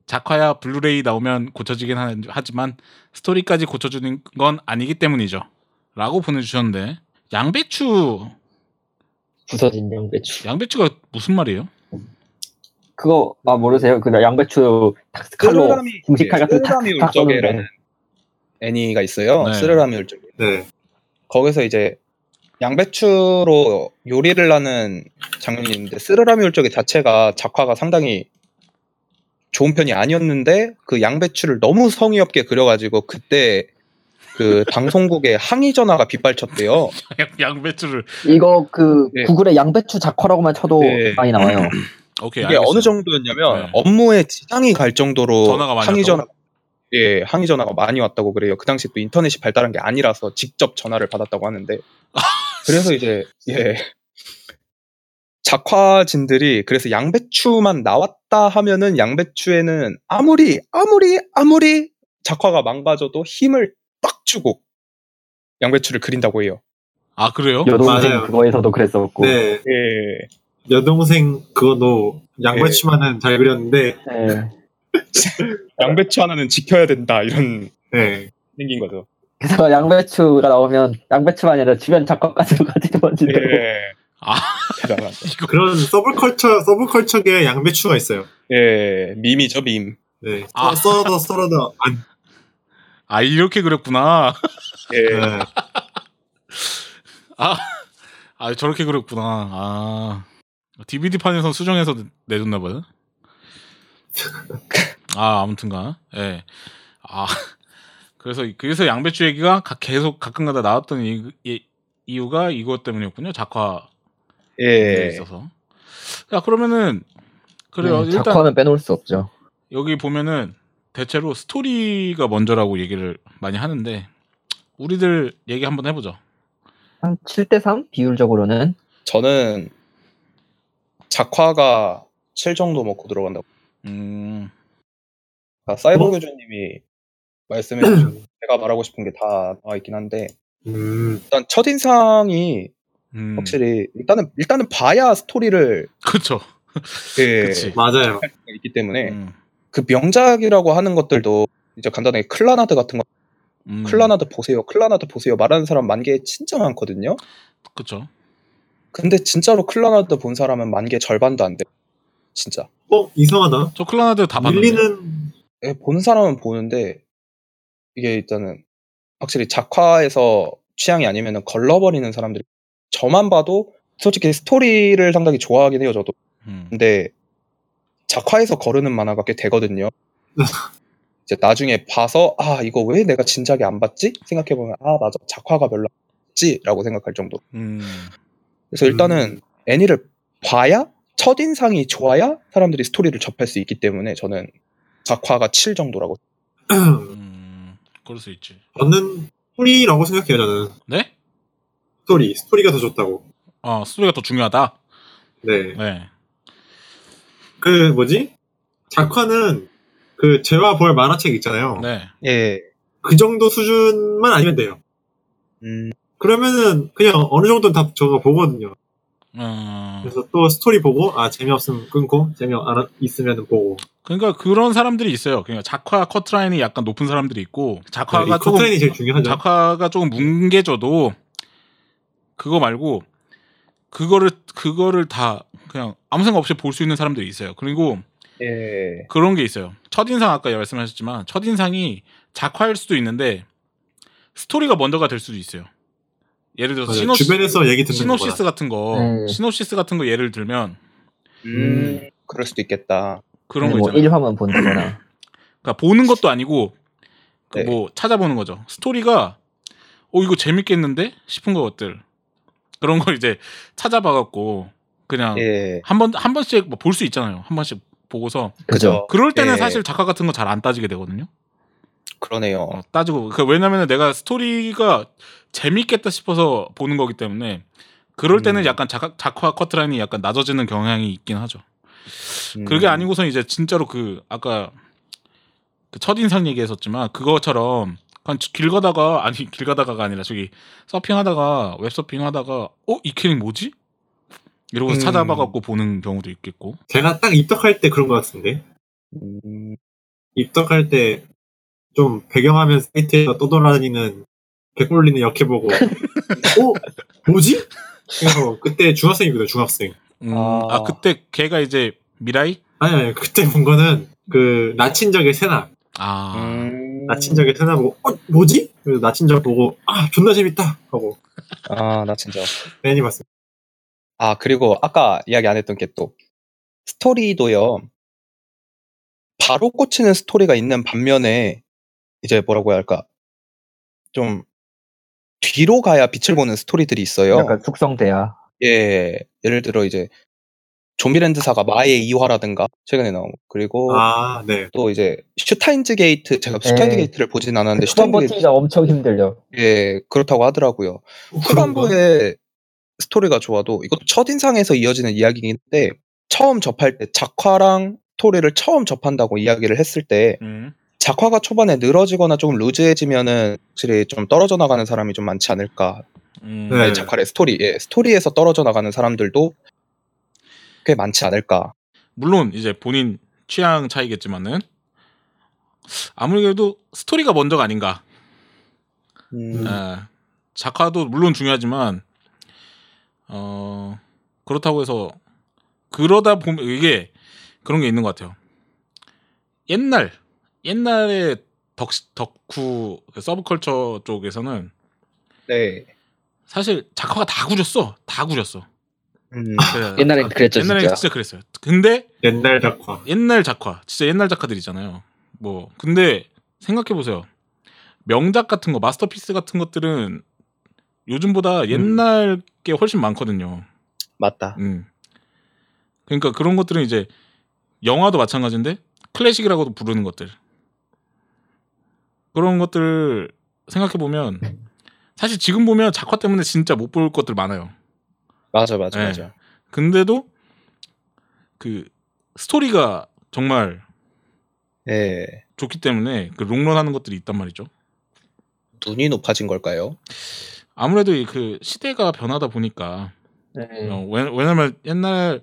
[SPEAKER 2] 작화야 블루레이 나오면 고쳐지긴 하- 하지만 스토리까지 고쳐주는 건 아니기 때문이죠. 라고 보내주셨는데 양배추
[SPEAKER 3] 부서진 양배추.
[SPEAKER 2] 양배추가 무슨 말이에요?
[SPEAKER 3] 그거 아 모르세요? 그 양배추 탁 칼로
[SPEAKER 5] 쓰르라미
[SPEAKER 3] 공식칼 같은 거
[SPEAKER 5] 네, 쓰르라미
[SPEAKER 3] 탁
[SPEAKER 5] 울적에라는
[SPEAKER 3] 쏘는데.
[SPEAKER 5] 애니가 있어요.
[SPEAKER 2] 네.
[SPEAKER 5] 쓰르라미 울적.
[SPEAKER 4] 네.
[SPEAKER 5] 거기서 이제 양배추로 요리를 하는 장면이 있는데 쓰르라미 울적의 자체가 작화가 상당히 좋은 편이 아니었는데 그 양배추를 너무 성의 없게 그려가지고 그때 그 방송국에 항의 전화가 빗발쳤대요.
[SPEAKER 2] 양- 양배추를
[SPEAKER 3] 이거 그
[SPEAKER 5] 네.
[SPEAKER 3] 구글에 양배추 작화라고만 쳐도
[SPEAKER 5] 네.
[SPEAKER 3] 많이 나와요.
[SPEAKER 2] 오케이
[SPEAKER 5] 이게
[SPEAKER 2] 예, 알겠어요.
[SPEAKER 5] 어느 정도였냐면
[SPEAKER 2] 네.
[SPEAKER 5] 업무에 지장이 갈 정도로
[SPEAKER 2] 전화가 많이
[SPEAKER 5] 항의
[SPEAKER 2] 왔다고?
[SPEAKER 5] 전화 예 항의 전화가 많이 왔다고 그래요. 그 당시 또 인터넷이 발달한 게 아니라서 직접 전화를 받았다고 하는데 그래서 이제 예 작화진들이 그래서 양배추만 나왔다 하면은 양배추에는 아무리 아무리 아무리 작화가 망가져도 힘을 딱 주고 양배추를 그린다고 해요.
[SPEAKER 2] 아 그래요?
[SPEAKER 3] 여동생
[SPEAKER 4] 맞아요.
[SPEAKER 3] 그거에서도 그랬었고.
[SPEAKER 4] 네.
[SPEAKER 5] 예
[SPEAKER 4] 여동생 그거도 양배추만은 잘 그렸는데,
[SPEAKER 3] 네.
[SPEAKER 5] 양배추 하나는 지켜야 된다 이런
[SPEAKER 4] 네.
[SPEAKER 5] 생긴 거죠.
[SPEAKER 3] 그래서 양배추가 나오면 양배추만 아니라 주변 작가까지도 같이 번지는
[SPEAKER 5] 예
[SPEAKER 2] 아.
[SPEAKER 5] 대단하죠.
[SPEAKER 2] 이거
[SPEAKER 4] 그런 서브컬처, 서브컬처계의 양배추가 있어요.
[SPEAKER 5] 예, 밈이죠, 밈.
[SPEAKER 4] 네.
[SPEAKER 2] 아.
[SPEAKER 4] 썰어다 썰어다 안.
[SPEAKER 2] 아 이렇게 그렸구나.
[SPEAKER 5] 예.
[SPEAKER 4] 네.
[SPEAKER 2] 아, 아 저렇게 그렸구나. 아 DVD 판에서 수정해서 내줬나 봐요. 아 아무튼가. 예. 아 그래서 그래서 양배추 얘기가 가- 계속 가끔가다 나왔던 이, 이, 이유가 이것 때문이었군요. 작화 되어
[SPEAKER 5] 예.
[SPEAKER 2] 있어서. 자 그러면은 그래요.
[SPEAKER 3] 네,
[SPEAKER 2] 일단
[SPEAKER 3] 작화는 빼놓을 수 없죠.
[SPEAKER 2] 여기 보면은 대체로 스토리가 먼저라고 얘기를 많이 하는데 우리들 얘기 한번 해보죠.
[SPEAKER 3] 한 7대3 비율적으로는
[SPEAKER 5] 저는 작화가 7 정도 먹고 들어간다고.
[SPEAKER 2] 음,
[SPEAKER 5] 그러니까 사이버
[SPEAKER 4] 어?
[SPEAKER 5] 교주님이 말씀해주신 제가 말하고 싶은 게 다 나와 있긴 한데
[SPEAKER 4] 음,
[SPEAKER 5] 일단 첫 인상이
[SPEAKER 2] 음.
[SPEAKER 5] 확실히 일단은 일단은 봐야 스토리를
[SPEAKER 2] 그렇죠.
[SPEAKER 5] 예,
[SPEAKER 2] 그치.
[SPEAKER 4] 맞아요.
[SPEAKER 5] 있기 때문에
[SPEAKER 2] 음,
[SPEAKER 5] 그 명작이라고 하는 것들도 이제 간단하게 클라나드 같은 거
[SPEAKER 2] 음.
[SPEAKER 5] 클라나드 보세요 클라나드 보세요 말하는 사람 만개 진짜 많거든요
[SPEAKER 2] 그렇죠.
[SPEAKER 5] 근데 진짜로 클라나드 본 사람은 만개 절반도 안 돼. 진짜
[SPEAKER 4] 어, 이상하다.
[SPEAKER 2] 저 클라나드 다 봤는데.
[SPEAKER 4] 밀리는,
[SPEAKER 5] 예, 본 사람은 보는데 이게 일단은 확실히 작화에서 취향이 아니면은 걸러버리는 사람들이 저만 봐도 솔직히 스토리를 상당히 좋아하긴 해요 저도
[SPEAKER 2] 음.
[SPEAKER 5] 근데 작화에서 거르는 만화가 꽤 되거든요. 이제 나중에 봐서 아 이거 왜 내가 진작에 안 봤지 생각해 보면 아 맞아 작화가 별로 안지라고 생각할 정도.
[SPEAKER 2] 음.
[SPEAKER 5] 그래서 일단은 애니를 봐야 첫 인상이 좋아야 사람들이 스토리를 접할 수 있기 때문에 저는 작화가 7 정도라고.
[SPEAKER 2] 음, 그럴 수 있지.
[SPEAKER 4] 저는 스토리라고 생각해요, 저는.
[SPEAKER 2] 네?
[SPEAKER 4] 스토리. 스토리가 더 좋다고.
[SPEAKER 2] 어, 스토리가 더 중요하다.
[SPEAKER 4] 네.
[SPEAKER 2] 네.
[SPEAKER 4] 그, 뭐지? 작화는 그, 재화 벌 만화책 있잖아요.
[SPEAKER 2] 네.
[SPEAKER 5] 예.
[SPEAKER 4] 그 정도 수준만 아니면 돼요.
[SPEAKER 5] 음,
[SPEAKER 4] 그러면은 그냥 어느 정도는 다 저거 보거든요.
[SPEAKER 2] 음,
[SPEAKER 4] 그래서 또 스토리 보고 아 재미없으면 끊고 재미 있으면 보고
[SPEAKER 2] 그러니까 그런 사람들이 있어요. 그러니까 작화 커트라인이 약간 높은 사람들이 있고
[SPEAKER 4] 네, 이
[SPEAKER 2] 작화가 조금
[SPEAKER 4] 커트라인이 제일 중요하죠.
[SPEAKER 2] 아, 작화가 조금 뭉개져도 그거 말고 그거를 그거를 다 그냥 아무 생각 없이 볼 수 있는 사람들이 있어요. 그리고
[SPEAKER 5] 예.
[SPEAKER 2] 그런 게 있어요. 첫인상 아까 말씀하셨지만 첫인상이 작화일 수도 있는데 스토리가 먼저가 될 수도 있어요. 예를 들어서
[SPEAKER 4] 맞아요.
[SPEAKER 2] 시노시,
[SPEAKER 4] 주변에서 얘기 듣는
[SPEAKER 2] 시노시스
[SPEAKER 4] 거보다
[SPEAKER 2] 같은 거
[SPEAKER 3] 음.
[SPEAKER 2] 시노시스 같은 거 예를 들면
[SPEAKER 5] 음, 그럴 수도 있겠다.
[SPEAKER 2] 그런 거
[SPEAKER 3] 뭐
[SPEAKER 2] 있잖아요.
[SPEAKER 3] 1화만 본다거나
[SPEAKER 2] 그러니까 보는 것도 아니고 그
[SPEAKER 5] 네.
[SPEAKER 2] 뭐 찾아보는 거죠. 스토리가 어 이거 재밌겠는데 싶은 것들 그런 걸 이제 찾아봐갖고 그냥
[SPEAKER 5] 예.
[SPEAKER 2] 한 번 한 번씩 뭐 볼 수 있잖아요. 한 번씩 보고서
[SPEAKER 3] 그죠.
[SPEAKER 2] 그럴 때는
[SPEAKER 5] 예.
[SPEAKER 2] 사실 작화 같은 거 잘 안 따지게 되거든요.
[SPEAKER 5] 그러네요.
[SPEAKER 2] 어, 따지고 그 왜냐면은 내가 스토리가 재밌겠다 싶어서 보는 거기 때문에 그럴 때는
[SPEAKER 5] 음.
[SPEAKER 2] 약간 작화, 작화 커트라인이 약간 낮아지는 경향이 있긴 하죠.
[SPEAKER 5] 음,
[SPEAKER 2] 그게 아니고선 이제 진짜로 그 아까 그 첫인상 얘기했었지만 그거처럼 그냥 길 가다가 아니 길 가다가가 아니라 저기 서핑하다가 웹 서핑하다가 어 이 캐릭 뭐지? 이러고 서
[SPEAKER 5] 음.
[SPEAKER 2] 찾아봐갖고 보는 경우도 있겠고
[SPEAKER 4] 제가 딱 입덕할 때 그런 것 같은데
[SPEAKER 5] 음,
[SPEAKER 4] 입덕할 때 좀 배경화면 사이트에서 떠돌아다니는 백골리는 역해 보고 어 뭐지? 그래서 그때 중학생이거든요 중학생
[SPEAKER 2] 음,
[SPEAKER 5] 아.
[SPEAKER 2] 아 그때 걔가 이제 미라이
[SPEAKER 4] 아니 아니 그때 본 거는 그 나친적의 세나
[SPEAKER 2] 아
[SPEAKER 5] 음.
[SPEAKER 4] 나친적의 세나 보고 어 뭐지? 그래서 나친적 보고 아 존나 재밌다 하고
[SPEAKER 5] 아, 나 진짜.
[SPEAKER 4] 괜히 봤습니다
[SPEAKER 5] 아, 그리고 아까 이야기 안 했던 게 또, 스토리도요, 바로 꽂히는 스토리가 있는 반면에, 이제 뭐라고 해야 할까, 좀, 뒤로 가야 빛을 보는 스토리들이 있어요.
[SPEAKER 3] 약간 숙성돼야
[SPEAKER 5] 예, 예를 들어 이제, 좀비랜드사가 마의 2화라든가, 최근에 나온 거. 그리고
[SPEAKER 4] 아네
[SPEAKER 5] 또 이제, 슈타인즈 게이트, 제가 슈타인즈
[SPEAKER 3] 예.
[SPEAKER 5] 게이트를 보진 않았는데,
[SPEAKER 3] 초반
[SPEAKER 5] 슈타인즈 게이트,
[SPEAKER 3] 버티기가 엄청 힘들려.
[SPEAKER 5] 예, 그렇다고 하더라고요. 후반부에 스토리가 좋아도 이것도 첫인상에서 이어지는 이야기긴 한데 처음 접할 때 작화랑 스토리를 처음 접한다고 이야기를 했을 때
[SPEAKER 2] 음.
[SPEAKER 5] 작화가 초반에 늘어지거나 조금 루즈해지면은 확실히 좀 떨어져 나가는 사람이 좀 많지 않을까
[SPEAKER 2] 음.
[SPEAKER 4] 네.
[SPEAKER 5] 아니, 작화의 스토리 예 스토리에서 떨어져 나가는 사람들도 꽤 많지 않을까
[SPEAKER 2] 물론 이제 본인 취향 차이겠지만은 아무래도 스토리가 먼저가 아닌가
[SPEAKER 5] 음,
[SPEAKER 2] 예. 작화도 물론 중요하지만 어 그렇다고 해서 그러다 보면 이게 그런 게 있는 것 같아요. 옛날 옛날에 덕 덕후 그 서브컬처 쪽에서는
[SPEAKER 5] 네
[SPEAKER 2] 사실 작화가 다 구렸어, 다 구렸어.
[SPEAKER 5] 음,
[SPEAKER 2] 그-
[SPEAKER 3] 옛날엔 그랬죠,
[SPEAKER 2] 옛날엔
[SPEAKER 3] 진짜.
[SPEAKER 2] 진짜 그랬어요. 근데
[SPEAKER 4] 옛날 작화
[SPEAKER 2] 옛날 작화, 진짜 옛날 작가들이잖아요. 뭐 근데 생각해 보세요. 명작 같은 거, 마스터피스 같은 것들은 요즘보다 옛날 게 훨씬 많거든요.
[SPEAKER 5] 맞다.
[SPEAKER 2] 음. 그러니까 그런 것들은 이제 영화도 마찬가지인데 클래식이라고도 부르는 것들 그런 것들 생각해 보면 사실 지금 보면 작화 때문에 진짜 못 볼 것들 많아요.
[SPEAKER 5] 맞아 맞아
[SPEAKER 2] 네.
[SPEAKER 5] 맞아.
[SPEAKER 2] 근데도 그 스토리가 정말
[SPEAKER 5] 예.
[SPEAKER 2] 좋기 때문에 그 롱런하는 것들이 있단 말이죠.
[SPEAKER 5] 눈이 높아진 걸까요?
[SPEAKER 2] 아무래도 이그 시대가 변하다 보니까
[SPEAKER 3] 네.
[SPEAKER 2] 어, 왜- 왜냐면 옛날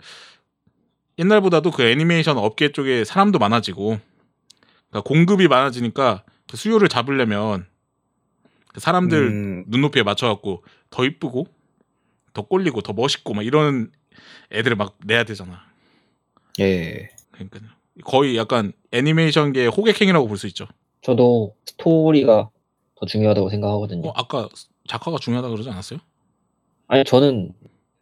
[SPEAKER 2] 옛날보다도 그 애니메이션 업계 쪽에 사람도 많아지고 그러니까 공급이 많아지니까 그 수요를 잡으려면 그 사람들
[SPEAKER 5] 음,
[SPEAKER 2] 눈높이에 맞춰갖고 더 이쁘고 더 꼴리고 더 멋있고 막 이런 애들을 막 내야 되잖아.
[SPEAKER 5] 예.
[SPEAKER 2] 그러니까 거의 약간 애니메이션계의 호객행위라고 볼 수 있죠.
[SPEAKER 3] 저도 스토리가 더 중요하다고 생각하거든요.
[SPEAKER 2] 어, 아까 작화가 중요하다 그러지 않았어요?
[SPEAKER 3] 아니 저는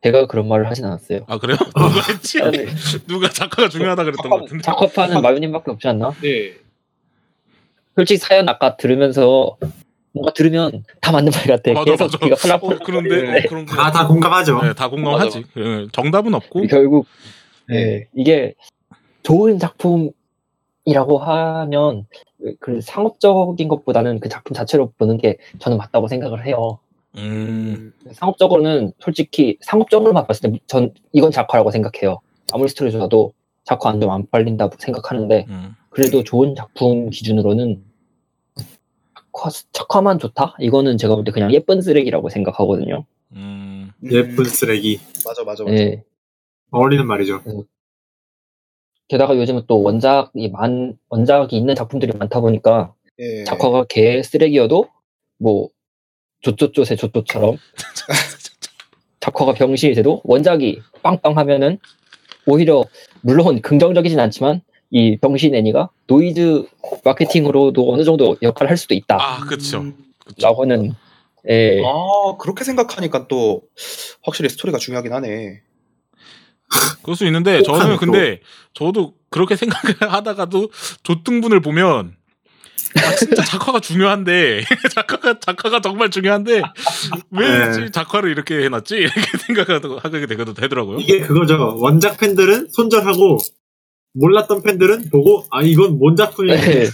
[SPEAKER 3] 제가 그런 말을 하진 않았어요.
[SPEAKER 2] 아 그래요? 누가 했지?
[SPEAKER 3] 아니,
[SPEAKER 2] 누가 작화가 중요하다 그랬던 것 같은데.
[SPEAKER 3] 작업하는 마유님밖에 없지 않나?
[SPEAKER 4] 네.
[SPEAKER 3] 솔직히 사연 아까 들으면서 뭔가 들으면 다 맞는 말 같아.
[SPEAKER 2] 맞아,
[SPEAKER 3] 네, 계속
[SPEAKER 2] 맞아.
[SPEAKER 3] 귀가
[SPEAKER 2] 어,
[SPEAKER 3] 팔랑팔랑.
[SPEAKER 2] 그런데 어, 그런 거.
[SPEAKER 4] 다, 다 공감하죠.
[SPEAKER 2] 네, 다
[SPEAKER 3] 음,
[SPEAKER 2] 공감하지. 예, 정답은 없고
[SPEAKER 3] 결국
[SPEAKER 5] 예.
[SPEAKER 3] 예, 이게 좋은 작품이라고 하면 그 상업적인 것보다는 그 작품 자체로 보는 게 저는 맞다고 생각을 해요.
[SPEAKER 2] 음,
[SPEAKER 3] 상업적으로는 솔직히 상업적으로만 봤을 때 전 이건 작화라고 생각해요. 아무리 스토리 좋아도 작화 안 되면 안 팔린다고 생각하는데
[SPEAKER 2] 음.
[SPEAKER 3] 그래도 좋은 작품 기준으로는 작화, 작화만 좋다? 이거는 제가 볼 때 그냥 예쁜 쓰레기라고 생각하거든요.
[SPEAKER 2] 음.
[SPEAKER 4] 예쁜 쓰레기.
[SPEAKER 5] 맞아 맞아 맞아.
[SPEAKER 3] 예.
[SPEAKER 4] 어울리는 말이죠.
[SPEAKER 3] 게다가 요즘은 또 원작이 많, 원작이 있는 작품들이 많다 보니까
[SPEAKER 5] 예.
[SPEAKER 3] 작화가 개 쓰레기여도 뭐 조조조세 조조처럼 작화가 병신이 돼도 원작이 빵빵 하면은 오히려 물론 긍정적이진 않지만 이 병신 애니가 노이즈 마케팅으로도 어느 정도 역할을 할 수도 있다라고는
[SPEAKER 2] 아, 그렇죠.
[SPEAKER 3] 예
[SPEAKER 5] 음, 아 그렇게 생각하니까 또 확실히 스토리가 중요하긴 하네.
[SPEAKER 2] 그럴 수 있는데
[SPEAKER 4] 혹한
[SPEAKER 2] 저는
[SPEAKER 4] 또.
[SPEAKER 2] 근데 저도 그렇게 생각을 하다가도 조등분을 보면 아, 진짜 작화가 중요한데 작화가 작화가 정말 중요한데 왜
[SPEAKER 4] 네.
[SPEAKER 2] 작화를 이렇게 해놨지 이렇게 생각하게 되거든 되더라고요.
[SPEAKER 4] 어? 이게 그거죠. 원작 팬들은 손절하고, 몰랐던 팬들은 보고, 아, 이건 뭔 작품이니까
[SPEAKER 3] 예.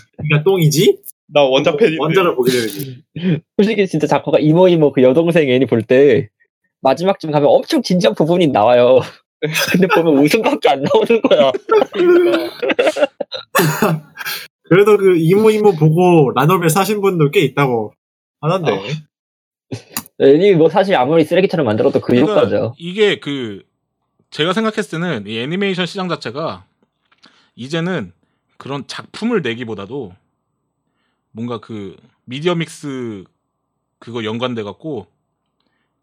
[SPEAKER 4] 똥이지?
[SPEAKER 5] 나 원작 팬이
[SPEAKER 4] 원작을 보게 되지.
[SPEAKER 3] 솔직히 진짜 작화가 이모 이모 그 여동생 애니 볼 때 마지막쯤 가면 엄청 진지한 부분이 나와요. 근데 보면 웃음밖에 안 나오는 거야.
[SPEAKER 4] 그래도 그 이모 이모 보고 라노벨 사신 분도 꽤 있다고 하던데.
[SPEAKER 5] 아.
[SPEAKER 3] 애니 뭐 사실 아무리 쓰레기처럼 만들어도 그
[SPEAKER 2] 그러니까
[SPEAKER 3] 효과죠.
[SPEAKER 2] 이게 그 제가 생각했을 때는 이 애니메이션 시장 자체가 이제는 그런 작품을 내기보다도 뭔가 그 미디어 믹스 그거 연관돼 갖고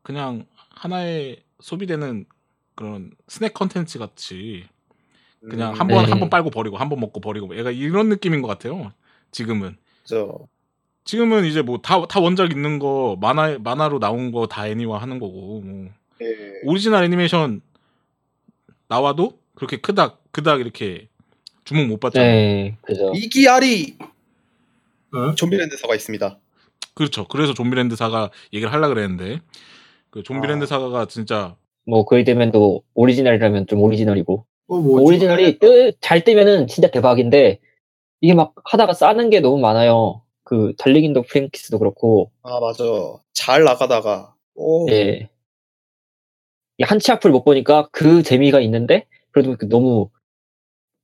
[SPEAKER 2] 그냥 하나의 소비되는 그런 스낵 컨텐츠 같이 그냥 한 번 한
[SPEAKER 3] 네.
[SPEAKER 2] 번 빨고 버리고 한 번 먹고 버리고 얘가 이런 느낌인 것 같아요. 지금은
[SPEAKER 5] 저
[SPEAKER 2] 지금은 이제 뭐 다 다 원작 있는 거 만화 만화로 나온 거 다 애니화 하는 거고 뭐
[SPEAKER 5] 예.
[SPEAKER 2] 오리지널 애니메이션 나와도 그렇게 크닥 그닥 이렇게 주목 못 받잖아요.
[SPEAKER 3] 네, 그죠.
[SPEAKER 5] 이기아리
[SPEAKER 4] 어?
[SPEAKER 5] 좀비랜드사가 있습니다.
[SPEAKER 2] 그렇죠. 그래서 좀비랜드사가 얘기를 하려 그랬는데 그
[SPEAKER 3] 아.
[SPEAKER 2] 좀비랜드사가 진짜
[SPEAKER 3] 뭐 거의 되면 또 오리지널이라면 좀 오리지널이고
[SPEAKER 4] 어, 뭐
[SPEAKER 3] 오리지널이 뜨- 잘 뜨면은 진짜 대박인데 이게 막 하다가 싸는 게 너무 많아요. 그 달리긴도 프랭키스도 그렇고
[SPEAKER 5] 아 맞아. 잘 나가다가 오
[SPEAKER 3] 예. 이 한치 앞을 못 보니까 그 재미가 있는데 그래도 그 너무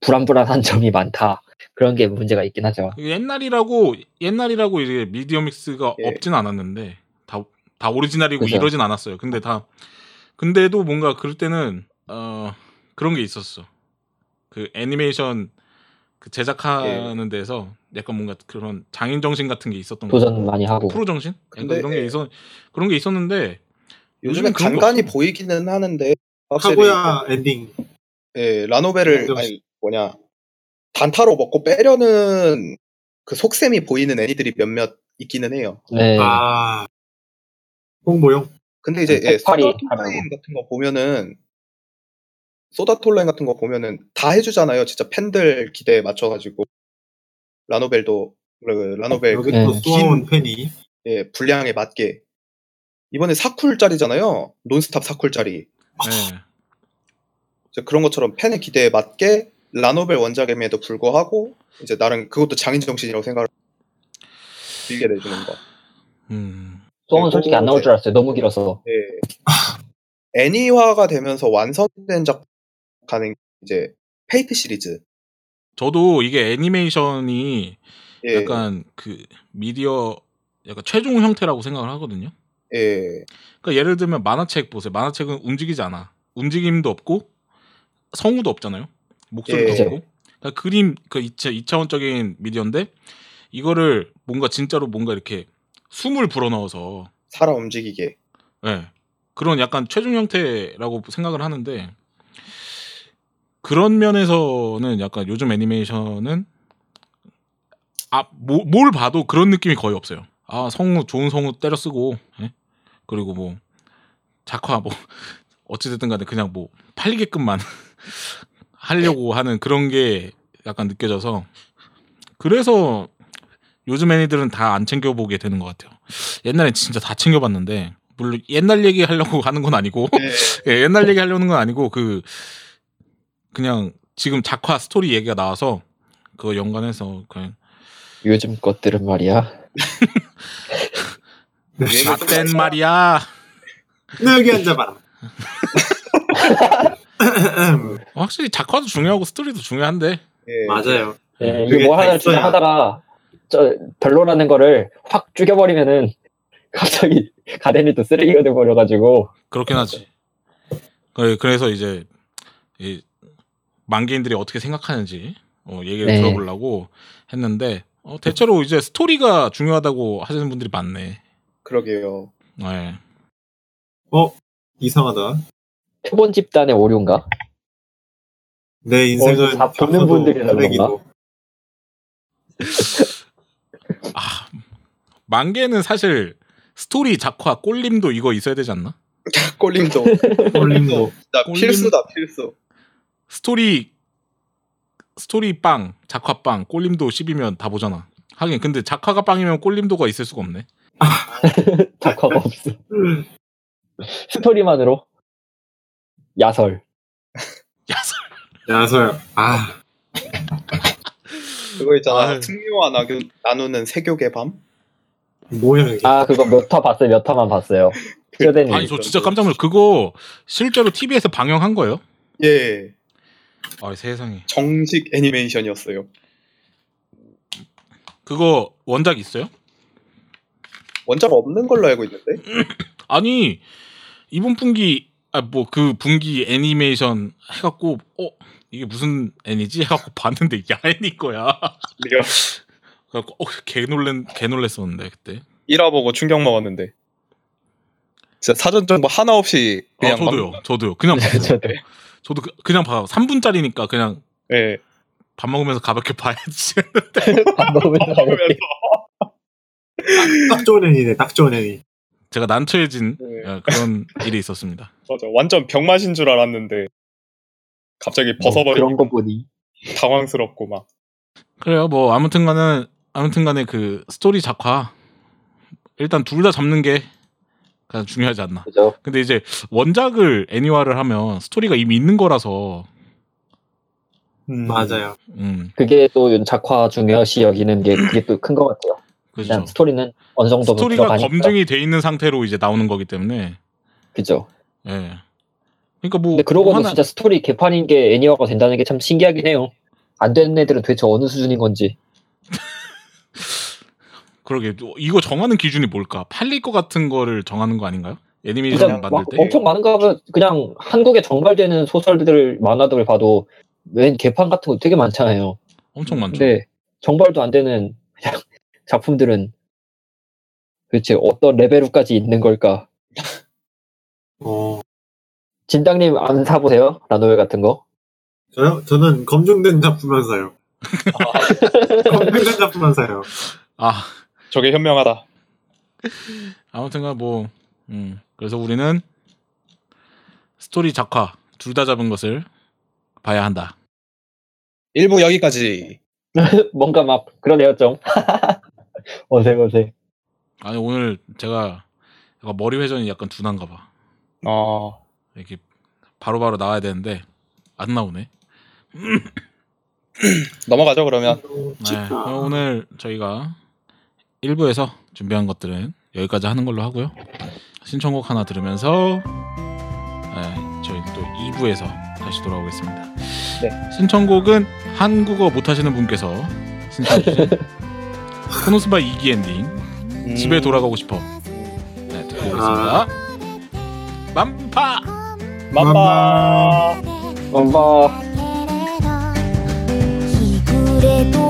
[SPEAKER 3] 불안불안한 점이 많다. 그런 게 문제가 있긴 하죠.
[SPEAKER 2] 옛날이라고 옛날이라고 이게 미디어 믹스가
[SPEAKER 5] 예.
[SPEAKER 2] 없진 않았는데 다 다 오리지널이고
[SPEAKER 3] 그죠.
[SPEAKER 2] 이러진 않았어요. 근데 다 근데도 뭔가 그럴 때는 어 그런 게 있었어. 그 애니메이션 그 제작하는 데서 약간 뭔가 그런 장인 정신 같은 게 있었던 거
[SPEAKER 3] 예. 도전 많이 하고
[SPEAKER 2] 프로 정신? 약간
[SPEAKER 5] 뭐 근데-
[SPEAKER 2] 이런 게
[SPEAKER 5] 예.
[SPEAKER 2] 있었 그런 게 있었는데
[SPEAKER 5] 요즘엔
[SPEAKER 2] 요즘엔 그런 거
[SPEAKER 5] 간간히
[SPEAKER 2] 없어.
[SPEAKER 5] 보이기는 하는데 확실히
[SPEAKER 4] 카고야
[SPEAKER 3] 네.
[SPEAKER 4] 네, 엔딩.
[SPEAKER 5] 예, 라노벨을 아니 뭐냐 단타로 먹고 빼려는 그 속셈이 보이는 애니들이 몇몇 있기는 해요.
[SPEAKER 3] 네.
[SPEAKER 4] 아. 홍보용.
[SPEAKER 5] 근데 이제
[SPEAKER 3] 음,
[SPEAKER 5] 예,
[SPEAKER 3] 폭발이
[SPEAKER 5] 소다톨라인
[SPEAKER 3] 하라고.
[SPEAKER 5] 같은 거 보면은 소다톨라인 같은 거 보면은 다 해주잖아요. 진짜 팬들 기대에 맞춰가지고 라노벨도 그 라노벨 그
[SPEAKER 4] 여기 또
[SPEAKER 3] 네.
[SPEAKER 4] 쏘아온 팬이.
[SPEAKER 5] 예, 분량에 맞게 이번에 4쿨짜리잖아요. 논스탑 4쿨짜리.
[SPEAKER 2] 예.
[SPEAKER 5] 이제 그런 것처럼 팬의 기대에 맞게 라노벨 원작임에도 불구하고 이제 나름 그것도 장인 정신이라고 생각을 길게 내주는 거.
[SPEAKER 2] 음.
[SPEAKER 3] 똥은 솔직히 안 나올 줄 알았어요. 너무 길어서.
[SPEAKER 5] 예. 애니화가 되면서 완성된 작품 가는 이제 페이트 시리즈.
[SPEAKER 2] 저도 이게 애니메이션이
[SPEAKER 5] 예.
[SPEAKER 2] 약간 그 미디어 약간 최종 형태라고 생각을 하거든요.
[SPEAKER 5] 예.
[SPEAKER 2] 그러니까 예를 들면 만화책 보세요. 만화책은 움직이지 않아. 움직임도 없고 성우도 없잖아요. 목소리도
[SPEAKER 5] 예.
[SPEAKER 2] 없고. 그러니까 그림 그 2차, 2차원적인 미디어인데 이거를 뭔가 진짜로 뭔가 이렇게 숨을 불어넣어서
[SPEAKER 5] 살아 움직이게.
[SPEAKER 2] 예. 그런 약간 최종 형태라고 생각을 하는데 그런 면에서는 약간 요즘 애니메이션은 아, 뭐- 뭘 봐도 그런 느낌이 거의 없어요. 아, 성우 좋은 성우 때려 쓰고 예? 그리고 뭐 작화 뭐 어찌 됐든 간에 그냥 뭐 팔리게끔만 하려고 하는 그런 게 약간 느껴져서 그래서 요즘 애니들은 다 안 챙겨 보게 되는 것 같아요. 옛날엔 진짜 다 챙겨봤는데 물론 옛날 얘기 하려고 하는 건 아니고
[SPEAKER 5] 예.
[SPEAKER 2] 예, 옛날 얘기 하려는 건 아니고 그 그냥 지금 작화 스토리 얘기가 나와서 그거 연관해서 그냥
[SPEAKER 3] 요즘 것들은 말이야.
[SPEAKER 5] 유행을 좀
[SPEAKER 2] 나땐 네. 말이야
[SPEAKER 4] 너 네, 여기 앉아봐라.
[SPEAKER 2] 어, 확실히 작화도 중요하고 스토리도 중요한데
[SPEAKER 5] 예.
[SPEAKER 4] 네. 맞아요.
[SPEAKER 3] 예,
[SPEAKER 4] 그게
[SPEAKER 3] 이거 뭐
[SPEAKER 4] 다
[SPEAKER 3] 하나
[SPEAKER 4] 있어야.
[SPEAKER 3] 주장하다가 저 별로라는 거를 확 죽여버리면은 갑자기 가데미도 쓰레기가 돼버려가지고
[SPEAKER 2] 그렇긴 하지. 그- 그래서 이제 이 만개인들이 어떻게 생각하는지 어, 얘기를
[SPEAKER 3] 네.
[SPEAKER 2] 들어보려고 했는데 어, 대체로 이제 스토리가 중요하다고 하시는 분들이 많네.
[SPEAKER 5] 그러게요.
[SPEAKER 2] 네.
[SPEAKER 4] 이상하다.
[SPEAKER 3] 표본 집단의 오류인가?
[SPEAKER 4] 내 인생은
[SPEAKER 3] 어, 다 보는
[SPEAKER 4] 바쁘고
[SPEAKER 3] 분들이라
[SPEAKER 4] 쓰레기고.
[SPEAKER 3] 그런가?
[SPEAKER 2] 아, 만개는 사실 스토리 작화 꼴림도 이거 있어야 되지 않나?
[SPEAKER 5] 꼴림도
[SPEAKER 4] 꼴림도.
[SPEAKER 5] 나
[SPEAKER 2] 꼴림.
[SPEAKER 5] 필수다 필수.
[SPEAKER 2] 스토리 스토리 빵 작화 빵 꼴림도 10이면 다 보잖아. 하긴 근데 작화가 빵이면 꼴림도가 있을 수가 없네.
[SPEAKER 3] 작화가 없어. 스토리만으로 야설.
[SPEAKER 2] 야설.
[SPEAKER 4] 야설. 아,
[SPEAKER 5] 그거 있잖아.
[SPEAKER 2] 아유.
[SPEAKER 5] 승리와 나교, 나누는 세교계 밤.
[SPEAKER 4] 뭐야, 이게.
[SPEAKER 3] 아 그거 몇 화 봤어요. 몇 화만 봤어요.
[SPEAKER 5] 네,
[SPEAKER 3] 스웨덴이
[SPEAKER 2] 아니 저
[SPEAKER 5] 그렇죠.
[SPEAKER 2] 진짜 깜짝 놀랐. 그거 실제로 TV에서 방영한 거예요?
[SPEAKER 5] 예.
[SPEAKER 2] 아 세상에.
[SPEAKER 5] 정식 애니메이션이었어요.
[SPEAKER 2] 그거 원작 있어요?
[SPEAKER 5] 원작 없는 걸로 알고 있는데.
[SPEAKER 2] 아니 이번 분기 아 뭐 그 분기 애니메이션 해갖고 어 이게 무슨 애니지 해갖고 봤는데 야애니 거야.
[SPEAKER 5] 우리가
[SPEAKER 2] 그래갖고 어개 놀랜 개 놀랬었는데 그때.
[SPEAKER 5] 1화 보고 충격 먹었는데. 진짜 사전 정보 하나 없이
[SPEAKER 2] 아
[SPEAKER 5] 그냥
[SPEAKER 2] 저도요.
[SPEAKER 5] 막,
[SPEAKER 2] 저도요. 그냥 봤어요.
[SPEAKER 3] 네,
[SPEAKER 2] 저도
[SPEAKER 3] 저도
[SPEAKER 2] 그- 그냥 봐. 3분짜리니까 그냥
[SPEAKER 5] 예.
[SPEAKER 2] 밥 먹으면서 가볍게 봐야지.
[SPEAKER 3] 밥 먹으면서 가볍게.
[SPEAKER 5] 그러면서
[SPEAKER 4] 딱 좋은 애니네, 딱 좋은 애니.
[SPEAKER 2] 제가 난처해진
[SPEAKER 5] 네.
[SPEAKER 2] 어, 그런 일이 있었습니다.
[SPEAKER 5] 맞아. 완전 병맛인 줄 알았는데 갑자기
[SPEAKER 3] 뭐
[SPEAKER 5] 벗어버리고
[SPEAKER 3] 그런 거 보니
[SPEAKER 5] 당황스럽고 막.
[SPEAKER 2] 그래요. 뭐 아무튼간에 아무튼간에 그 스토리 작화 일단 둘 다 잡는 게 가장 중요하지 않나.
[SPEAKER 3] 그죠?
[SPEAKER 2] 근데 이제 원작을 애니화를 하면 스토리가 이미 있는 거라서
[SPEAKER 5] 음,
[SPEAKER 4] 맞아요.
[SPEAKER 2] 음
[SPEAKER 3] 그게 또 윤 작화 중요시 여기는 게 그게 또 큰 것 같아요.
[SPEAKER 2] 그죠.
[SPEAKER 3] 그냥 스토리는 어느 정도
[SPEAKER 2] 스토리가
[SPEAKER 3] 들어가니까.
[SPEAKER 2] 검증이 돼 있는 상태로 이제 나오는 거기 때문에
[SPEAKER 3] 그죠.
[SPEAKER 2] 예. 그러니까 뭐
[SPEAKER 3] 근데 그러고 보면
[SPEAKER 2] 하나-
[SPEAKER 3] 진짜 스토리 개판인 게 애니화가 된다는 게 참 신기하긴 해요. 안 되는 애들은 도대체 어느 수준인 건지.
[SPEAKER 2] 그러게 또 이거 정하는 기준이 뭘까? 팔릴 것 같은 거를 정하는 거 아닌가요? 애니메이션
[SPEAKER 3] 그냥
[SPEAKER 2] 만들
[SPEAKER 3] 막
[SPEAKER 2] 때
[SPEAKER 3] 엄청 많은가 하면 그냥 한국에 정발되는 소설들 만화들을 봐도 웬 개판 같은 거 되게 많잖아요.
[SPEAKER 2] 엄청 많죠.
[SPEAKER 3] 근데 정발도 안 되는 그냥 작품들은 도대체 어떤 레벨까지 있는 걸까?
[SPEAKER 4] 어.
[SPEAKER 3] 진당님 안 사보세요? 라노웰 같은 거?
[SPEAKER 4] 저요? 저는 검증된 작품만 사요. 검증된 작품만 사요.
[SPEAKER 2] 아
[SPEAKER 5] 저게 현명하다.
[SPEAKER 2] 아무튼간 뭐 음, 그래서 우리는 스토리 작화 둘 다 잡은 것을 봐야 한다.
[SPEAKER 5] 1부 여기까지.
[SPEAKER 3] 뭔가 막 그러네요 좀. 어색어색.
[SPEAKER 2] 아니 오늘 제가 약간 머리 회전이 약간 둔한가 봐.
[SPEAKER 5] 아.
[SPEAKER 2] 이렇게 바로바로 나와야 되는데 안 나오네.
[SPEAKER 5] 넘어가죠 그러면.
[SPEAKER 2] 네, 그럼 오늘 저희가 1부에서 준비한 것들은 여기까지 하는 걸로 하고요. 신청곡 하나 들으면서 네, 저희 또 2부에서 다시 돌아오겠습니다.
[SPEAKER 5] 네.
[SPEAKER 2] 신청곡은 한국어 못하시는 분께서 신청해주신 코노스바 2기 엔딩
[SPEAKER 5] 음, 아.
[SPEAKER 2] 집에 돌아가고 싶어 네, 듣고 오겠습니다. 맘파!
[SPEAKER 5] 음, 만바.
[SPEAKER 1] れど
[SPEAKER 3] 뭐
[SPEAKER 1] 日暮れと